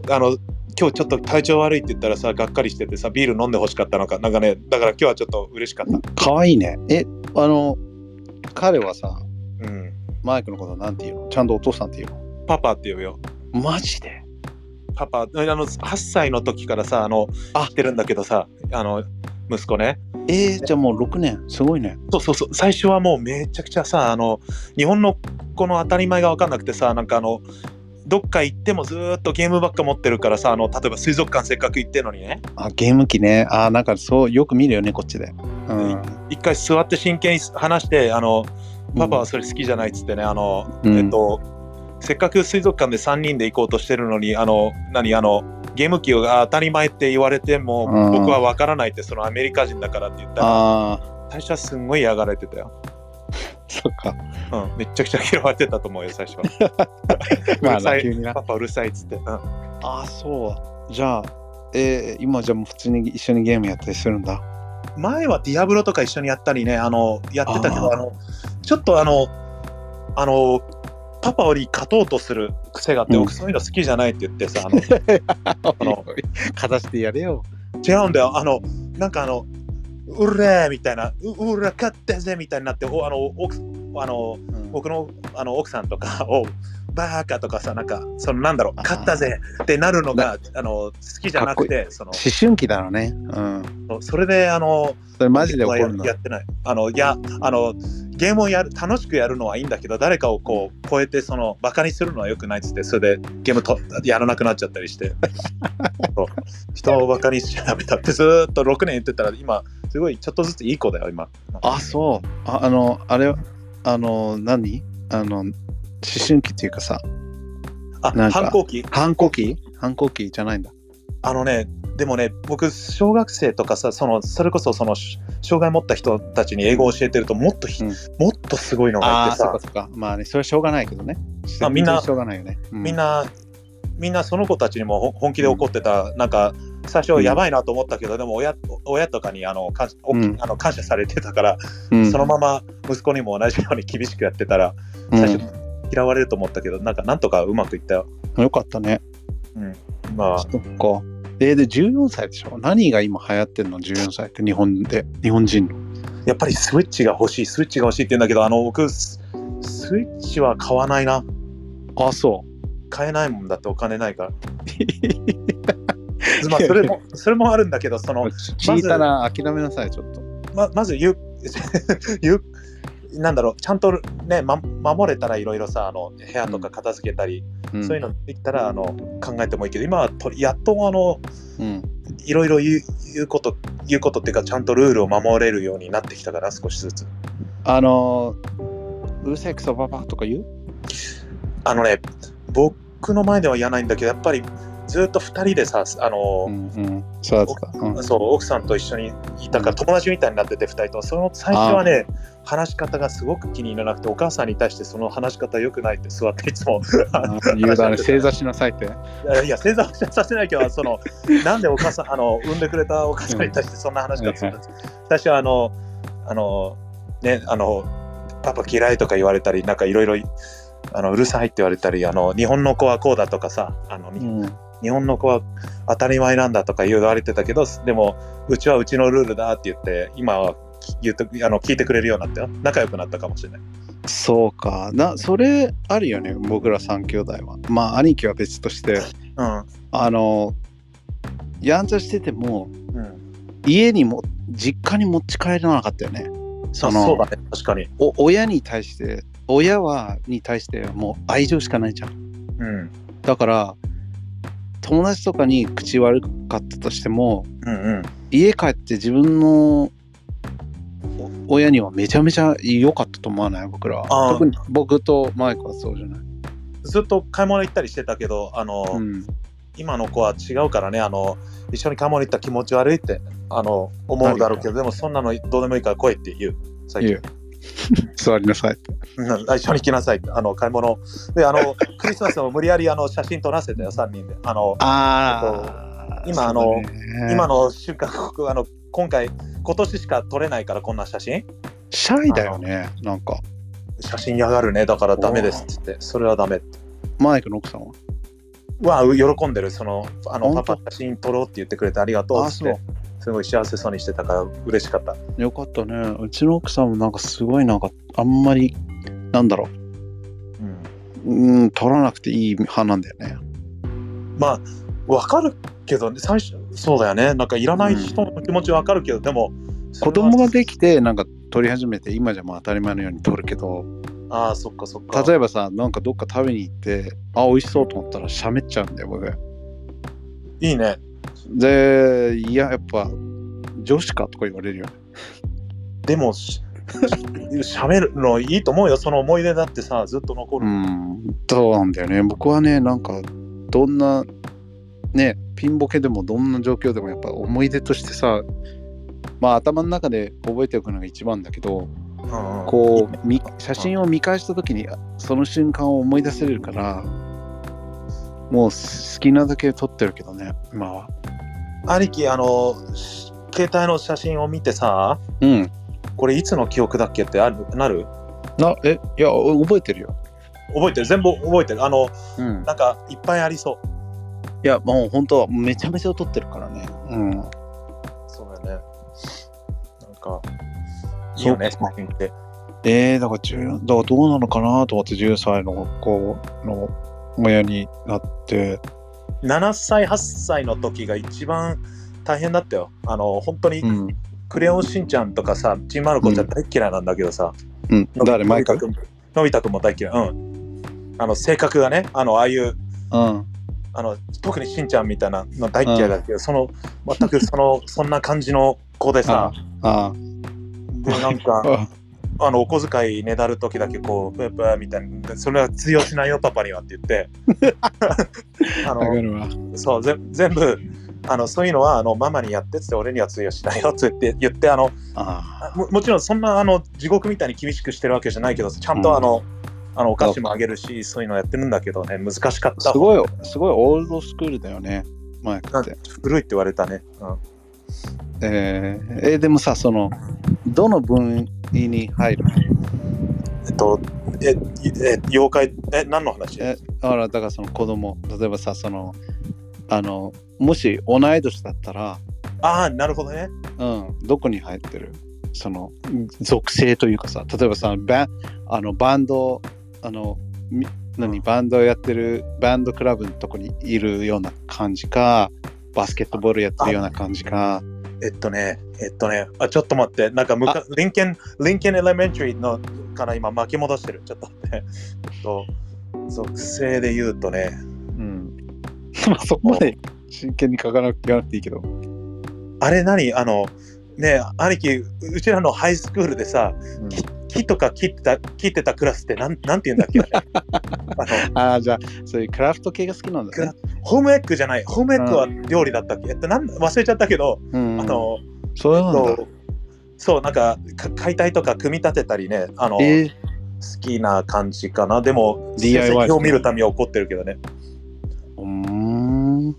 あの今日ちょっと体調悪いって言ったらさがっかりしててさビール飲んでほしかったのかなんかねだから今日はちょっと嬉しかった、かわいいね。え、あの、彼はさ、うん、マイクのことなんて言うのちゃんとお父さんって言うパパって呼ぶよのマジでパパあの8歳の時からさあのあ知ってるんだけどさあの息子ねえー、じゃあもう6年。すごいね。そうそうそう最初はもうめちゃくちゃさあの日本のこの当たり前が分かんなくてさなんかあのどっか行ってもずーっとゲームばっか持ってるからさあの例えば水族館せっかく行ってんのにねあ、ゲーム機ね。あー、なんかそう、よく見るよね、こっちで。うん。一回座って真剣に話してあのパパはそれ好きじゃないっつってね、あの、うんえっと、せっかく水族館で3人で行こうとしてるのに、あの、何、あの、ゲーム機が当たり前って言われても、うん僕は分からないって、そのアメリカ人だからって言ったら、あ最初はすんごい嫌がられてたよ。ー、そっか。うん、めちゃくちゃ嫌われてたと思うよ、最初は。うまるさあ、い急にな。パパうるさいっつって。うんああそうじゃあ、えー今じゃあもう普通に一緒にゲームやったりするんだ前はディアブロとか一緒にやったりね、あの、やってたけあど、ーあの、ちょっとあの、あの、パパより勝とうとする癖があって、うん僕そういうの好きじゃないって言ってさ、あ の、あのかたしてやれよ違うんだよあのなんかあのうれーみたいな、ううら勝ったぜみたいになって、おあの奥あのうん僕のあの奥さんとかを、バーカとかさ、なんか、そのなんだろう、勝ったぜってなるのがあの好きじゃなくて、その思春期だろうね。うん。それであの、それマジで怒るのや。やってない。あの、いや、あの、ゲームをやる、楽しくやるのはいいんだけど、誰かをこう、超えて、その、バカにするのは良くないっつって、それでゲームとやらなくなっちゃった りして、そう人をバカにしちゃダメだって、ずーっと6年言ってたら、今、すごい、ちょっとずついい子だよ、今。あ、そう。ああの、あれ、あの、何あの、思春期っていうかさ、あ、なんか反抗期反抗期反抗期じゃないんだ。あのね、でもね、僕、小学生とかさ、その、それこそ、その、し障害持った人たちに英語を教えてると、もっとひ、うんもっとすごいのがいあてあ、そさうか、そうか。まあね、それはしょうがないけどね。あみんなしょうがないよね。うみん、な、みんなその子たちにもほ本気で怒ってた、なんか、最初やばいなと思ったけど、でも親親とかにあの感謝、おうんあの感謝されてたから、うんそのまま息子にも同じように厳しくやってたら、最初嫌われると思ったけど、なんか、なんとかうまくいったよ。うんよかったね。まあそっか。えーで、14歳でしょ何が今流行ってるの ?14 歳って日本で、日本人の。やっぱりスイッチが欲しい、スイッチが欲しいって言うんだけど、あの、僕、ススイッチは買わないな。あ、そ買えないもんだってお金な いから。まあ、それも、それもあるんだけど、そのう。、聞いたら諦めなさい、ちょっと。ままず言う 言うなんだろうちゃんとね、ま、守れたらいろいろさあの部屋とか片付けたり、んそういうのできたらあの考えてもいいけど今はとやっとあのうん。いろいろ言う言うこと言うことっていうかちゃんとルールを守れるようになってきたから少しずつあのー、うるせえクソババアとか言うあのね僕の前では言わないんだけどやっぱりずっと2人でさあうの、んうん。そうだった。うんそう奥さんと一緒にいたかうら友達みたいになってて2人とその最初はね話し方がすごく気に入らなくてお母さんに対してその話し方良くないって座っていつもあー言うだね、正座しなさいって。いやいや、正座はさせないけど、その、なんでお母さん、あの、産んでくれたお母さんに対してそんな話がつったんです最初は、あの、あの、ね、あの、パパ嫌いとか言われたり、なんかいろいろ、あの、うるさいって言われたり、あの、日本の子はこうだとかさ、あの、うん。日本の子は当たり前なんだとか言われてたけど、でも、うちはうちのルールだって言って、今は、言うとあの聞いてくれるようになったよ仲良くなったかもしれない。そうか。な、それあるよね、僕ら三兄弟は。まあ、兄貴は別として、うあのー、やんちゃしてても、ん。うん。家にも、実家に持ち帰らなかったよね。そうそのそうだね、確かに。お親に対して、親は、に対してもう愛情しかないじゃん。うん。だから、友達とかに口悪かったとしても、うんうん。家帰って自分のお親にはめちゃめちゃ良かったと思わない僕らあはー特に僕とマイクはそうじゃない、ずっと買い物行ったりしてたけど、あの、うん、今の子は違うからねあの一緒に買い物行ったら気持ち悪いってあの思うだろうけどでもそんなのどうでもいいから来いって言う最言近う座りなさいってうんあ一緒に来なさいってあの買い物であのクリスマスも無理やりあの写真撮らせたよ3人であのあー今あの今のの瞬間僕あの今回今年しか撮れないからこんな写真シャイだよねなんか写真嫌がるねだからダメですって言ってそれはダメってマイクの奥さんはうわ喜んでるそのあの本当パパ写真撮ろうって言ってくれてありがとうっつってすごい幸せそうにしてたから嬉しかったよかったねうちの奥さんもなんかすごいなんかあんまりなんだろうんううん取らなくていい派なんだよねまあ、わかるけどね、最初、そうだよね。なんかいらない人の気持ちわかるけど、でも、子供ができきてなんか取り始めて今じゃもう当たり前のように取るけどああ、そっかそっか。例えばさなんかどっか食べに行ってあ美味しそうと思ったらしゃべっちゃうんだよ僕いいね。でいややっぱ女子かとか言われるよねでも、し喋るのいいと思うよ。その思い出だってさ、ずっと残うる。んそうなんだよね僕はねなんかどんなねピンボケでもどんな状況でもやっぱ思い出としてさまあ頭の中で覚えておくのが一番だけどうんうんこうみ写真を見返した時にその瞬間を思い出せれるからもう好きなだけ撮ってるけどね今は兄貴、あの、し携帯の写真を見てさ、うんこれいつの記憶だっけってあるなるなえいや覚えてるよ覚えてる全部覚えてるあのうんなんかいっぱいありそういやもう本当はめちゃめちゃ撮ってるからね。うん。そうだよねいいよね、そ写うか真って。えー、だから14だからどうなのかなと思って10歳の子の親になって7歳、8歳の時が一番大変だったよ。あの、本当にうん、クレヨンしんちゃんとかさ、ちんまる子ちゃん大っ嫌いなんだけどさ、うん、の誰毎回のび太くんのび太くんも大っ嫌い。うん。あの、性格がね、あの、ああいう、うんあの、特にしんちゃんみたいなの大っ嫌いだけど、その、全くその、そんな感じの子でさ、あで、なんか、 ああのお小遣いねだる時だけこうプープーみたいなでそれは通用しないよパパにはって言ってあわかのるわそうぜ全部あのそういうのはあのママにやってっつって俺には通用しないよって言って言ってあのあももちろんそんなあの地獄みたいに厳しくしてるわけじゃないけどちゃんうんとあの,、あのお菓子もあげるしそういうのやってるんだけどね難しかっーたすごいすごいオールドスクールだよねマイクなっんて、古いって言われたね、うんえーえーでもさそのどの分類に入るえっとええ妖怪え何の話えだからだからその子供例えばさそのあのもし同い年だったらああなるほどねうん、どこに入ってるその属性というかさ例えばさバあのバンドあのみ何バンドやってるバンドクラブのとこにいるような感じかバスケットボールやってるような感じかえっとね、えっとね、あ、ちょっと待って、なんかむか、リンケン、リンケンエレメンタリーのから今巻き戻してる。ちょっと待って。えっと、属性で言うとね、うん、 まあそこまで真剣に書かなく言わなくていいけどあれ何あの、ねえ兄貴、ううちらのハイスクールでさ、んき木とか切ってた、切ってたクラスってなん、なんて言うんだっけあれあの、ああじゃあそういうクラフト系が好きなんだね、ホームエッグじゃない、ホームエッグは料理だったっけ、えっと、なん忘れちゃったけど、うん、あの、そうなんだ、そうそう、なんかか解体とか組み立てたりね、あの、えー好きな感じかなでも DIY 成績を見るためには怒ってるけどねうーん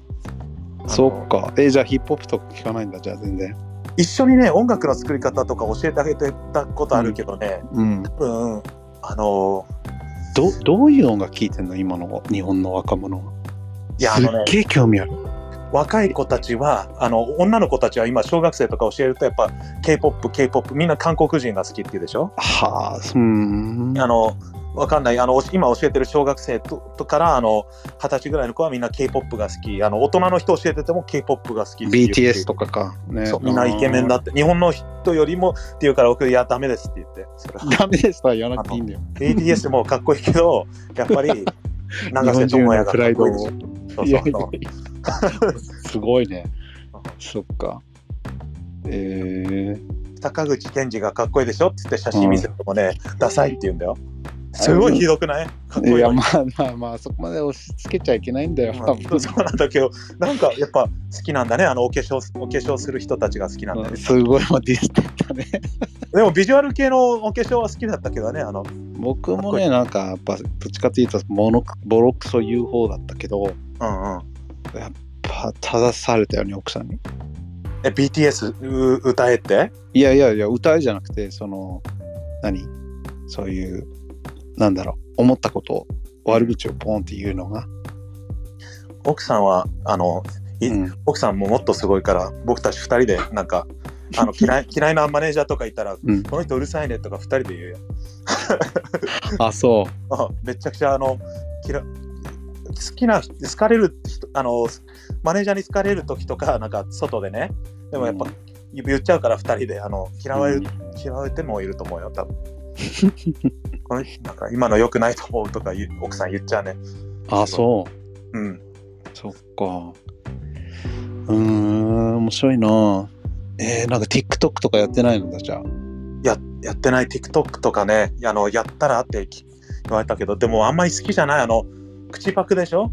そっかえーじゃあヒップホップとか聞かないんだじゃあ全然一緒にね音楽の作り方とか教えてあげてたことあるけどね、うんうん、うんあのどどういう音楽聴いてんの今の日本の若者は。いやあすっのねげえ興味ある。若い子たちはあの女の子たちは今小学生とか教えるとやっぱ k p o p k p o p みんな韓国人が好きっていうでしょ、はあ、うーん。あのわかんないあの今教えてる小学生ととからあの二十歳ぐらいの子はみんな k p o p が好きあの大人の人教えてても k p o p が好きっていう BTS とかか。ねそうみんなイケメンだ。って日本の人よりもっていうから僕いやダメですって言ってそれはあ ーダメですとは言わなくていいんだよ。 BTS もかっこいいけど、やっぱり長瀬智也がかっこいいでしょそういそやういやそういや。すごいね。そっか。えー、坂口健二がかっこいいでしょって言って写真見せてもね、ダサいって言うんだよ。すごいひどくないかっこいいいやのにまあまあまあそこまで押し付けちゃいけないんだよ。まあそうそうなんだけど、なんかやっぱ好きなんだね、あのお化粧お化粧する人たちが好きなんだね。 すごいもうディスってたね。でもビジュアル系のお化粧は好きだったけどね、あの、僕もねなんかやっぱどっちかというとモノボロクソ言う方だったけど、やっうんうん。ぱ正されたよね奥さんに。え、BTS う歌えっていやいやいや歌いじゃなくてその何そういうなんだろう思ったことを悪口をポンって言うのが、奥さんは、あの、いうん奥さんももっとすごいから、僕たち二人でなんか、あの嫌い嫌いなマネージャーとかいたら、うんこの人うるさいねとか二人で言うよ。あそうあめちゃくちゃあの嫌好きな好かれる人あのマネージャーに好かれる時とかなんか外でねでもやっぱ、うん言っちゃうから二人であの嫌われ、うん嫌われてもいると思うよ多分この人なんか今の良くないと思うとか言う奥さん言っちゃうねあそううんそっかうーん面白いなえー、なんか TikTok とかやってないのだじゃあややってない TikTok とかねあのやったらってき言われたけどでもあんまり好きじゃないあの口パクでしょ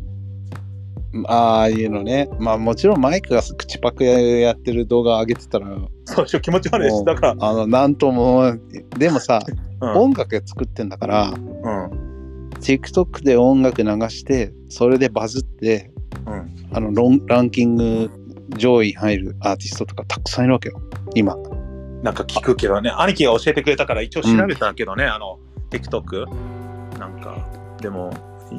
ああいうのねまあもちろんマイクが口パクやってる動画上げてたらもそうでしょ気持ち悪いでしうだからあのなんともでもさ、 うん、音楽作ってんだから、うん、 TikTok で音楽流してそれでバズって、うんあのロンランキング上位入るアーティストとかたくさんいるわけよ今なんか聞くけどね兄貴が教えてくれたから一応調べたけどね、あの TikTok なんかでも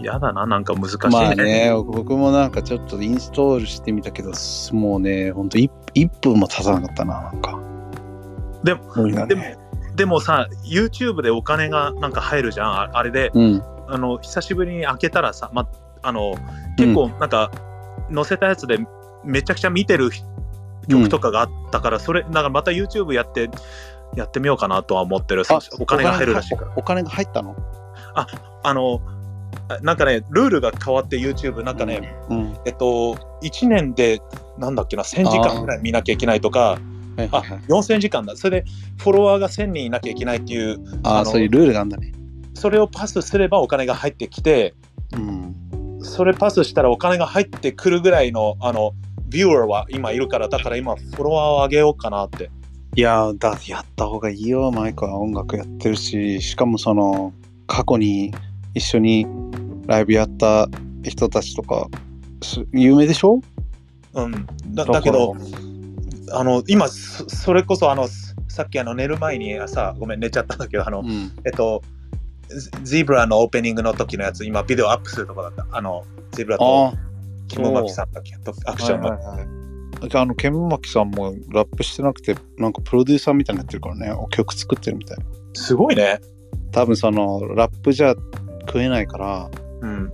嫌だななんか難しいね,、まあね僕もなんかちょっとインストールしてみたけどもうねほんと 1, 分も経たなかったななんかでももでもでもさ YouTube でお金がなんか入るじゃんああれでうん。あの久しぶりに開けたらさ、ま、あの結構なんか載せたやつでめちゃくちゃ見てる曲とかがあったから、それなんかまた YouTube やってやってみようかなとは思ってるあお金が入るらしいからお金が入ったのあのあなんかねルールが変わって YouTube なんかね、うん。はえっと1年でなんだっけな1000時間ぐらい見なきゃいけないとかいあはいはい。 4000時間だそれでフォロワーが1000人いなきゃいけないっていうあああ、のそういうルールがあるんだね。それをパスすればお金が入ってきてうん。それパスしたらお金が入ってくるぐらいのあのビューアーは今いるからだから今フォロワーを上げようかなっていやー、だやった方がいいよ。マイクは音楽やってるし、しかもその、過去に一緒にライブやった人たちとか、す有名でしょうんだだけど、あの今そそれこそあのすさっきあの寝る前にさごめん寝ちゃったんだけどあの、うん。えっとゼブラのオープニングの時のやつ今ビデオアップするとこだったあのゼブラあとキムマキさんだっけとアクションの、あ、じゃあ、あの、ケムマキさんもラップしてなくて、なんかプロデューサーみたいになってるからね、お曲作ってるみたい。すごいね多分その、ラップじゃ食えないから、うん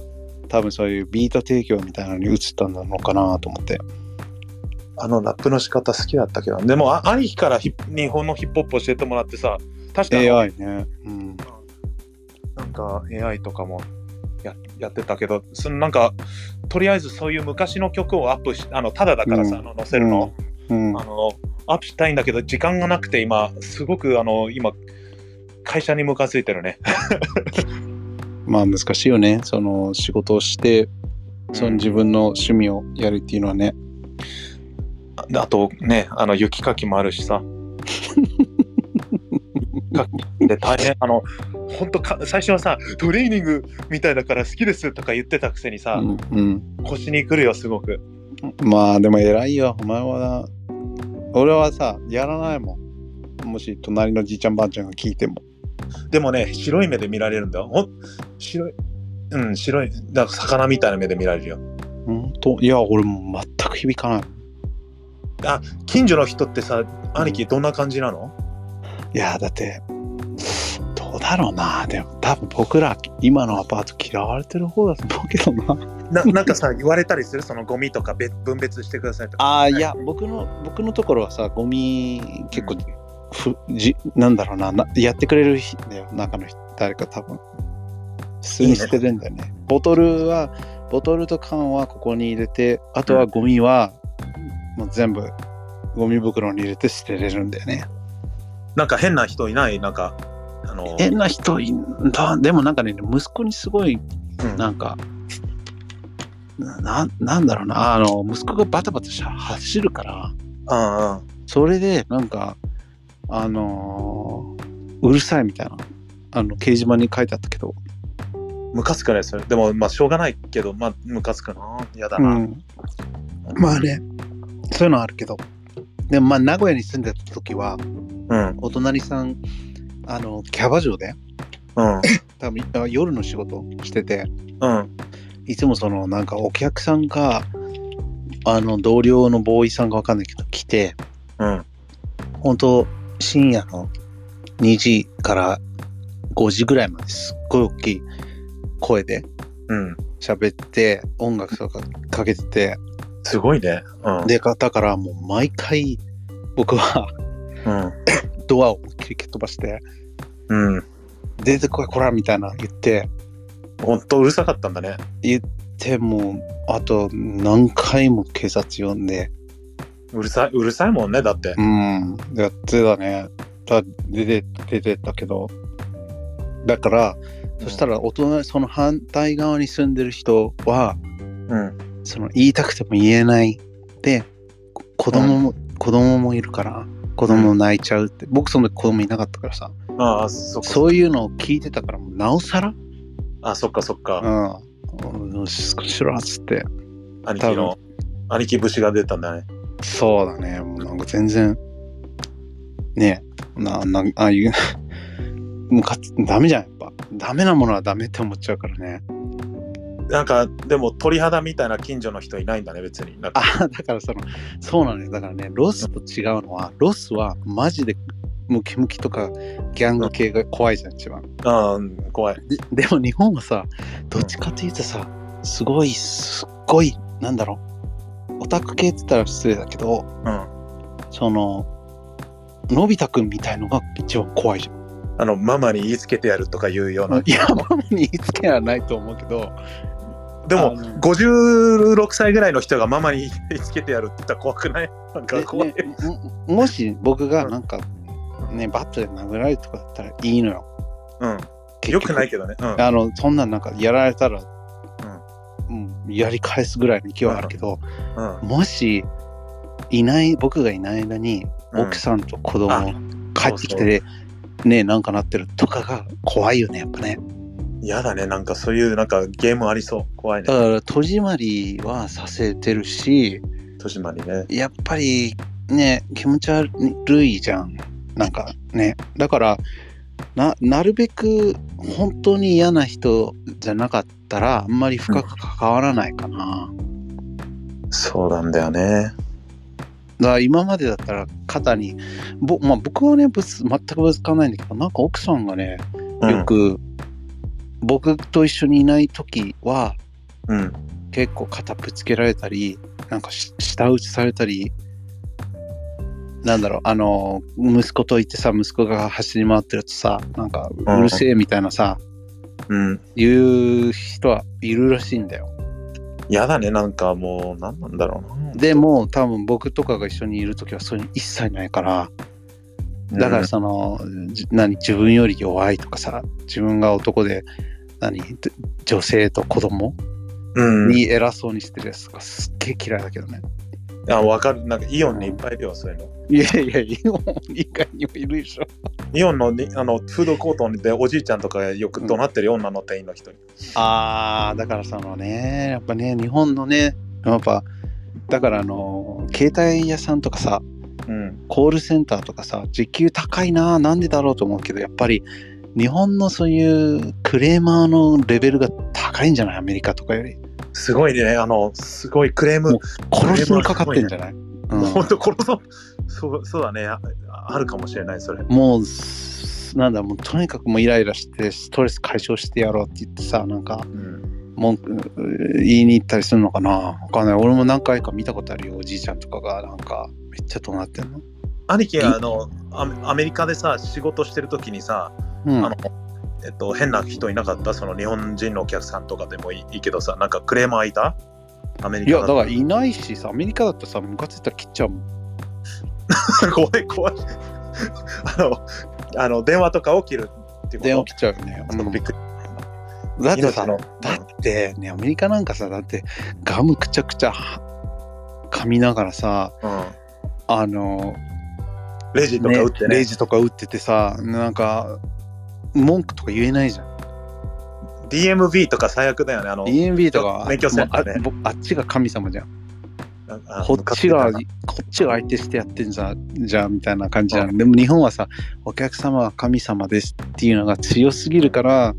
多分そういうビート提供みたいなのに移ったのかなと思って。あのラップの仕方好きだったけどでもあ兄貴からヒップ日本のヒップホップ教えてもらってさ確かに AI ね。うん。なんか AI とかもややってたけどそのなんかとりあえずそういう昔の曲をアップしあのただだからさ、うんあの載せるの,、うんあ。のアップしたいんだけど時間がなくて今すごくあの今会社にムカついてるね。まあ難しいよね。その仕事をして、そのうん自分の趣味をやるっていうのはね。ああとねあの雪かきもあるしさ。雪かきで大変あの本当か最初はさトレーニングみたいだから好きですとか言ってたくせにうさ、ん。うん、腰にくるよすごくまあでも偉いよ。お前は俺はさ、やらないもん。もし隣のじいちゃんばあちゃんが聞いても。でもね白い目で見られるんだよほん白いうん白いなんか魚みたいな目で見られるよ本当いや、俺もう全く響かない。近所の人ってさ兄貴どんな感じなのいや、だって、どうだろうな。でも多分僕ら今のアパート嫌われてる方だと思うけどな。な なんかさ言われたりするそのゴミとかべ分別してくださいとかああいや僕の僕のところはさゴミ結構ふ、じなんだろうななやってくれる人だよ中の人誰か多分普通に捨てるんだよねボトルはボトルと缶はここに入れてあとはゴミは、もう全部ゴミ袋に入れて捨てれるんだよねなんか変な人いないなんかあの変な人いんだでもなんかね息子にすごいうんなんか、なななんだろうなあの息子がバタバタし走るから、うんうんそれで、なんか、あのーうるさいみたいな、あの、掲示板に書いてあったけど、ムカつくねそれでもまあしょうがないけどまあムカつくな嫌だな、ん、まあね、そういうのはあるけど、でもまあ、名古屋に住んでた時は、うんお隣さん、あの、キャバ嬢で、うん多分あ夜の仕事してて、うんいつもその、なんかお客さんが、あの、同僚のボーイさんがわかんないけど、来て、うん本当深夜の2時から5時ぐらいまですっごい大きい声でうん喋って音楽とかかけててすごいねうんでかだからもう毎回僕は うんドアを思いっきり蹴っ飛ばしてうん出てこいこらみたいな言ってほんとうるさかったんだねでもうあと何回も警察呼んでうるさいうるさいもんねだってうんやってたねだ出て出てったけどだからそしたら大人その反対側に住んでる人はうんその言いたくても言えないでこ子供も、子供もいるから子供泣いちゃうって、僕その時子供いなかったからさああそっかそういうのを聞いてたからもうなおさらあそっかそっかうんうん少しろっつって兄貴の兄貴節が出たんだねそうだねもうなんか全然ねえななああいうもうかつダメじゃんやっぱダメなものはダメって思っちゃうからねなんかでも鳥肌みたいな近所の人いないんだね別 になんかあだからそのそうなのよだからねロスと違うのはロスはマジでムキムキとかギャング系が怖いじゃん一番うん、怖い。ででも日本はさどっちかというとさすごいすっごいなんだろうオタク系って言ったら失礼だけどうん。そののび太くんみたいのが一番怖いじゃんあの、ママに言いつけてやるとかいうような。いやママに言いつけはないと思うけどでもあ、の56歳ぐらいの人がママに言いつけてやるって言ったら怖くないなんか怖いね。ねももし僕がなんかねバットで殴られるとかだったらいいのようん。結よ局くないけどね。うん。あのそんなんなんかやられたら、うんやり返すぐらいの勢いはあるけど、うん。もしいない僕がいない間にうん奥さんと子供あ帰ってきて、ねなんかなってるとかが怖いよねやっぱね嫌だね。なんかそういう、なんかゲームありそう。怖いねだ。から戸締まりはさせてるし戸締まりね。やっぱりね気持ち悪いじゃんなんかねだからななるべく本当に嫌な人じゃなかったらあんまり深く関わらないかな、そうなんだよね。だから今までだったら肩にぼ、まあ、僕はねぶつ全くぶつかんないんだけどなんか奥さんがねうんよく、僕と一緒にいない時はうん。結構肩ぶつけられたりなんかし舌打ちされたりなんだろうあの息子といてさ息子が走り回ってるとさなんかんうるせえみたいなさ、うん。言う人はいるらしいんだよ嫌だね。なんかもう、なんなんだろうな。でも多分僕とかが一緒にいる時はそういうの一切ないからだからその、じ何自分より弱いとかさ自分が男で何で女性と子供うん、うん。に偉そうにしてるやつとかすっげえ嫌いだけどね。あ、わかる。なんかイオンにいっぱいいるよ、そういうの。いやいや、イオン以外にもいるでしょ。イオンのにあのフードコートでおじいちゃんとかよく怒鳴ってるよ、女の店員の人に。あー、だからそのね、やっぱね、日本のね、やっぱ、だからあの、携帯屋さんとかさ、うん。コールセンターとかさ、時給高いな、なんでだろうと思うけど、やっぱり、日本のそういうクレーマーのレベルが高いんじゃないアメリカとかより。すごいね、あの、すごいクレーム、も殺しにかかってんじゃない、うん本当殺そう。そうそうだねあ、あるかもしれない、それ。もうすなんだもうとにかくもうイライラしてストレス解消してやろうって言ってさなんかうん。文句う言いに行ったりするのかなわかんない俺も何回か見たことあるよおじいちゃんとかがなんかめっちゃ怒鳴ってんの兄貴があのアメアメリカでさ、仕事してるときにさ、うんあの、えっと、変な人いなかった、その日本人のお客さんとかでもいいいいけどさ、なんかクレーマーいたアメリいカやだからいないしさアメリカだったらさムカついたら切っちゃうもんら 怖い、怖い。あの、あの電話とか起きるってこと電話切っちゃうよね、ちょっとびっくり。うんだってさ命のだってねアメリカなんかさだってガムくちゃくちゃ噛みながらさうんあのレジとか打ってねレジとか打っててさなんか文句とか言えないじゃん DMV とか最悪だよね。あの、 DMV とか免許センターねもうあぼあっちが神様じゃんあこっちがムカついこっちが相手してやってんじゃじゃんみたいな感じじゃんでも日本はさお客様は神様ですっていうのが強すぎるから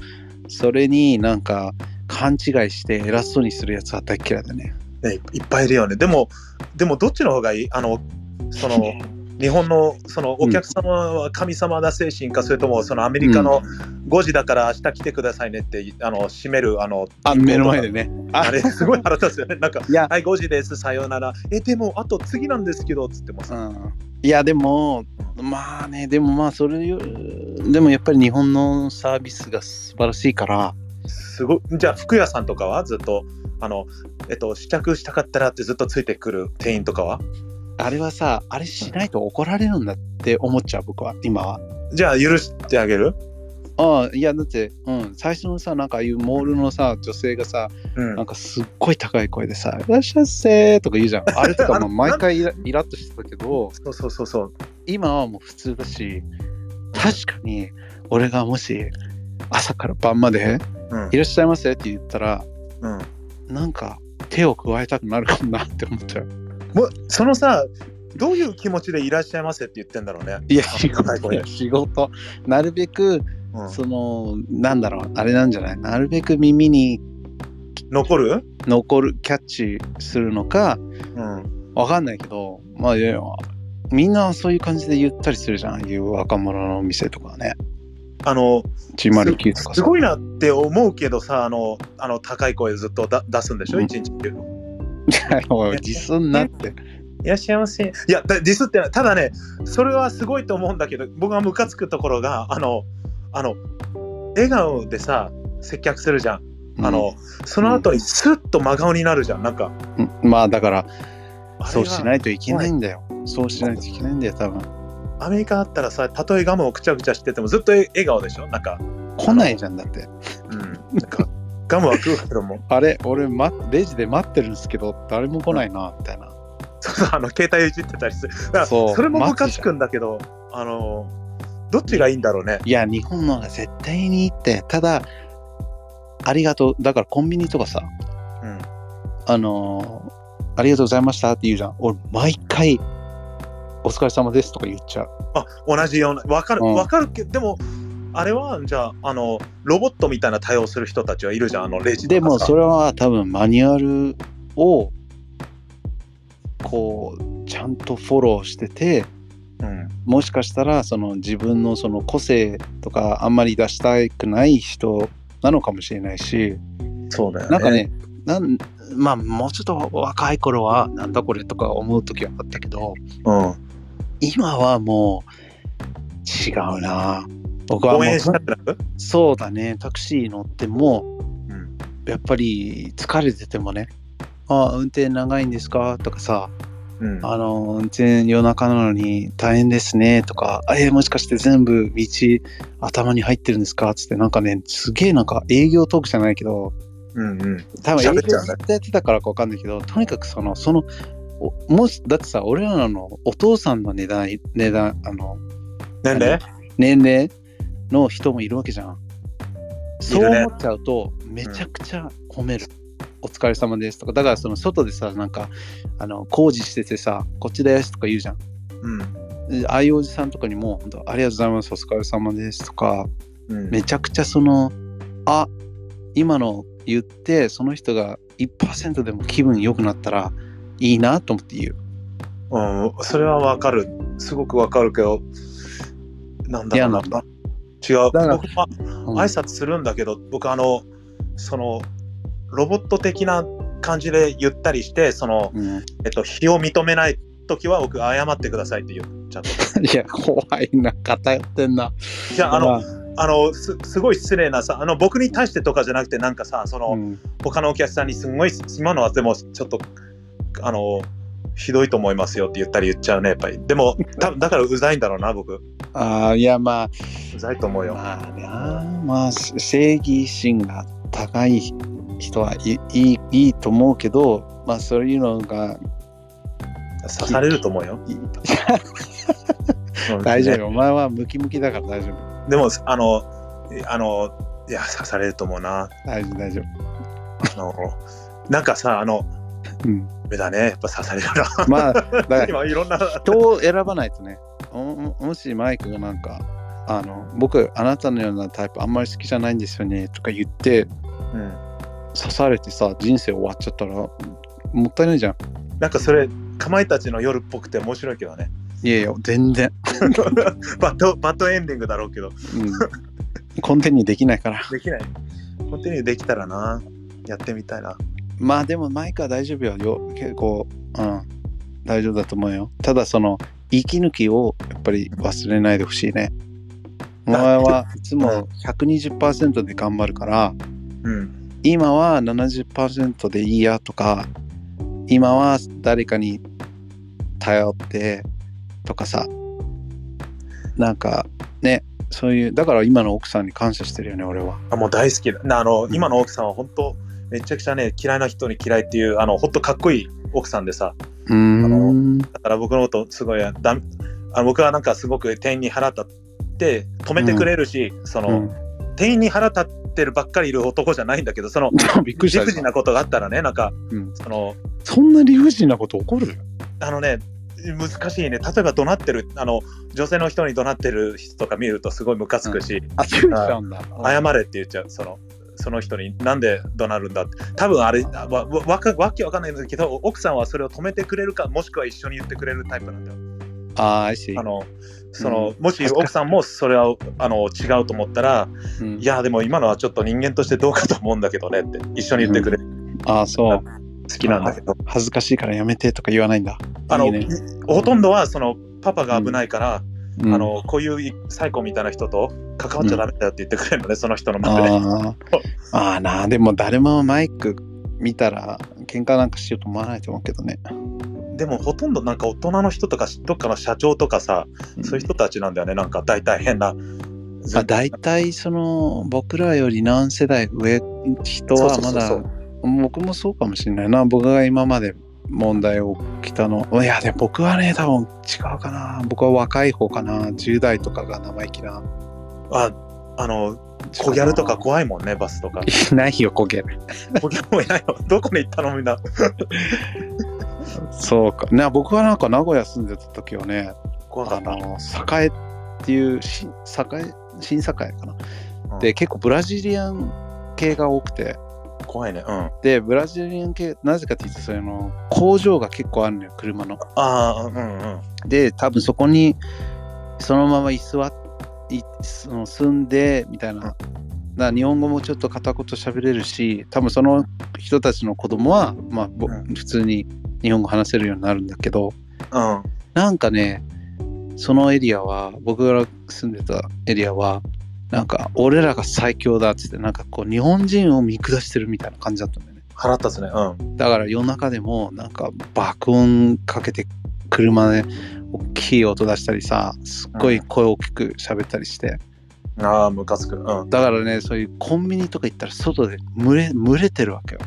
それになんか勘違いして偉そうにするやつは大っ嫌いだねたね、いっぱいいるよね。でも、でもどっちの方がいいあの、その、日本のそのお客様は神様だ精神か、それともそのアメリカの5時だから明日来てくださいねって、あの閉めるあのあ目の前でねああれすごい腹立つよねなんかいやはい5時ですさようならえでもあと次なんですけどつってもうさ、んいやでもまあねでもまあそれよでもやっぱり日本のサービスが素晴らしいからすごいじゃあ服屋さんとかはずっとあのえっと試着したかったらってずっとついてくる店員とかはあれはさあれしないと怒られるんだって思っちゃう僕は今はじゃあ許してあげるああいやだって、うん、最初のさなんかああいうモールのさ女性がさうんなんかすっごい高い声でさ「いらっしゃいませ」とか言うじ ゃんあれとかあものう毎回イライラッとしてたけどそうそうそうそう。今はもう普通だし確かに俺がもし朝から晩までうん「いらっしゃいませ」って言ったらうん、なんか手を加えたくなるかもなって思っちゃうもうそのさ、どういう気持ちでいらっしゃいませって言ってんだろうね。いやあ仕高い事声でや仕事なるべくうんそのなんだろうあれなんじゃないなるべく耳に残る、残るキャッチするのかうん、わかんないけど、まあ、いやいや、みんなそういう感じでゆったりするじゃんああいう若者の店とかねあの109とかさすすごいなって思うけどさあのあの高い声ずっとだ出すんでしょうん一日中おい自すんなっていらっしゃいませいやだディスってないただねそれはすごいと思うんだけど僕がムカつくところがあのあの笑顔でさ接客するじゃんあの、その後にスッと真顔になるじゃんなんかうん、うんまあだからそうしないいといけないんだよそうしないといけないんだよ多分アメリカだったらさたとえガムをくちゃくちゃしててもずっと笑顔でしょなんか,、来ないじゃんだってうん、なんかガムは食うけども あれ俺、ま、レジで待ってるんですけど誰も来ないなみたいなそうそうあの携帯いじってたりするだからそそうれもムカつくんだけどあのどっちがいいんだろうねいや日本の方が絶対にいいってただありがとうだからコンビニとかさうんあのーありがとうございましたって言うじゃん俺毎回お疲れ様ですとか言っちゃうあ同じようなわかるうんわかるけど、でもあれはじゃああのロボットみたいな対応する人たちはいるじゃんあのレジとかでさもそれは多分マニュアルをこうちゃんとフォローしててうんもしかしたらその自分のその個性とかあんまり出したくない人なのかもしれないしそうだよねなんかねなんまあもうちょっと若い頃はなんだこれとか思う時はあったけどうん今はもう違うな僕はも応援したうくなるそうだねタクシー乗ってもうんやっぱり疲れててもね「あ運転長いんですか?」とかさうん「あの運転夜中なのに大変ですね」とか「えーもしかして全部道頭に入ってるんですか?」つってなんかねすげえなんか営業トークじゃないけどうんうん多分営業喋っちゃうねずっとやってたからかわかんないけどとにかくそのそのおもしだってさ俺らのお父さんの値段値段あの年齢年齢の人もいるわけじゃん。そうね思っちゃうと、めちゃくちゃ褒める。お疲れ様ですとか、だからその外でさ、なんか、あの工事しててさ、こっちですとか言うじゃん。うんでああいうおじさんとかにも、本当ありがとうございます、お疲れ様ですとか、うんめちゃくちゃその、あ今の言って、その人が1%でも気分良くなったらいいなと思って言う。うん、それはわかる。すごくわかるけど、なんだろうな。嫌な違う。だから僕はうん挨拶するんだけど、僕あの、その、ロボット的な感じで言ったりして、その、うんえっと、非を認めないときは僕、謝ってくださいって言う。ちゃんと。いや、怖いな、偏ってんな。じゃあ、あの、まあのす、すごい失礼なさ、あの、僕に対してとかじゃなくて、なんかさ、その、あうん他のお客さんにすごい、今のはでも、ちょっと、あの、ひどいと思いますよって言ったり言っちゃうね、やっぱり。でも、 多分だからうざいんだろうな、僕。うああ、いや、まあ、ざいと思うよ。まあなまあし正義心が高い人はいいいいいいと思うけどまあそういうのが刺されると思うよ。いい うん大丈ね夫お前はムキムキだから大丈夫でも、あの、えあの、いや、刺されると思うな。大丈夫大丈あの、なんかさ、あの、夫、うん、あれだね、やっぱ刺されるまあだかな。ら今、いろんな、人を選ばないとねおももしマイクがなんかあの僕あなたのようなタイプあんまり好きじゃないんですよねとか言ってうん、刺されてさ人生終わっちゃったらもったいないじゃんなんかそれ、かまいたちの夜っぽくて面白いけどね。 いやいや全然、バッド、バッドエンディングだろうけど、うん、コンテンツできないからできない。本当にできたらな。やってみたいな。まあでもマイクは大丈夫よよ結構、うん、大丈夫だと思うよただその息抜きをやっぱり忘れないでほしいねお前はいつも120%で頑張るからうん。今は70%でいいやとか今は誰かに頼ってとかさなんかねそういうだから今の奥さんに感謝してるよね俺はあもう大好きだ。なあの、今の奥さんは本当、めちゃくちゃね、嫌いな人に嫌いっていう、あの、ほんとかっこいい奥さんでさ。うーんだから僕のことすごいだあ僕はなんかすごく店員に腹立って止めてくれるし、その、うん店員に腹立ってるばっかりいる男じゃないんだけどその びっくりし理た不尽なことがあったらねなんか、うんそのそんな理不尽なこと起こるあのね難しいね例えば怒鳴ってるあの女性の人に怒鳴ってる人とか見るとすごいムカつくし、あ、注意しちゃうんだ。謝れって言っちゃうそのその人になんで怒鳴るんだって多分あれわわわかわけわかんないんだけど奥さんはそれを止めてくれるかもしくは一緒に言ってくれるタイプなんだよああ、I see あのその、うもし奥さんもそれはあの違うと思ったら、うんいや、でも今のはちょっと人間としてどうかと思うんだけどねって、一緒に言ってくれ、ああ、そう。好きなんだけど、恥ずかしいからやめてとか言わないんだ。あいのいねほとんどはそのパパが危ないから、うんあのこういうサイコみたいな人と関わっちゃダメだよって言ってくれるのね、その人の前で。 ああ、ああなあ、でも誰もマイク見たら喧嘩なんかしようと思わないと思うけどね。でもほとんどなんか大人の人とか、どっかの社長とかさ、そういう人たちなんだよね、なんか大体変な。あ大体その僕らより何世代上人そうはそうまそうだそう僕もそうかもしれないな僕が今まで問題をきたのいやでも僕はね多分違うかな僕は若い方かな10代とかが生意気なああの、小ギャルとか怖いもんね、バスとか。い ないよこげる小ギャルもいないの。どこに行ったのみんな。そうかな僕はなんか名古屋住んでた時はね怖あかった。の栄っていうし栄新栄かな、うんで結構ブラジリアン系が多くて怖いね。うん。あでブラジリアン系なぜかっていうとその工場が結構あるのよ車のあー、うんうん。で多分そこにそのまま居座っいその住んでみたいなだから日本語もちょっと片言喋れるし多分その人たちの子供はまあ、ぼうん普通に日本語話せるようになるんだけどうん。なんかねそのエリアは僕が住んでたエリアはなんか俺らが最強だっつってなんかこう日本人を見下してるみたいな感じだったんだよね腹立つね。うん。だから夜中でもなんか爆音かけて車で大きい音出したりさすっごい声大きく喋ったりしてああ、ムカつく。うん。だからねそういうコンビニとか行ったら外で群れ群れてるわけよ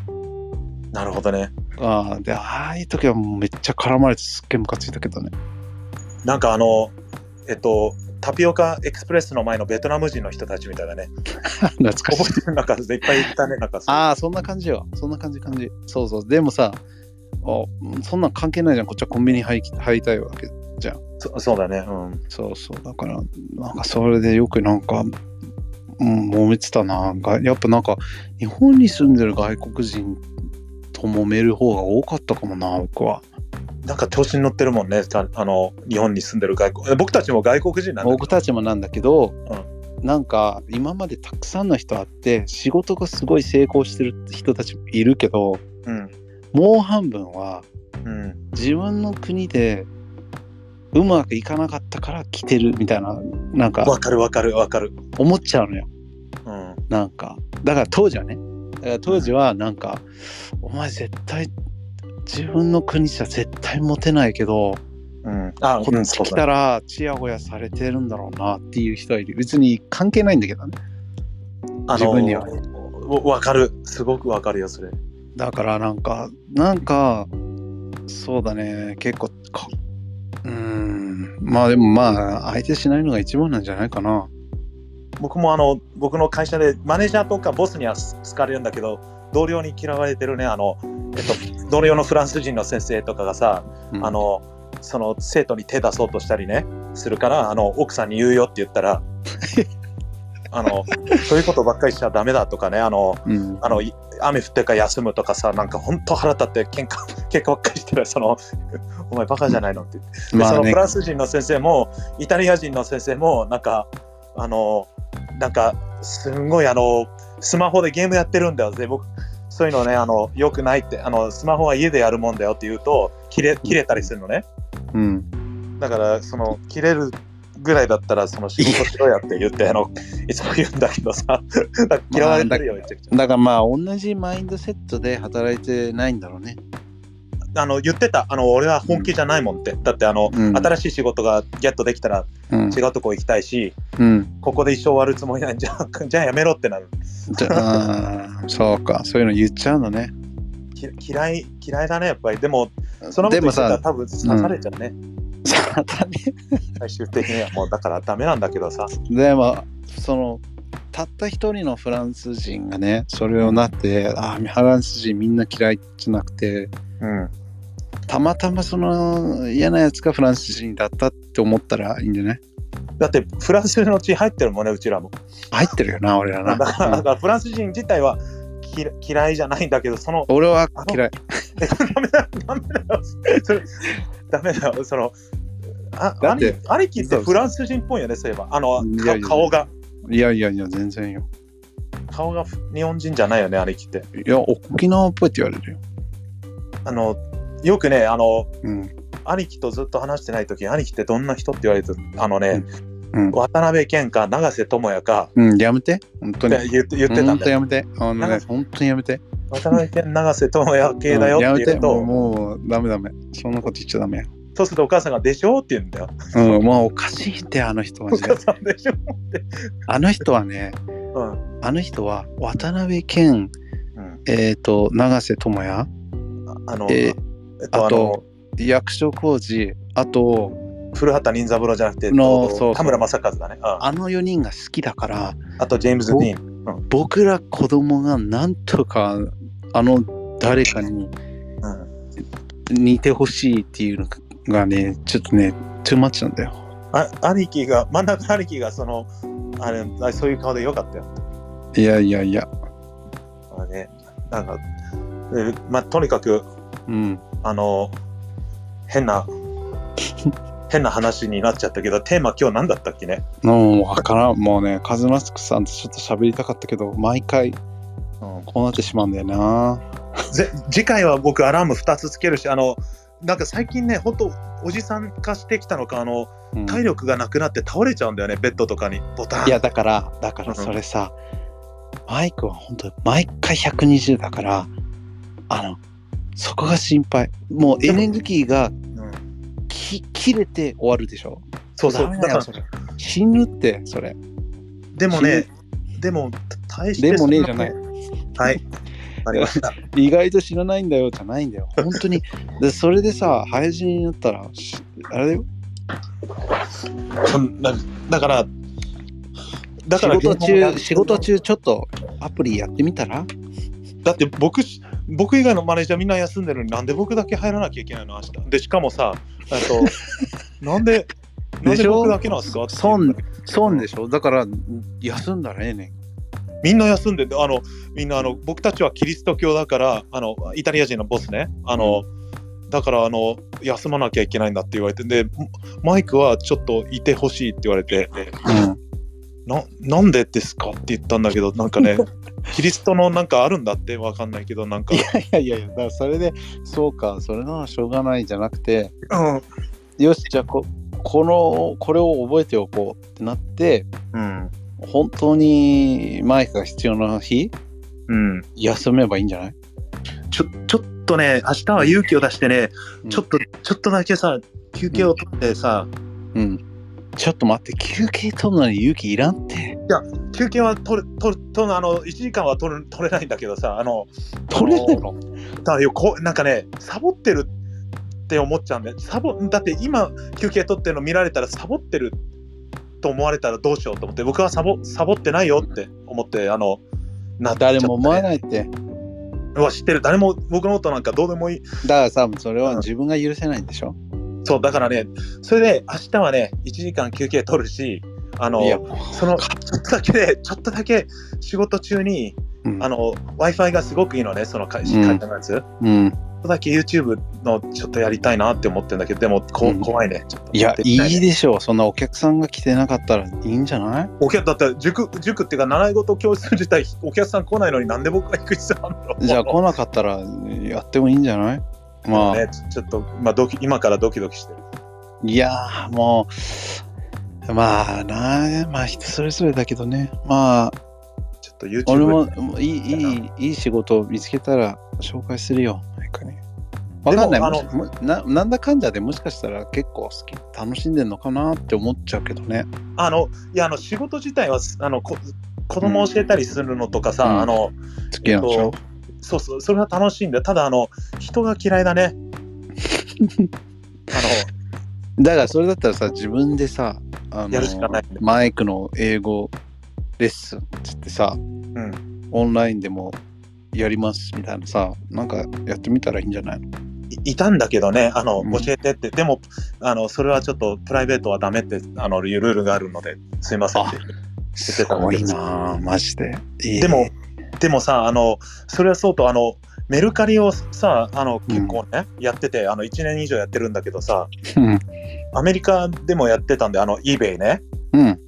なるほどね。あーでああいう時はもうめっちゃ絡まれてすっげえムカついたけどね なんかあの、えっと、タピオカエクスプレスの前のベトナム人の人たちみたいだ ね。懐かしい覚えてるなんかいっぱいいたね。なんかそうああそんな感じよそんな感じ感じそうそうでもさあそんなん関係ないじゃんこっちはコンビニ入り入りたいわけそ そうだね。うん。そうそうだからなんかそれでよくなんか、うん、揉めてたながやっぱなんか日本に住んでる外国人と揉める方が多かったかもな僕はなんか調子に乗ってるもんね。たあの、日本に住んでる外国。僕たちも外国人なんだ僕たちもなんだけど、うなんか今までたくさんの人あって仕事がすごい成功してる人たちもいるけどうん。もう半分はうん。自分の国でうまくいかなかったから来てるみたいななんわかかるわかるわかる。思っちゃうのようん。なんかだから当時はねだから当時はなんか、お前絶対自分の国じゃ絶対モテないけど、うん。あ、こっち来たらチヤホヤされてるんだろうなっていう人はいる別に関係ないんだけどねあ自分にはわわかる。すごくわかるよ、それ。だからなんかなんかそうだね結構かうーんまあでもまあ相手しないのが一番なんじゃないかな僕もあの、僕の会社でマネージャーとかボスには好好かれるんだけど、同僚に嫌われてるね、あの、えっと、同僚のフランス人の先生とかがさ、うんあの、その生徒に手出そうとしたりね、するから、あの、奥さんに言うよって言った ら、あの、そういうことばっかりしちゃダメだとかね、あの、うんあのい雨降ってるから休むとかさ、なんか本当腹立って喧嘩喧嘩ばっかりしてる、その、お前バカじゃないのってでまあそのねフランス人の先生もイタリア人の先生もなんかあのなんかすんごいあのスマホでゲームやってるんだよで僕そういうのねあのよくないってあのスマホは家でやるもんだよって言うと切れ切れたりするのねうんだからその切れるぐらいだったらその仕事しろやって言ってあのいつも言うんだけどさ だから嫌われてるよめちゃくちだからまあ同じマインドセットで働いてないんだろうねゃあの言ってたあの俺は本気じゃないもんってだってあの、うん新しい仕事がゲットできたらうん違うとこ行きたいし、うんここで一生終わるつもりなんじゃ、じゃあやめろってなる。じゃああーそうかそういうの言っちゃうのね き嫌い、嫌いだね、やっぱり。でも、そのことで言もってたらさ多分刺されちゃうね。さたね最終的にはもう、だからダメなんだけどさ。でもそのたった一人のフランス人がねそれをなってあーフランス人みんな嫌いじゃなくてうん。たまたまその嫌なやつがフランス人だったって思ったらいいんじゃないだって、フランスの血入ってるもんね、うちらも。入ってるよな俺ら だから、だな、からフランス人自体はき嫌いじゃないんだけど、その、俺は嫌いダメだよ、ダメだよ。それダメだよ、その、あだって兄兄貴ってフランス人っぽいよね、そういえば。あの、いやいやいかや顔が、いやいやいや、全然よ。顔が日本人じゃないよね、兄貴って。いや、沖縄っぽいって言われるよ。あの、よくね、あの、うん。兄貴とずっと話してない時兄貴ってどんな人って言われて、あのね、うん。渡辺謙か、永瀬智也か、うん、やめて。本当っに。て言って言ってたん本当だよ。やめて。あのなねん、か本当にやめて。渡辺謙、永瀬智也系だようっんやてめて。言うもう、と、もうダメダメ。そんなこと言っちゃダメよ。そうするとお母さんが、でしょって言うんだよ。うん、もうおかしいって、あの人マおジで母。さんでしょあの人はね、うん。あの人は渡辺謙、うんえっ、と、永瀬智也、あの、えーえっと、ああのと、役所広司、あと、古畑任三郎じゃなくて、えっのそうそとう田村正和だね。うんあの4人が好きだから、あと、ジェームズ・ディーン。僕ら子供がなんとかあの誰かにうん似てほしいっていうのがね、ちょっとね、トゥーマッチなんだよ。あ兄貴が真ん中の兄貴がそのあれあそういう顔でよかったよ。いやいやいや、あれなんか、えーまあ、とにかくうん。あの 変な変な話になっちゃったけどテーマ今日何だったっけね、もうわからん。もうね、カズマスクさんとちょっと喋りたかったけど、毎回うんこうなってしまうんだよな。ぜ次回は僕アラーム2つつけるしあのなんか最近ね本当おじさん化してきたのかあのうん体力がなくなって倒れちゃうんだよねベッドとかにボタンいやだからだからそれさ、マイクは本当毎回120だからあのそこが心配もうエネルギーがうんき切れて終わるでしょそうそうダメだだかよらそれ死ぬってそれでもねでも大してでもねそんじゃないはい ありました意外と死なないんだよじゃないんだよ本当にでそれでさ廃人になったらしあれだよそんなだから、だから仕事ゲームをやっ中仕事中ちょっとアプリやってみたらだって僕し、僕以外のマネージャーみんな休んでるのになんで僕だけ入らなきゃいけないの明日。で、しかもさ、あと、 なんで、なでんでしょ僕だけなんですかっていう損損でしょだから休んだらええねんみんな休んでて、あの、みんなあの、僕たちはキリスト教だから、あの、イタリア人のボスね、あの、だからあの休まなきゃいけないんだって言われてでマイクはちょっといてほしいって言われて ななんでですかって言ったんだけどなん かねキリストのなんかあるんだってわかんないけどなんかいやいやいや、だからそれで、そうか、それならしょうがないじゃなくて、よし、じゃあこ、この、これを覚えておこうってなって、うん本当にマイクが必要な日、うん休めばいいんじゃないちょちょっとね明日は勇気を出してね、うんちょっとちょっとだけさ休憩を取ってさ、うん。ちょっと待って、休憩取るのに勇気いらんって。休憩は取る取る取るあの1時間は取る取れないんだけどさあの取れてんのだよこうなんかねサボってるって思っちゃうんだよサボだって今休憩取ってるの見られたらサボってると思われたらどうしようと思って僕はサボサボってないよって思ってあのなっちゃって誰も思わないって。うわ知ってる誰も僕のことなんかどうでもいいだからさ、それは自分が許せないんでしょ、そうだからねそれで明日はね1時間休憩取るしあのいや、そのちょっとだけで、ちょっとだけ仕事中に、うんあの、Wi-Fi がすごくいいのね、その会社会社のやつ。ちょっうん。とだけ YouTube のちょっとやりたいなって思ってるんだけど、でもこ、うん怖いね。ちょっといや、いいね。でしょう。そんなお客さんが来てなかったらいいんじゃないお客だって塾、塾っていうか、習い事教室自体、お客さん来ないのになんで僕が行く必要あるのじゃあ来なかったらやってもいいんじゃないまあ、ね、ちょちょっと、まあ、ドキ今からドキドキしてる。いやーもう、まあな、まあ人それぞれだけどね、まあ、ちょっと YouTube 俺ももういい、いい、いい仕事を見つけたら紹介するよ、なんかね。わかんないでももしもな、なんだかんだでもしかしたら結構好き、楽しんでんのかなって思っちゃうけどね。あの、いや、あの、仕事自体は、あの、こ子供教えたりするのとかさ、うんあの、好きなんでしょ、そうそう、それは楽しいんだよ。ただ、あの、人が嫌い だね。あだからそれだったらさ、自分でさ、あやるしかないマイクの英語レッスンっつってさ、の、うん。オンラインでもやりますみたいなさ、なんかやってみたらいいんじゃないのいいたんだけどね、あの、うん教えてって、でも、あの、それはちょっとプライベートはダメって、あの、いうルールがあるので、すいませんって。すごいなあマジで。いいねでも、でもさ、あの、それはそうと、あの、メルカリをさ、あの、うん結構ね、やってて、あの、1年以上やってるんだけどさ、 うんアメリカでもやってたんで、あの、eBay ね。うん。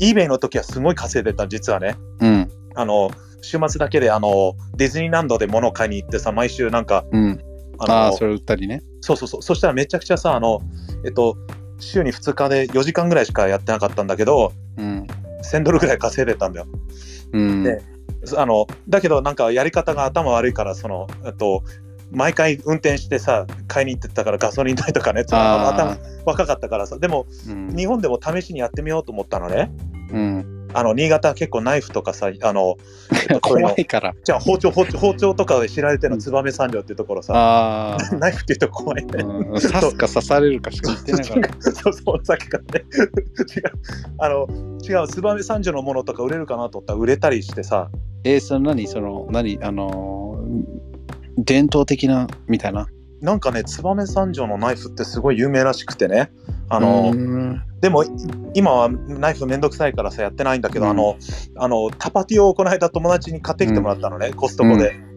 eBay の時はすごい稼いでた、実はね。うん。あの、週末だけで、あの、ディズニーランドで物を買いに行ってさ、毎週なんか、うん。あの、ああー、それ売ったりね。そうそうそう。そしたらめちゃくちゃさ、あの、えっと、週に2日で4時間ぐらいしかやってなかったんだけど、うん。 1000ドルぐらい稼いでたんだよ。うん。であの、だけどなんかやり方が頭悪いから、その、えっと、毎回運転してさ、買いに行ってたからガソリン代とかね、そのあ頭あ。若かったからさ、でもうん日本でも試しにやってみようと思ったのね。 うん。あの、新潟は結構ナイフとかさ、あの、えっとこういう怖のいから。じゃあ包丁、包丁、包丁とかで知られてるの燕三条っていうところさ、ああ。ナイフっていうと怖いね。うん 刺すか刺されるかしか言ってないから。そうそう、さっきからね。 違う、あの、違う、燕三条のものとか売れるかなと思ったら売れたりしてさ、えー、その何その何あのー伝統的なみたいな。なんかね、燕三条のナイフってすごい有名らしくてね、あの、うんでもい今はナイフめんどくさいからさ、やってないんだけど、うんあの、あの、タパティをこの間友達に買ってきてもらったのね、コストコで。うん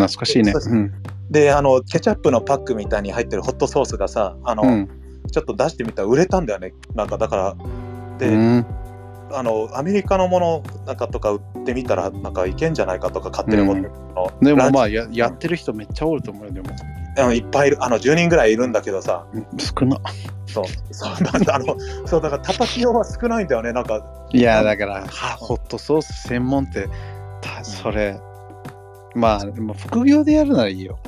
懐かしいね。そうそううんで、あの、ケチャップのパックみたいに入ってるホットソースがさ、あの、うんちょっと出してみたら売れたんだよね、なんかだから。で、うんあのアメリカのものなんかとか売ってみたらなんかいけんじゃないかとか買ってるもの、のでもランまあややってる人めっちゃおると思うよでもあのいっぱいいるあの10人ぐらいいるんだけどさうん少な。そうそうなんだあのそうだから叩き用は少ないんだよねなんかいやだからはホットソース専門ってたそれまあでも副業でやるならいいよ。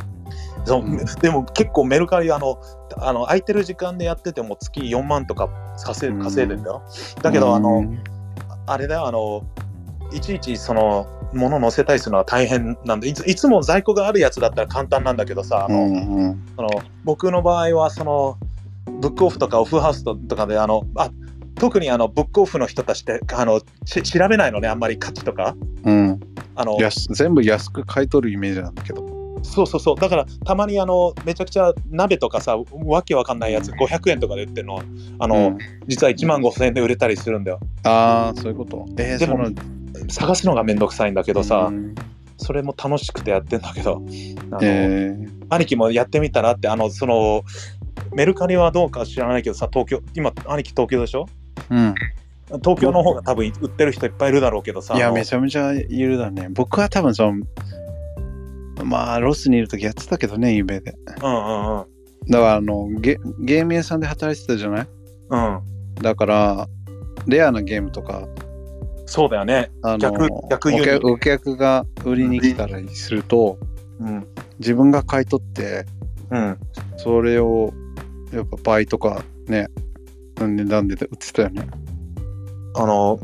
そう、うんでも結構メルカリあのあの空いてる時間でやってても月4万とか稼いうん稼いでんだよ、だけどあうのんあれだよあのいちいちその物載せたりするのは大変なんでいついつも在庫があるやつだったら簡単なんだけどさあうの、んうんその僕の場合はそのブックオフとかオフハウスとかであのあ特にあのブックオフの人たちってあのし調べないのねあんまり価値とかうんあの安全部安く買い取るイメージなんだけど。そうそうそうだからたまにあのめちゃくちゃ鍋とかさわけわかんないやつ500円とかで売ってるのあの、うん実は1万5000円で売れたりするんだよああそういうこと。えー、でもその探すのがめんどくさいんだけどさ、うんそれも楽しくてやってんだけどあの、えー兄貴もやってみたらってあのそのメルカリはどうか知らないけどさ東京今兄貴東京でしょうん、東京の方が多分売ってる人いっぱいいるだろうけどさ。いあやのめちゃめちゃいるだね僕は多分そのまあロスにいる時やってたけどね夢でうんうんだからあのゲゲーム屋さんで働いてたじゃないうん。うん。だからレアなゲームとかそうだよね。あの逆逆お輸入客お客が売りに来たりするとうん。自分が買い取ってうん。それをやっぱ倍とかね値段で売ってたよねあの、鬼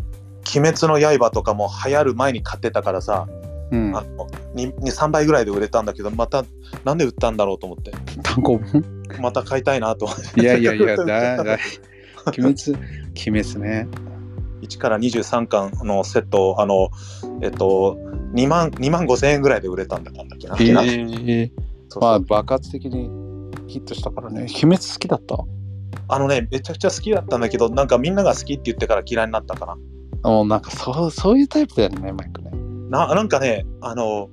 滅の刃とかも流行る前に買ってたからさ、うんあの2、3倍ぐらいで売れたんだけど、また、なんで売ったんだろうと思って、単行本また買いたいなと。 いやいやいやだだ鬼滅鬼滅ね1から23巻のセットを、あの、えっと、2万、2万5千円ぐらいで売れたんだなんだっけな。えそうそうまあ爆発的にヒットしたからね。鬼滅好きだったあのね、めちゃくちゃ好きだったんだけど、なんかみんなが好きって言ってから嫌いになったかな。もうなんかそうそういうタイプだよね、マイクね。ななんかね、あの、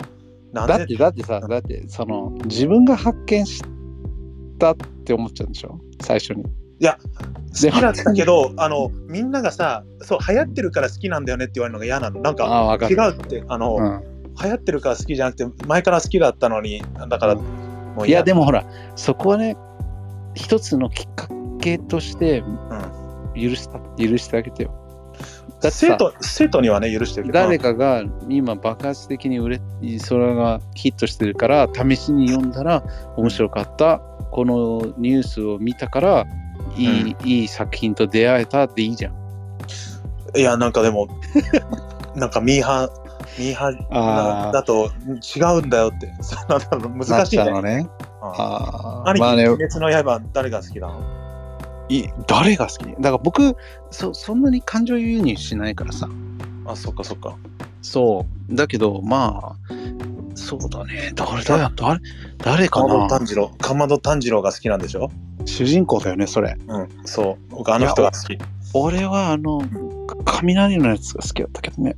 なんだっでてだってさ、だってその自分が発見したって思っちゃうんでしょ最初に。好きなんだけど、あの、みんながさ、そう、流行ってるから好きなんだよねって言われるのが嫌なの。なんあか、あ、わか違る。うって、あの、うん流行ってるから好きじゃなくて、前から好きだったのに、だから、うんもういや、でも、もほら、そこはね、一つのきっかけとして許した、許してあげてよ。だって生さ、徒、生徒にはね、許してるけど。誰かが今爆発的に売れそれがヒットしてるから試しに読んだら面白かったこのニュースを見たからいい,、いい作品と出会えたでいいじゃん。いや、なんかでも、 なんかミーハー、ミーハーあなだと違うんだよって、そうなんだろう難しいね。うんね。兄あ貴、まあね鬼滅の刃、誰が好きなのい誰が好きだから僕そそんなに感情輸入しないからさあ、そっかそっか。そうだけどまあそうだね誰だよ誰誰かかまどな炭治郎、かまど炭治郎が好きなんでしょ主人公だよねそれ。うん、そう。僕、あの人が好き。俺はあの雷のやつが好きだったけどね。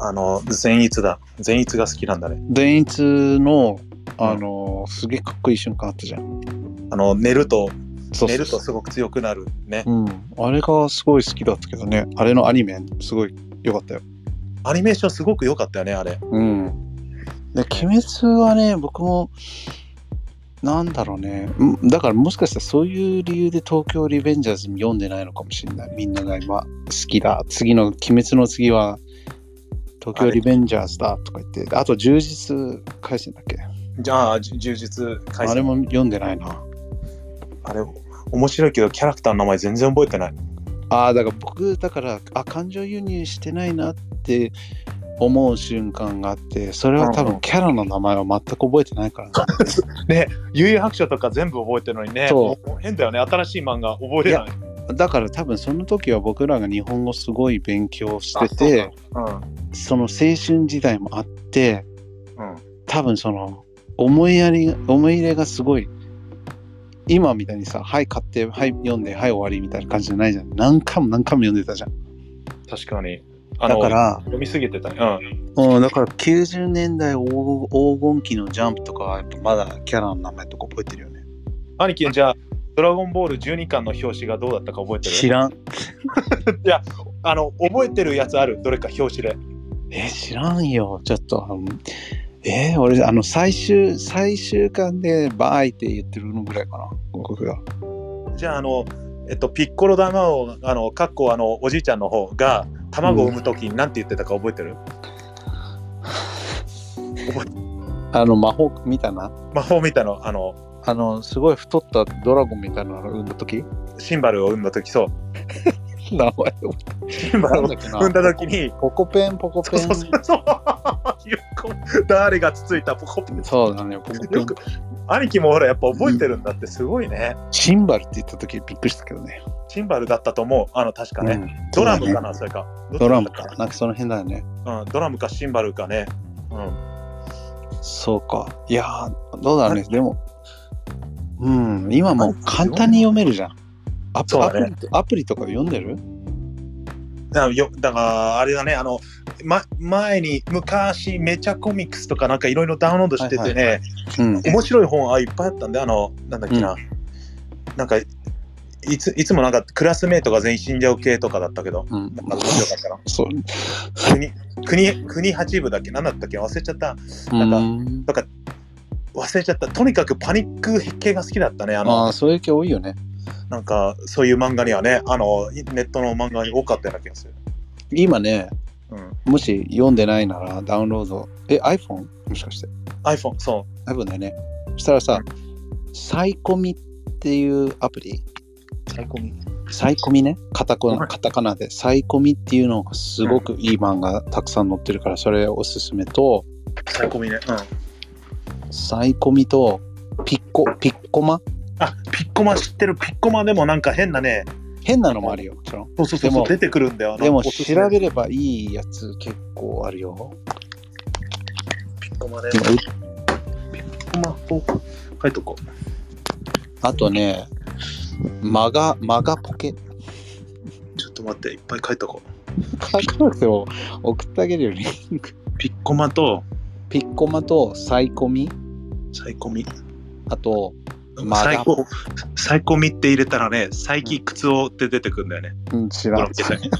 あの、善逸だ。善逸が好きなんだね。電一のあの、すげえかっこいい瞬間あったじゃんあの、寝ると、そうそうそう寝るとすごく強くなるね。うん、あれがすごい好きだったけどねあれのアニメすごい良かったよアニメーションすごく良かったよね、あれ。うんで鬼滅はね僕もなんだろうねうんだからもしかしたらそういう理由で東京リベンジャーズ読んでないのかもしれないみんなが今好きだ次の「鬼滅の次は東京リベンジャーズだ」とか言ってあと充実回線だっけじゃあ、じゅ充実解あ説れも読んでないなあれ、面白いけど、キャラクターの名前全然覚えてない。ああだから僕だからあ感情輸入してないなって思う瞬間があってそれは多う分キャラの名前は全く覚えてないからな悠々白書とか全部覚えてるのにね、そもう変だよね、新しい漫画覚えれない。だから多分その時は僕らが日本語すごい勉強しあててそうなのその青春時代もあってうん、うん。多分その思いやり思い入れがすごい今みたいにさ「はい買ってはい読んではい終わり」みたいな感じじゃないじゃん何回も何回も読んでたじゃん確かに。あだのから読みすぎてたね。うん。うん、だから90年代黄金期のジャンプとかはやっぱまだキャラの名前とか覚えてるよね。兄貴、じゃあ、ドラゴンボール12巻の表紙がどうだったか覚えてる知らん。あの、覚えてるやつある、どれか表紙で。え、知らんよ。ちょっと、あのえー俺、あの、最終、最終巻でバーイって言ってるのぐらいかな、僕が。じゃあ、あの、えっと、ピッコロ玉を、あの、かっこ、あの、おじいちゃんの方が、卵を産むときに何て言ってたか覚えてる、あの、魔法見たな。魔法みたいな、あの、あの、すごい太ったドラゴンみたいなのを産んだ 時シンバルを産んだとき、そう。名前覚シンえバてなんルをだっけな産んだときに、ポコペン、ポコそペうン。そうそうそう。 誰がつついたポコペン。そうだね、ポコペよンく。兄貴もほらやっぱ覚えてるんだってすごいね。シンバルって言った時びっくりしたけどね。シンバルだったと思う。あの確かね。うんドラムかなそれか。ドラムどっちだかった。なんかその辺だよね。うん、ドラムかシンバルかね。うん。そうか。いやー、どうだろうね。でも、うん、今もう簡単に読めるじゃん。アプそうだアねプリアプリとか読んでるだからよだからあれだねあの、ま、前に昔めちゃコミックスとかなんかいろいろダウンロードしててね、はいうん。面白い本あいっぱいあったんであのなんだっけな、なんかいついつもなんかクラスメートが全員死んじゃう系とかだったけどうんなんか面白かったなそう。国国国八部だっけ何だったっけ忘れちゃったなんかうん忘れちゃったとにかくパニック系が好きだったねあのああ、そういう系多いよね。なんかそういう漫画にはねあのネットの漫画に多かったような気がする、今ね、うん、もし読んでないならダウンロード。え、iPhone? もしかして。 iPhone そう iPhone だよね。そしたらさ、サイコミっていうアプリ、最高にサイコミね、カタコナ、はいカタカナで、サイコミっていうのがすごくいい漫画たくさん載ってるから、それおすすめと、最高にねうんサイコミとピッコピッコマあピッコマ知ってるピッコマでもなんか変なね変なのもあるよもちろんそうそうでも出てくるんだよなでもおすすめ調べればいいやつ結構あるよピッコマで今うコマを書いとこうあとねマガマガポケちょっと待っていっぱい書いとこう書かなくても送ってあげるよリンクピッコマとピッコマとサイコミサイコミあとマサイガポコサイコミって入れたらね最近靴をって出てくるんだよねうん知ほららん見てない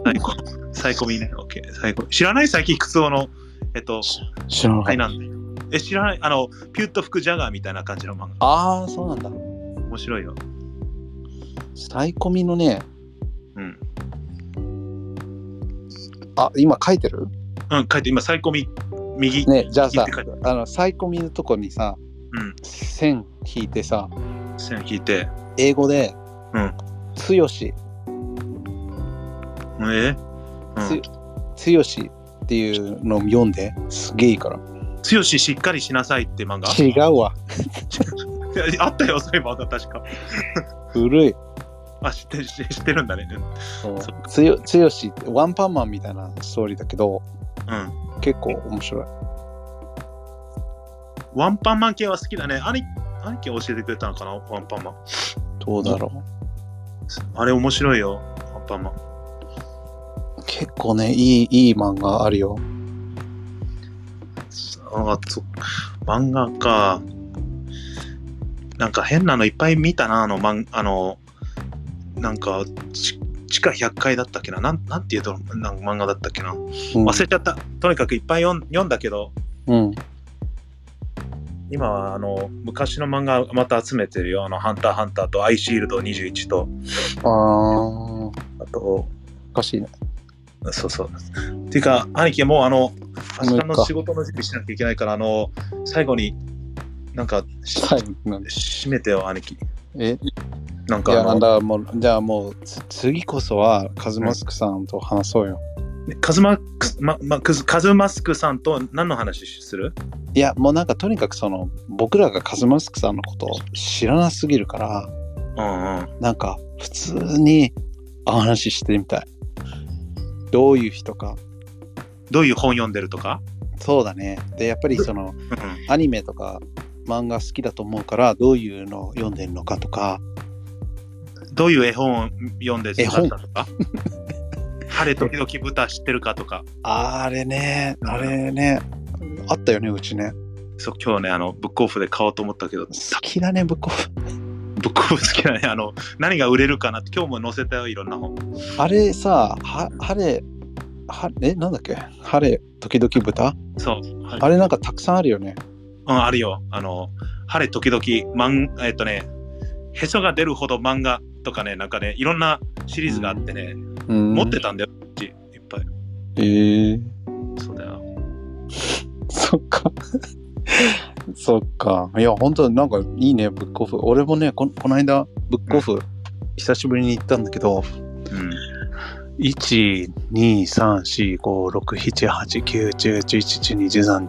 サイコサイコミねオッケーサイコミ知らない最近靴をのえっと知らんはいなんでえ知らないあのピュッと吹くジャガーみたいな感じの漫画ああそうなんだ面白いよサイコミのねうんあ今書いてるうん書いて今サイコミ右ねじゃあさ右って書いてあのサイコミのとこにさ、うん線引いてさ線引いて英語でうん「つよし」えーうんつよしっていうのを読んですげえいいから強ししっかりしなさいって漫画違うわい やあったよそういう漫画確か古いあ知ってる知ってる知ってるんだねそっかつよつよしってワンパンマンみたいなストーリーだけどうん結構面白いワンパンマン系は好きだね。兄兄貴が教えてくれたのかな、ワンパンマン。どうだろあれ面白いよ、ワンパンマン。う鬼結構ね、いい、いい漫画あるよ。あそ漫画か。なんか変なのいっぱい見たな、あの、漫あの、なんか、ち地下100階だったっけな。なんなんていうと、なんか漫画だったっけな。うん忘れちゃった。とにかくいっぱい読ん読んだけど、うん。今はあの、昔の漫画また集めてるよ。あの、ハンターハンターとアイシールド21と、ああ、あと、おかしいね。そうそう。っていうか、兄貴、もうあの、もう明い日っかの仕事の準備しなきゃいけないから、あの、最後に、なんか、し最後なんで。締めてよ、兄貴。え、なんいかや、あなんの、だ、もう、じゃあもう、つ次こそは、カズマスクさんと話そうよ。カズマックス、ま、ま、カズカズマスクさんと何の話するいや、もうなんか、とにかくその、僕らがカズマスクさんのことを知らなすぎるから、うんうん。なんか、普通に、お話ししてみたい。どういう人か。どういう本読んでるとかそうだね。で、やっぱりそ の、うんうん。アニメとか、漫画好きだと思うから、どういうのを読んでるのかとか、どういう絵本を読んで育ったとか 晴れ時々豚知ってるかとか。あれね、あれね、あったよね、うちね。そう、今日ね、あの、ブックオフで買おうと思ったけど、好きだね、ぶっこ。ブックオフ好きなね、あの、何が売れるかなって、今日も載せたよ、いろんな本。あれさ、は晴れ、はえ、なんだっけ晴れ、時々豚そう。あれなんかたくさんあるよね。うん、あるよ。あの、晴れ時々、マン、えっとね、へそが出るほど漫画とかね、なんかね、いろんなシリーズがあってね、うん持ってたんだよ、うちいっぱい。えー、 そうだよ。そっか。 そっか。いや、本当なんかいいね、ブックオフ。俺もね、ここの間、ブックオフ、久しぶりに行ったんだけど、うん。 1、2、3、4、5、6、7、8、9、10、11、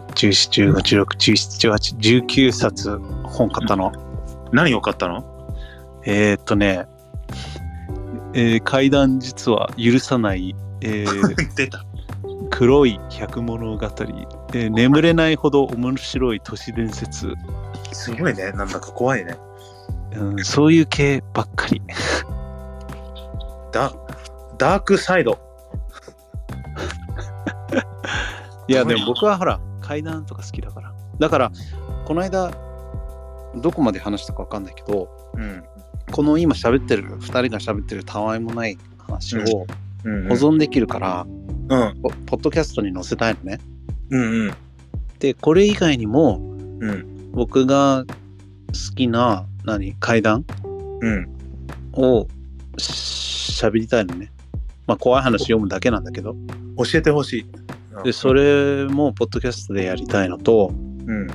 12、13、14、15、16、17、18、19冊本買ったの。何を買ったのえー、っとね、えー階段実は許さない、え ー 出た。黒い百物語、えー眠れないほど面白い都市伝説、すごいね。なんだか怖いね。うん、そういう系ばっかり。ダダークサイド。いや、でも僕はほら、階段とか好きだから。だから、この間、どこまで話したかわかんないけど、うん。この今喋ってる、2人が喋ってるたわいもない話を保うん、存できるから、うん。ポポッドキャストに載せたいのね。うんうん。で、これ以外にも、うん。僕が好きな何階段うん。をしゃべりたいのね。まあ怖い話読むだけなんだけど。教えてほしい。で、それもポッドキャストでやりたいのと、うん。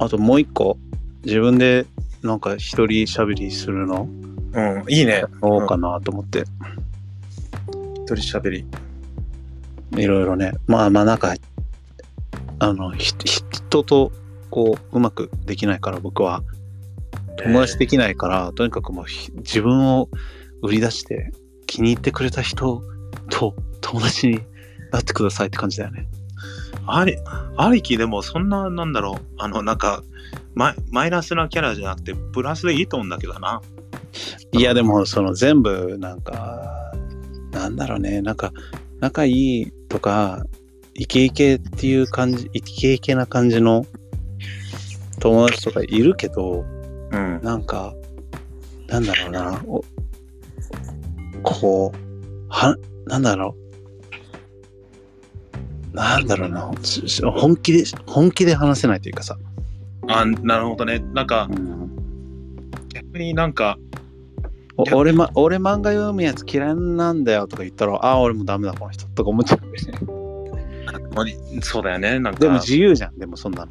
あともう一個、自分でなんか一人しゃべりするのうん。いい ね。どうかなと思って、一人喋り。いろいろね。まあまあなんか、あの、ひひ人とこう、うまくできないから僕は、友達できないから、とにかくもうひ自分を売り出して気に入ってくれた人と友達になってくださいって感じだよね。あり、ありきでもそんな、なんだろう、あの、なんか、マイマイナスなキャラじゃなくて、プラスでいいと思うんだけどな。いやでもその全部なんかなんだろうねなんか仲いいとかイケイケっていう感じイケイケな感じの友達とかいるけどうん。なんかなんだろうなおこうはなんだろうなんだろうなしし本気で本気で話せないというかさ、あ、なるほどね。なんか、うん逆になんか、お俺,、ま、俺漫画読むやつ嫌いなんだよとか言ったらあ俺もダメだこの人とか思っちゃうよねそうだよね。なんか、でも自由じゃんでもそんな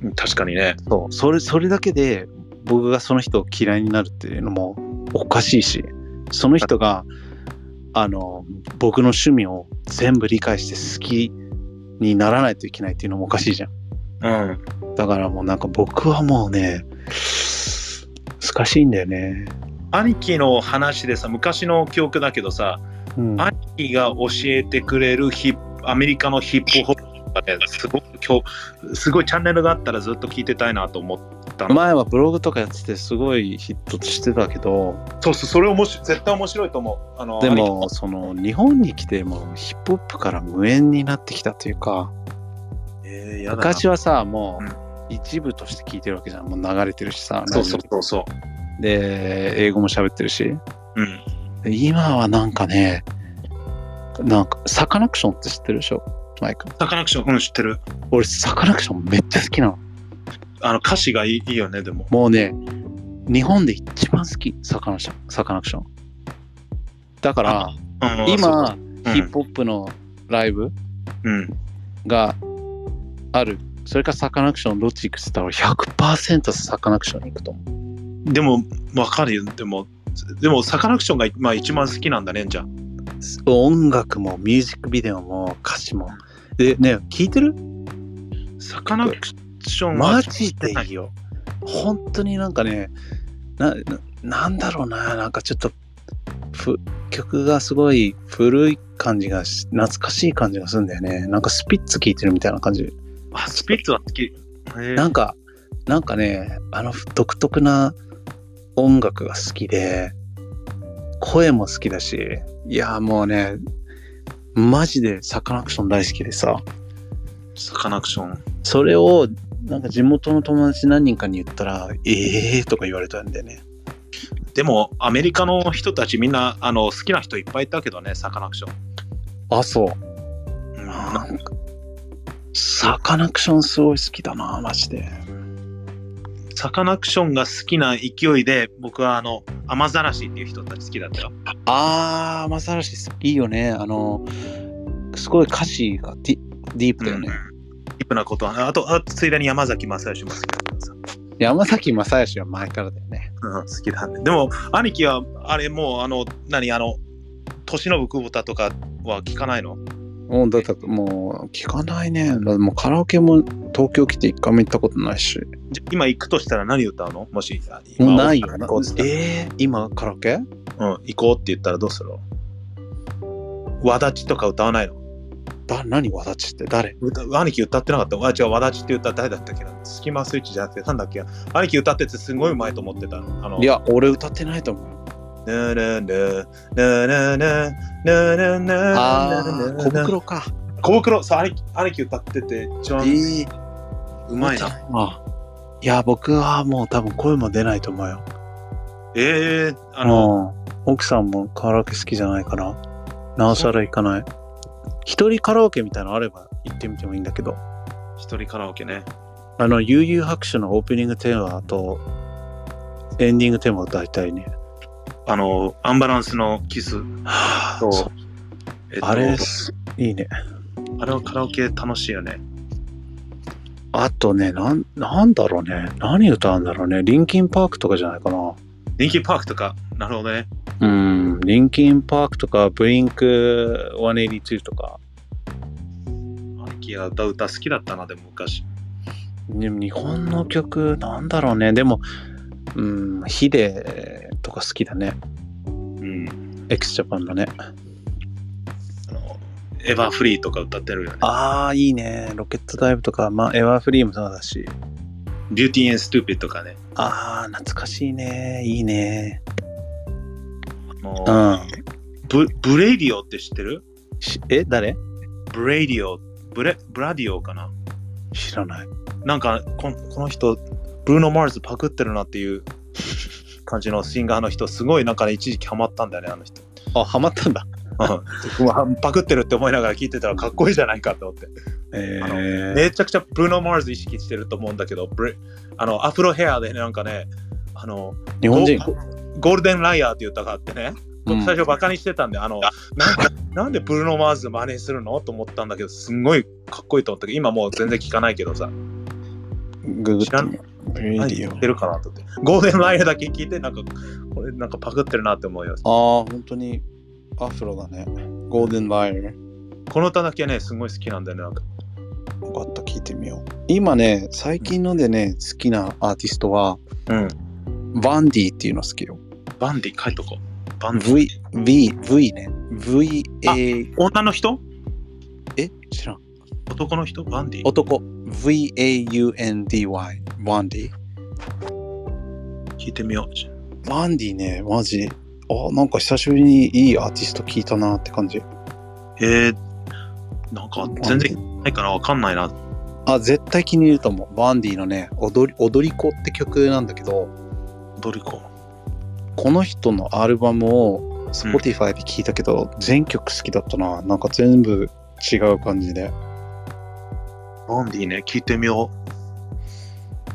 の確かにね。そうそれそれだけで僕がその人を嫌いになるっていうのもおかしいしその人があの僕の趣味を全部理解して好きにならないといけないっていうのもおかしいじゃんうん。だからもうなんか僕はもうね難しいんだよね、兄貴の話でさ、昔の記憶だけどさ、うん、兄貴が教えてくれるヒップアメリカのヒップホップとかね、すごく今日、すごいチャンネルがあったらずっと聞いてたいなと思ったの、前はブログとかやっててすごいヒットしてたけどそうそう、それ面白い絶対面白いと思う。あのでもその日本に来てもうヒップホップから無縁になってきたというか兄貴えー、やだな昔はさもうんう一部として聞いてるわけじゃんもう流れてるしさそうそうそうそう。で英語も喋ってるしうん。で今はなんかねなんかサカナクションって知ってるでしょマイクサカナクション、うん、知ってる。俺サカナクションめっちゃ好きなのあの歌詞がいいいいよね、でも。もうね日本で一番好きサカナションサカナクションだからうん今、うんヒップホップのライブうん。があるそれからサカナクションどっち行くって言ったら100%サカナクションに行くと思うでも、わかるよ。でも、でも、サカナクションが、まあ、一番好きなんだね、じゃあ音楽もミュージックビデオも歌詞もでね聞いてるサカナクションはマジでいいよ。本当になんかねな、ななんだろうな、なんかちょっと、ふ曲がすごい古い感じがし、懐かしい感じがするんだよね。なんかスピッツ聴いてるみたいな感じ。あ、スピッツは好き。へーなんか、なんかね、あの独特な音楽が好きで、声も好きだし、いや、もうね、マジでサカナクション大好きでさ。サカナクション。それをなんか地元の友達何人かに言ったら「ええー」とか言われたんだよねでも、アメリカの人たち、みんな、あの、好きな人いっぱいいたけどね、サカナクション。あそううんななんかサカナクションすごい好きだなマジでサカナクションが好きな勢いで、僕は、あの、アマザラシっていう人たち好きだったよ。あーマサラシいいよねあのすごい歌詞がディディープだよね、うんディープなことは、あと、あとついでに山崎正義も好きだったさ。山崎まさよしは前からだよねうん、好きだね。でも、兄貴は、あれ、もう、あの、何、あの、年の久保田とかは聞かないのもうだってもう聞かないねだってもうカラオケも東京来て一回も行ったことないしじゃ今行くとしたら何歌うのもし、あも今うないよな行こうって言っえー、今カラオケたら、うん、行こうって言ったらどうするのわだちとか歌わないのだ何わだちって誰歌兄貴歌ってなかったわ違う、わだちって歌誰だったっけなスキマスイッチじゃなくて、なんだっけ兄貴歌っててすごいうまいと思ってたの。あのい、や俺歌ってないと思うぬぬぬぬぬぬぬぬぬぬああ、ぬぬぬ小袋か。小袋、そう、兄貴兄貴歌ってて一番ええうまいな。あいや、僕はもう多分声も出ないと思うよ。ええああの、の、奥さんもカラオケ好きじゃないから、なおさら行かない。一人カラオケみたいなのあれば行ってみてもいいんだけど、一人カラオケね。あの、悠々白書のオープニングテーマと、エンディングテーマは大体ね。あの、アンバランスのキス。はそうそうえっとあれ、すいいね。あれはカラオケ楽しいよね。あとね、なん、なんだろうね。何歌うんだろうね。リンキンパークとかじゃないかな。人気パークとか、なるほどね。うん、リンキンパークとか、ブリンク182とか、兄貴は歌歌好きだったな、でも昔。でも日本の曲なんだろうね。でも、うん、ヒデとか好きだね。うん。 x ジャパンのね。あの、エヴァフリーとか歌ってるよね。ああ、いいね。ロケットダイブとか、まあ、エヴァフリーもそうだし。ビューティーエンストゥーピッドとかね。ああ、懐かしいね。いいね。あうの、ん。ブブレイディオって知ってるしえ、誰ブレイディオ、ブレ、ブラディオかな。知らない。なんかこんこの人ブルーノ・マーズパクってるなっていう感じのシンガーの人すごいなんかね一時期ハマったんだよねあの人あ、ハマったんだ。うわパクってるって思いながら聞いてたらかっこいいじゃないかと思って、えあーのめちゃくちゃブルーノ・マーズ意識してると思うんだけどブレあのアフロヘアでねなんかねあの日本人ゴゴールデン・ライアーっていう歌があってねうん僕最初バカにしてたんで、あのなんかなんでブルーノ・マーズ真似するのと思ったんだけどすんごいかっこいいと思ったけど今もう全然聞かないけどさググっ知らてんみようブレイデ何ィ言オってるかなと思って。ゴールデンラインだけ聞いて、なんか、これなんかパクってるなって思うよ。ああ、本当にアフロだね。ゴールデンライアー。この歌だけね、すごい好きなんだよね。なんかよかった、聞いてみよう。今ね、最近のでね、好きなアーティストは、うん。バンディっていうの好きよ。バンディ書いとこう。バンディ。 V、V、V ね。V、A、女の人え知らん。男の人バンディ。男。V、A、U、N、D、Y。バンディ。聞いてみよう。バンディね、マジ。あ、なんか久しぶりにいいアーティスト聞いたなって感じ。えー、なんか全然ないからわかんないな。あ、絶対気に入ると思う。バンディのね、踊り、踊り子って曲なんだけど、ドリコ。この人のアルバムを Spotify で聞いたけど、全曲好きだったな。なんか全部違う感じで。バンディね、聞いてみよ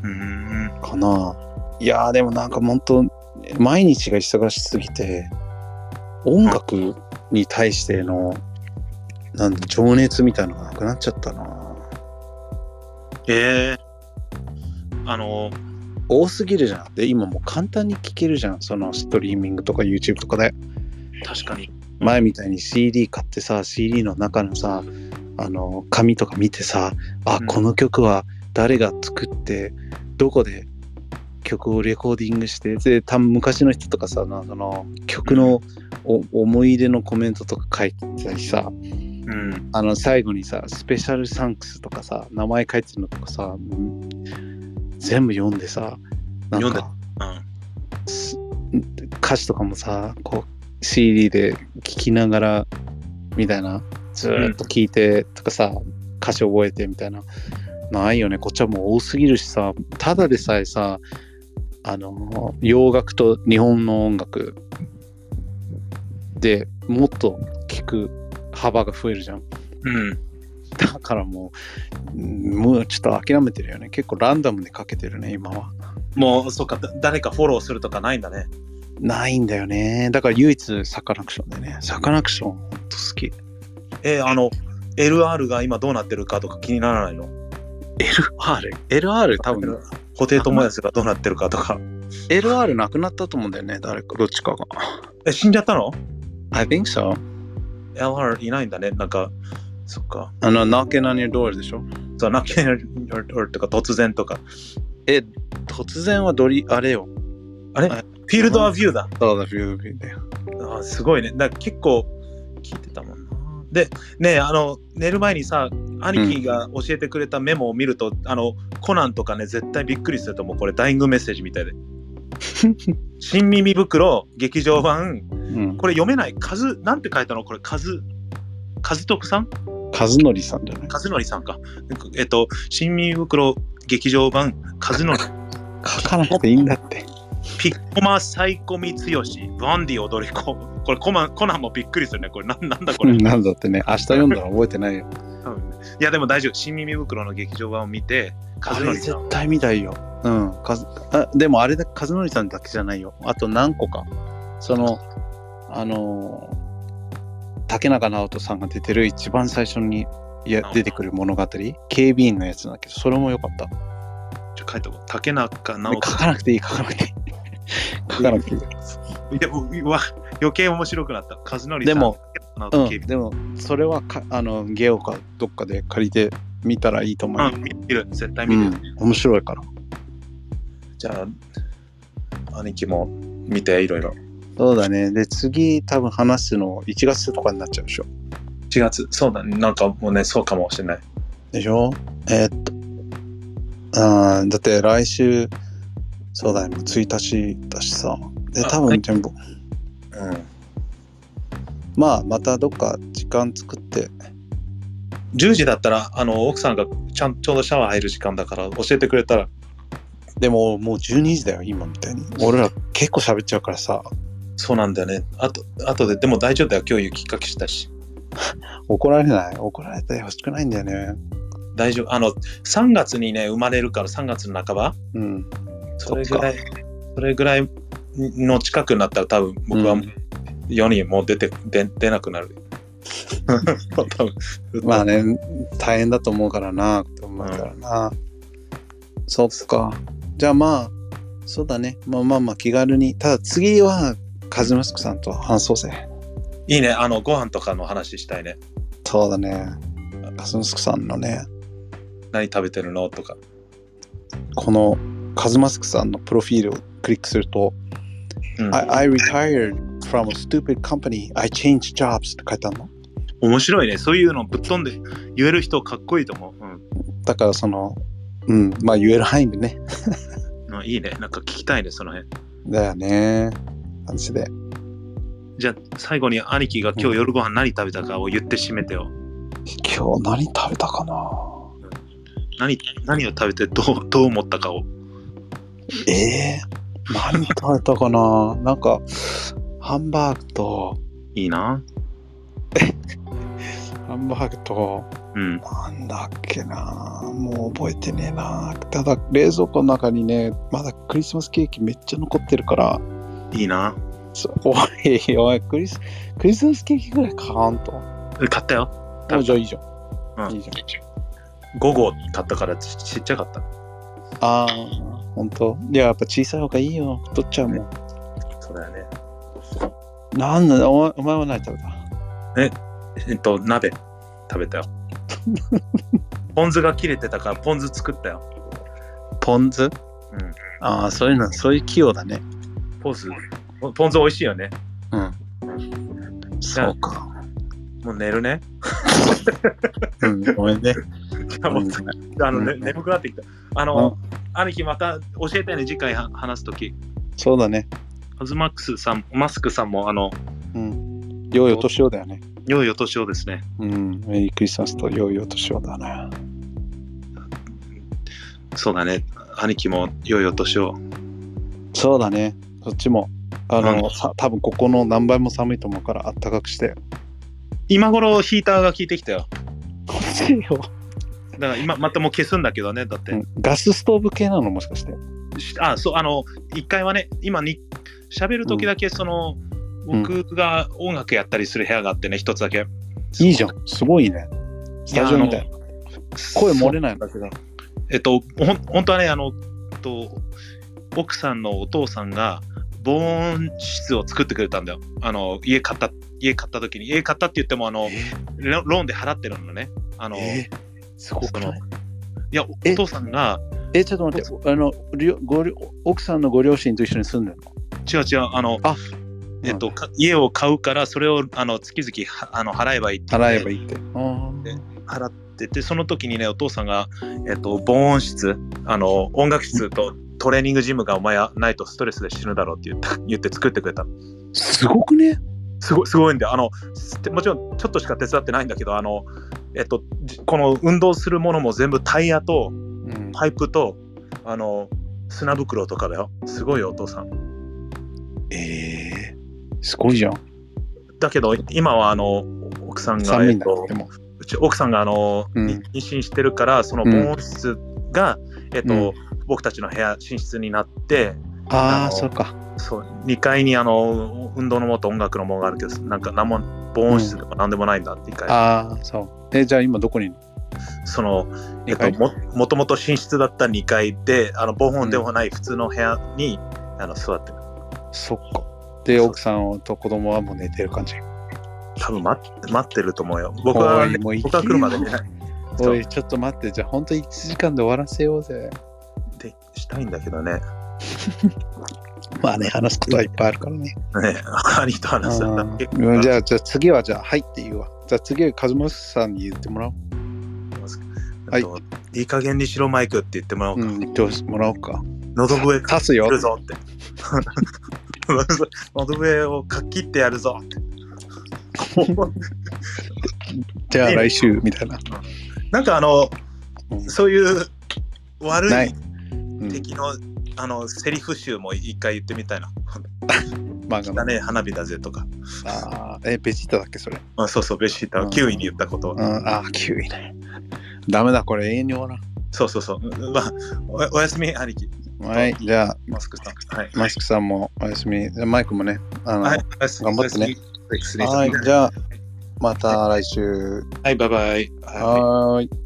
う。うーん。かないやーでもなんか本当毎日が忙しすぎて音楽に対してのなんだ情熱みたいのがなくなっちゃったなえー、あの、多すぎるじゃんで今もう簡単に聴けるじゃんそのストリーミングとか YouTube とかで確かに。前みたいに CD 買ってさ CD の中のさあの紙とか見てさあ、うんこの曲は誰が作ってどこで曲をレコーディングしてで多分昔の人とかさなその曲のお思い入れのコメントとか書いてたりさうん。あの最後にさスペシャルサンクスとかさ名前書いてるのとかさうん全部読んでさなん読んだかうん。す歌詞とかもさこう CD で聴きながらみたいなずーっと聴いてとかさ、歌詞覚えてみたいなないよねこっちはもう多すぎるしさただでさえさあの洋楽と日本の音楽でもっと聴く幅が増えるじゃんうん。だからもううんもうちょっと諦めてるよね結構ランダムでかけてるね今はもう、そうか、だ誰かフォローするとかないんだね。ないんだよね。だから唯一サカナクションだよね。サカナクションほんと好き。えー、あの、LR が今どうなってるかとか気にならないの LR? LR 多分、布袋寅泰がどうなってるかとか。 LR なくなったと思うんだよね。誰か、どっちかが。え、死んじゃったの I think so. ?LR いないんだね。なんか、そっか。あの、Knocking on your door でしょそう、なけるとか突然とか。え、突然はドリ、あれよ。あれあフィールドはビューだ。そうだ、ビュービューだよ。あーすごいね。なんか結構聞いてたもんな。で、ねえあの、寝る前にさ、兄貴が教えてくれたメモを見ると、あの、コナンとかね、絶対びっくりすると思う。これ、ダイイングメッセージみたいで。新耳袋、劇場版、うん。これ読めない。カズ、なんて書いたのこれ、カズ、カズトクさんカズノリさんじゃないカズノリさんか。えっと、新耳袋、劇場版、カズノリ書かなくていいんだって。ピッコマサイコミツヨシ、バンディ踊り子。これコマ、コナンもびっくりするね。これ、なんなんだこうれ。ん、なんだってね。明日読んだら覚えて ないよ。多分ねいや、でも大丈夫。新耳袋の劇場版を見て、カあズノれリさん。絶対見たいよ。うん。カズあでもあれだ、カズノリさんだけじゃないよ。あと何個か。その、あのー竹中直人さんが出てる一番最初にいやあ出てくる物語、警備員のやつなんだけど、それも良かった。でちょっと書いとこう。竹中直書かなくていい、書かなくていい。 書かなくていい。人。いや、うわ、余計面白くなった。カズノリさん。でも竹中直う人、ん、でも、それはか、あの、ゲオかどっかで借りて見たらいいと思うよう。ん、見てる。絶対う見てんる。、面白いから。じゃあ、兄貴も見て、いろいろ。そうだね。で、次、多分話すの1月とかになっちゃうでしょ。 4月、そうだね。なんかもうね、そうかもしれない。でしょえーっと、あーだって来週、そうだよ、ね、1日だしさ。で、あ多は分い全部、うん。まあ、またどっか時間作って、 10時だったら、あの、奥さんがちゃんちょうどシャワー入る時間だから、教えてくれたら、でももう12時だよ、今みたいに。俺ら結構喋っちゃうからさ、そうなんだよね。あと、あとで、でも大丈夫だよ。今日雪かきしたし。怒られない怒られてほしくないんだよね。大丈夫。あの、3月にね、生まれるから、3月の半ば。うん。それぐらい、それぐらいの近くになったら、多分僕はうん世にもう出て、出出なくな る。多分まあね、大変だと思うからな、って思うからな。そっか。じゃあまあ、そうだね。まあまあまあ気軽に。ただ次は、カズマスクさんと話そうぜ。いいね。あの、ご飯とかの話したいね。そうだね。カズマスクさんのね、何食べてるのとか。このカズマスクさんのプロフィールをクリックすると、うん、 I, I retired from a stupid company, I changed jobs って書いてあるの。面白いね。そういうのぶっ飛んで言える人かっこいいと思う。うん。だからその、うん、まあ言える範囲でね。うあいいね。なんか聞きたいね、その辺。だよね。感じで。じゃあ、最後に兄貴が今日夜ご飯何食べたかを言って締めてよ。今日何食べたかな何何を食べてどうどう思ったかを。えー、何食べたかななんか、ハンバーグと、いいな。ハンバーグと、うん。なんだっけなもう覚えてねえなただ、冷蔵庫の中にね、まだクリスマスケーキめっちゃ残ってるから、いいな。そうおいおいクリス、クリスマスケーキぐらい買わんと。え買ったよ。もうじゃあいいじゃん。うんいいじゃん。 5号買ったからちちっちゃかった。ああ、ほんと。いや、やっぱ小さい方がいいよ。太っちゃうもん。そうだよね。なんだ、お前お前は何食べたえっと、鍋食べたよ。 ポン酢が切れてたからポン酢作ったよ。ポン酢うん。ああ、そういうの、そういう器用だね。ポン酢、ポポン酢美味しいよね。そうか。もう寝るね。うん、ごめんね。もううあの、ねうん眠くなってきた。あの、兄貴また教えてね、次回は話すとき。んそうだね。アズマックスさん、マスクさんも、あの、うん。良いお年をだよね。良いお年をですね。うん。メリークリスマスと良いお年をだな。そうだね。兄貴も良いお年を。そうだね。そっちも。あうの、んさ多分ここの何倍も寒いと思うから、あったかくして。今頃ヒーターが効いてきたよ。こっちよ。だから今、またもう消すんだけどね、だって。ガスストーブ系なのもしかして。しあ、そう、あの、一回はね、今に、喋るときだけ、その、うん僕が音楽やったりする部屋があってね、一つだけ。いいじゃん。すごいね。スタジオみたい。声漏れないんだけど。えっと、ほん本当はね、あの、えっと、奥さんのお父さんが防音室を作ってくれたんだよ。あの、家買った、家買った時に、家買ったって言っても、あの、ロローンで払ってるのね。あの、えーすごくないそのいや、おえお父さんが、え、ちょっと待って、あの、りょごりょ奥さんのご両親と一緒に住んでるの違う違う、あの、あえっと、か家を買うから、それをあの月々はあの払えばいいって言って払えばいいって。あで払ってて、その時にね、お父さんが、えっと、防音室、あの、音楽室とトレーニングジムがお前はないとストレスで死ぬだろうって言った言って作ってくれたのーすごくねすごいすごいんだよあのすもちろんちょっとしか手伝ってないんだけどあの、えっと、じこの運動するものも全部タイヤとうんパイプとあの砂袋とかだよすごいよお父さんえー、すごいじゃん。だけど今はあの奥さんが、寒えいっんだよと、でも。うち奥さんがあの、うんに妊娠してるからその防音室が、えっと僕たちの部屋寝室になってああのあ、そうか。そう2階にあの運動のもと音楽のものがあるけどなんか何も防音室とか何でもないんだって一回、ああ、そう。え、じゃあ今どこにいるそののえっと、ももともと寝室だった2階であの防音でもない普通の部屋に、あの座ってるそっか。で、奥さんと子供はもう寝てる感じ。多分待って待ってると思うよ僕は、おねいもう、行僕はけ来よるまで寝ないおい、ちょっと待って、じゃあ本当1時間で終わらせようぜ。でしたいんだけどねねまあね、話すことはいっぱいあるからね。 兄と話したら結うん構じゃあ、じゃあ次は、じゃあ、はいって言うわ。じゃあ次は、カズマさんに言ってもらおう。えっといい加減にしろマイクって言ってもらおううか、ん、言ってもらおうか。喉笛か刺すよけ。るぞって 喉笛をかっきってやるぞってじゃあ来週みたいな。なんかあのうんそういう悪ないいうん敵の,、あのセリフ集も一回言ってみたいな漫画だの。ね花火だぜとか、あーえ、ベジータだっけそれ。あ、そうそうベジータうんは9位に言ったことは、うん、ああ、9位ね。ダメだ、これ永遠に終わそうそうそう、うんまあ、おおやすみ兄貴らん。はい、じゃあ、マスクさんはい、マスクさんもおやすみ。マイクもね。あのは、はいおやすみ頑張ってねおやすみい、じゃあ、また来週。はいバイバイはいはーい。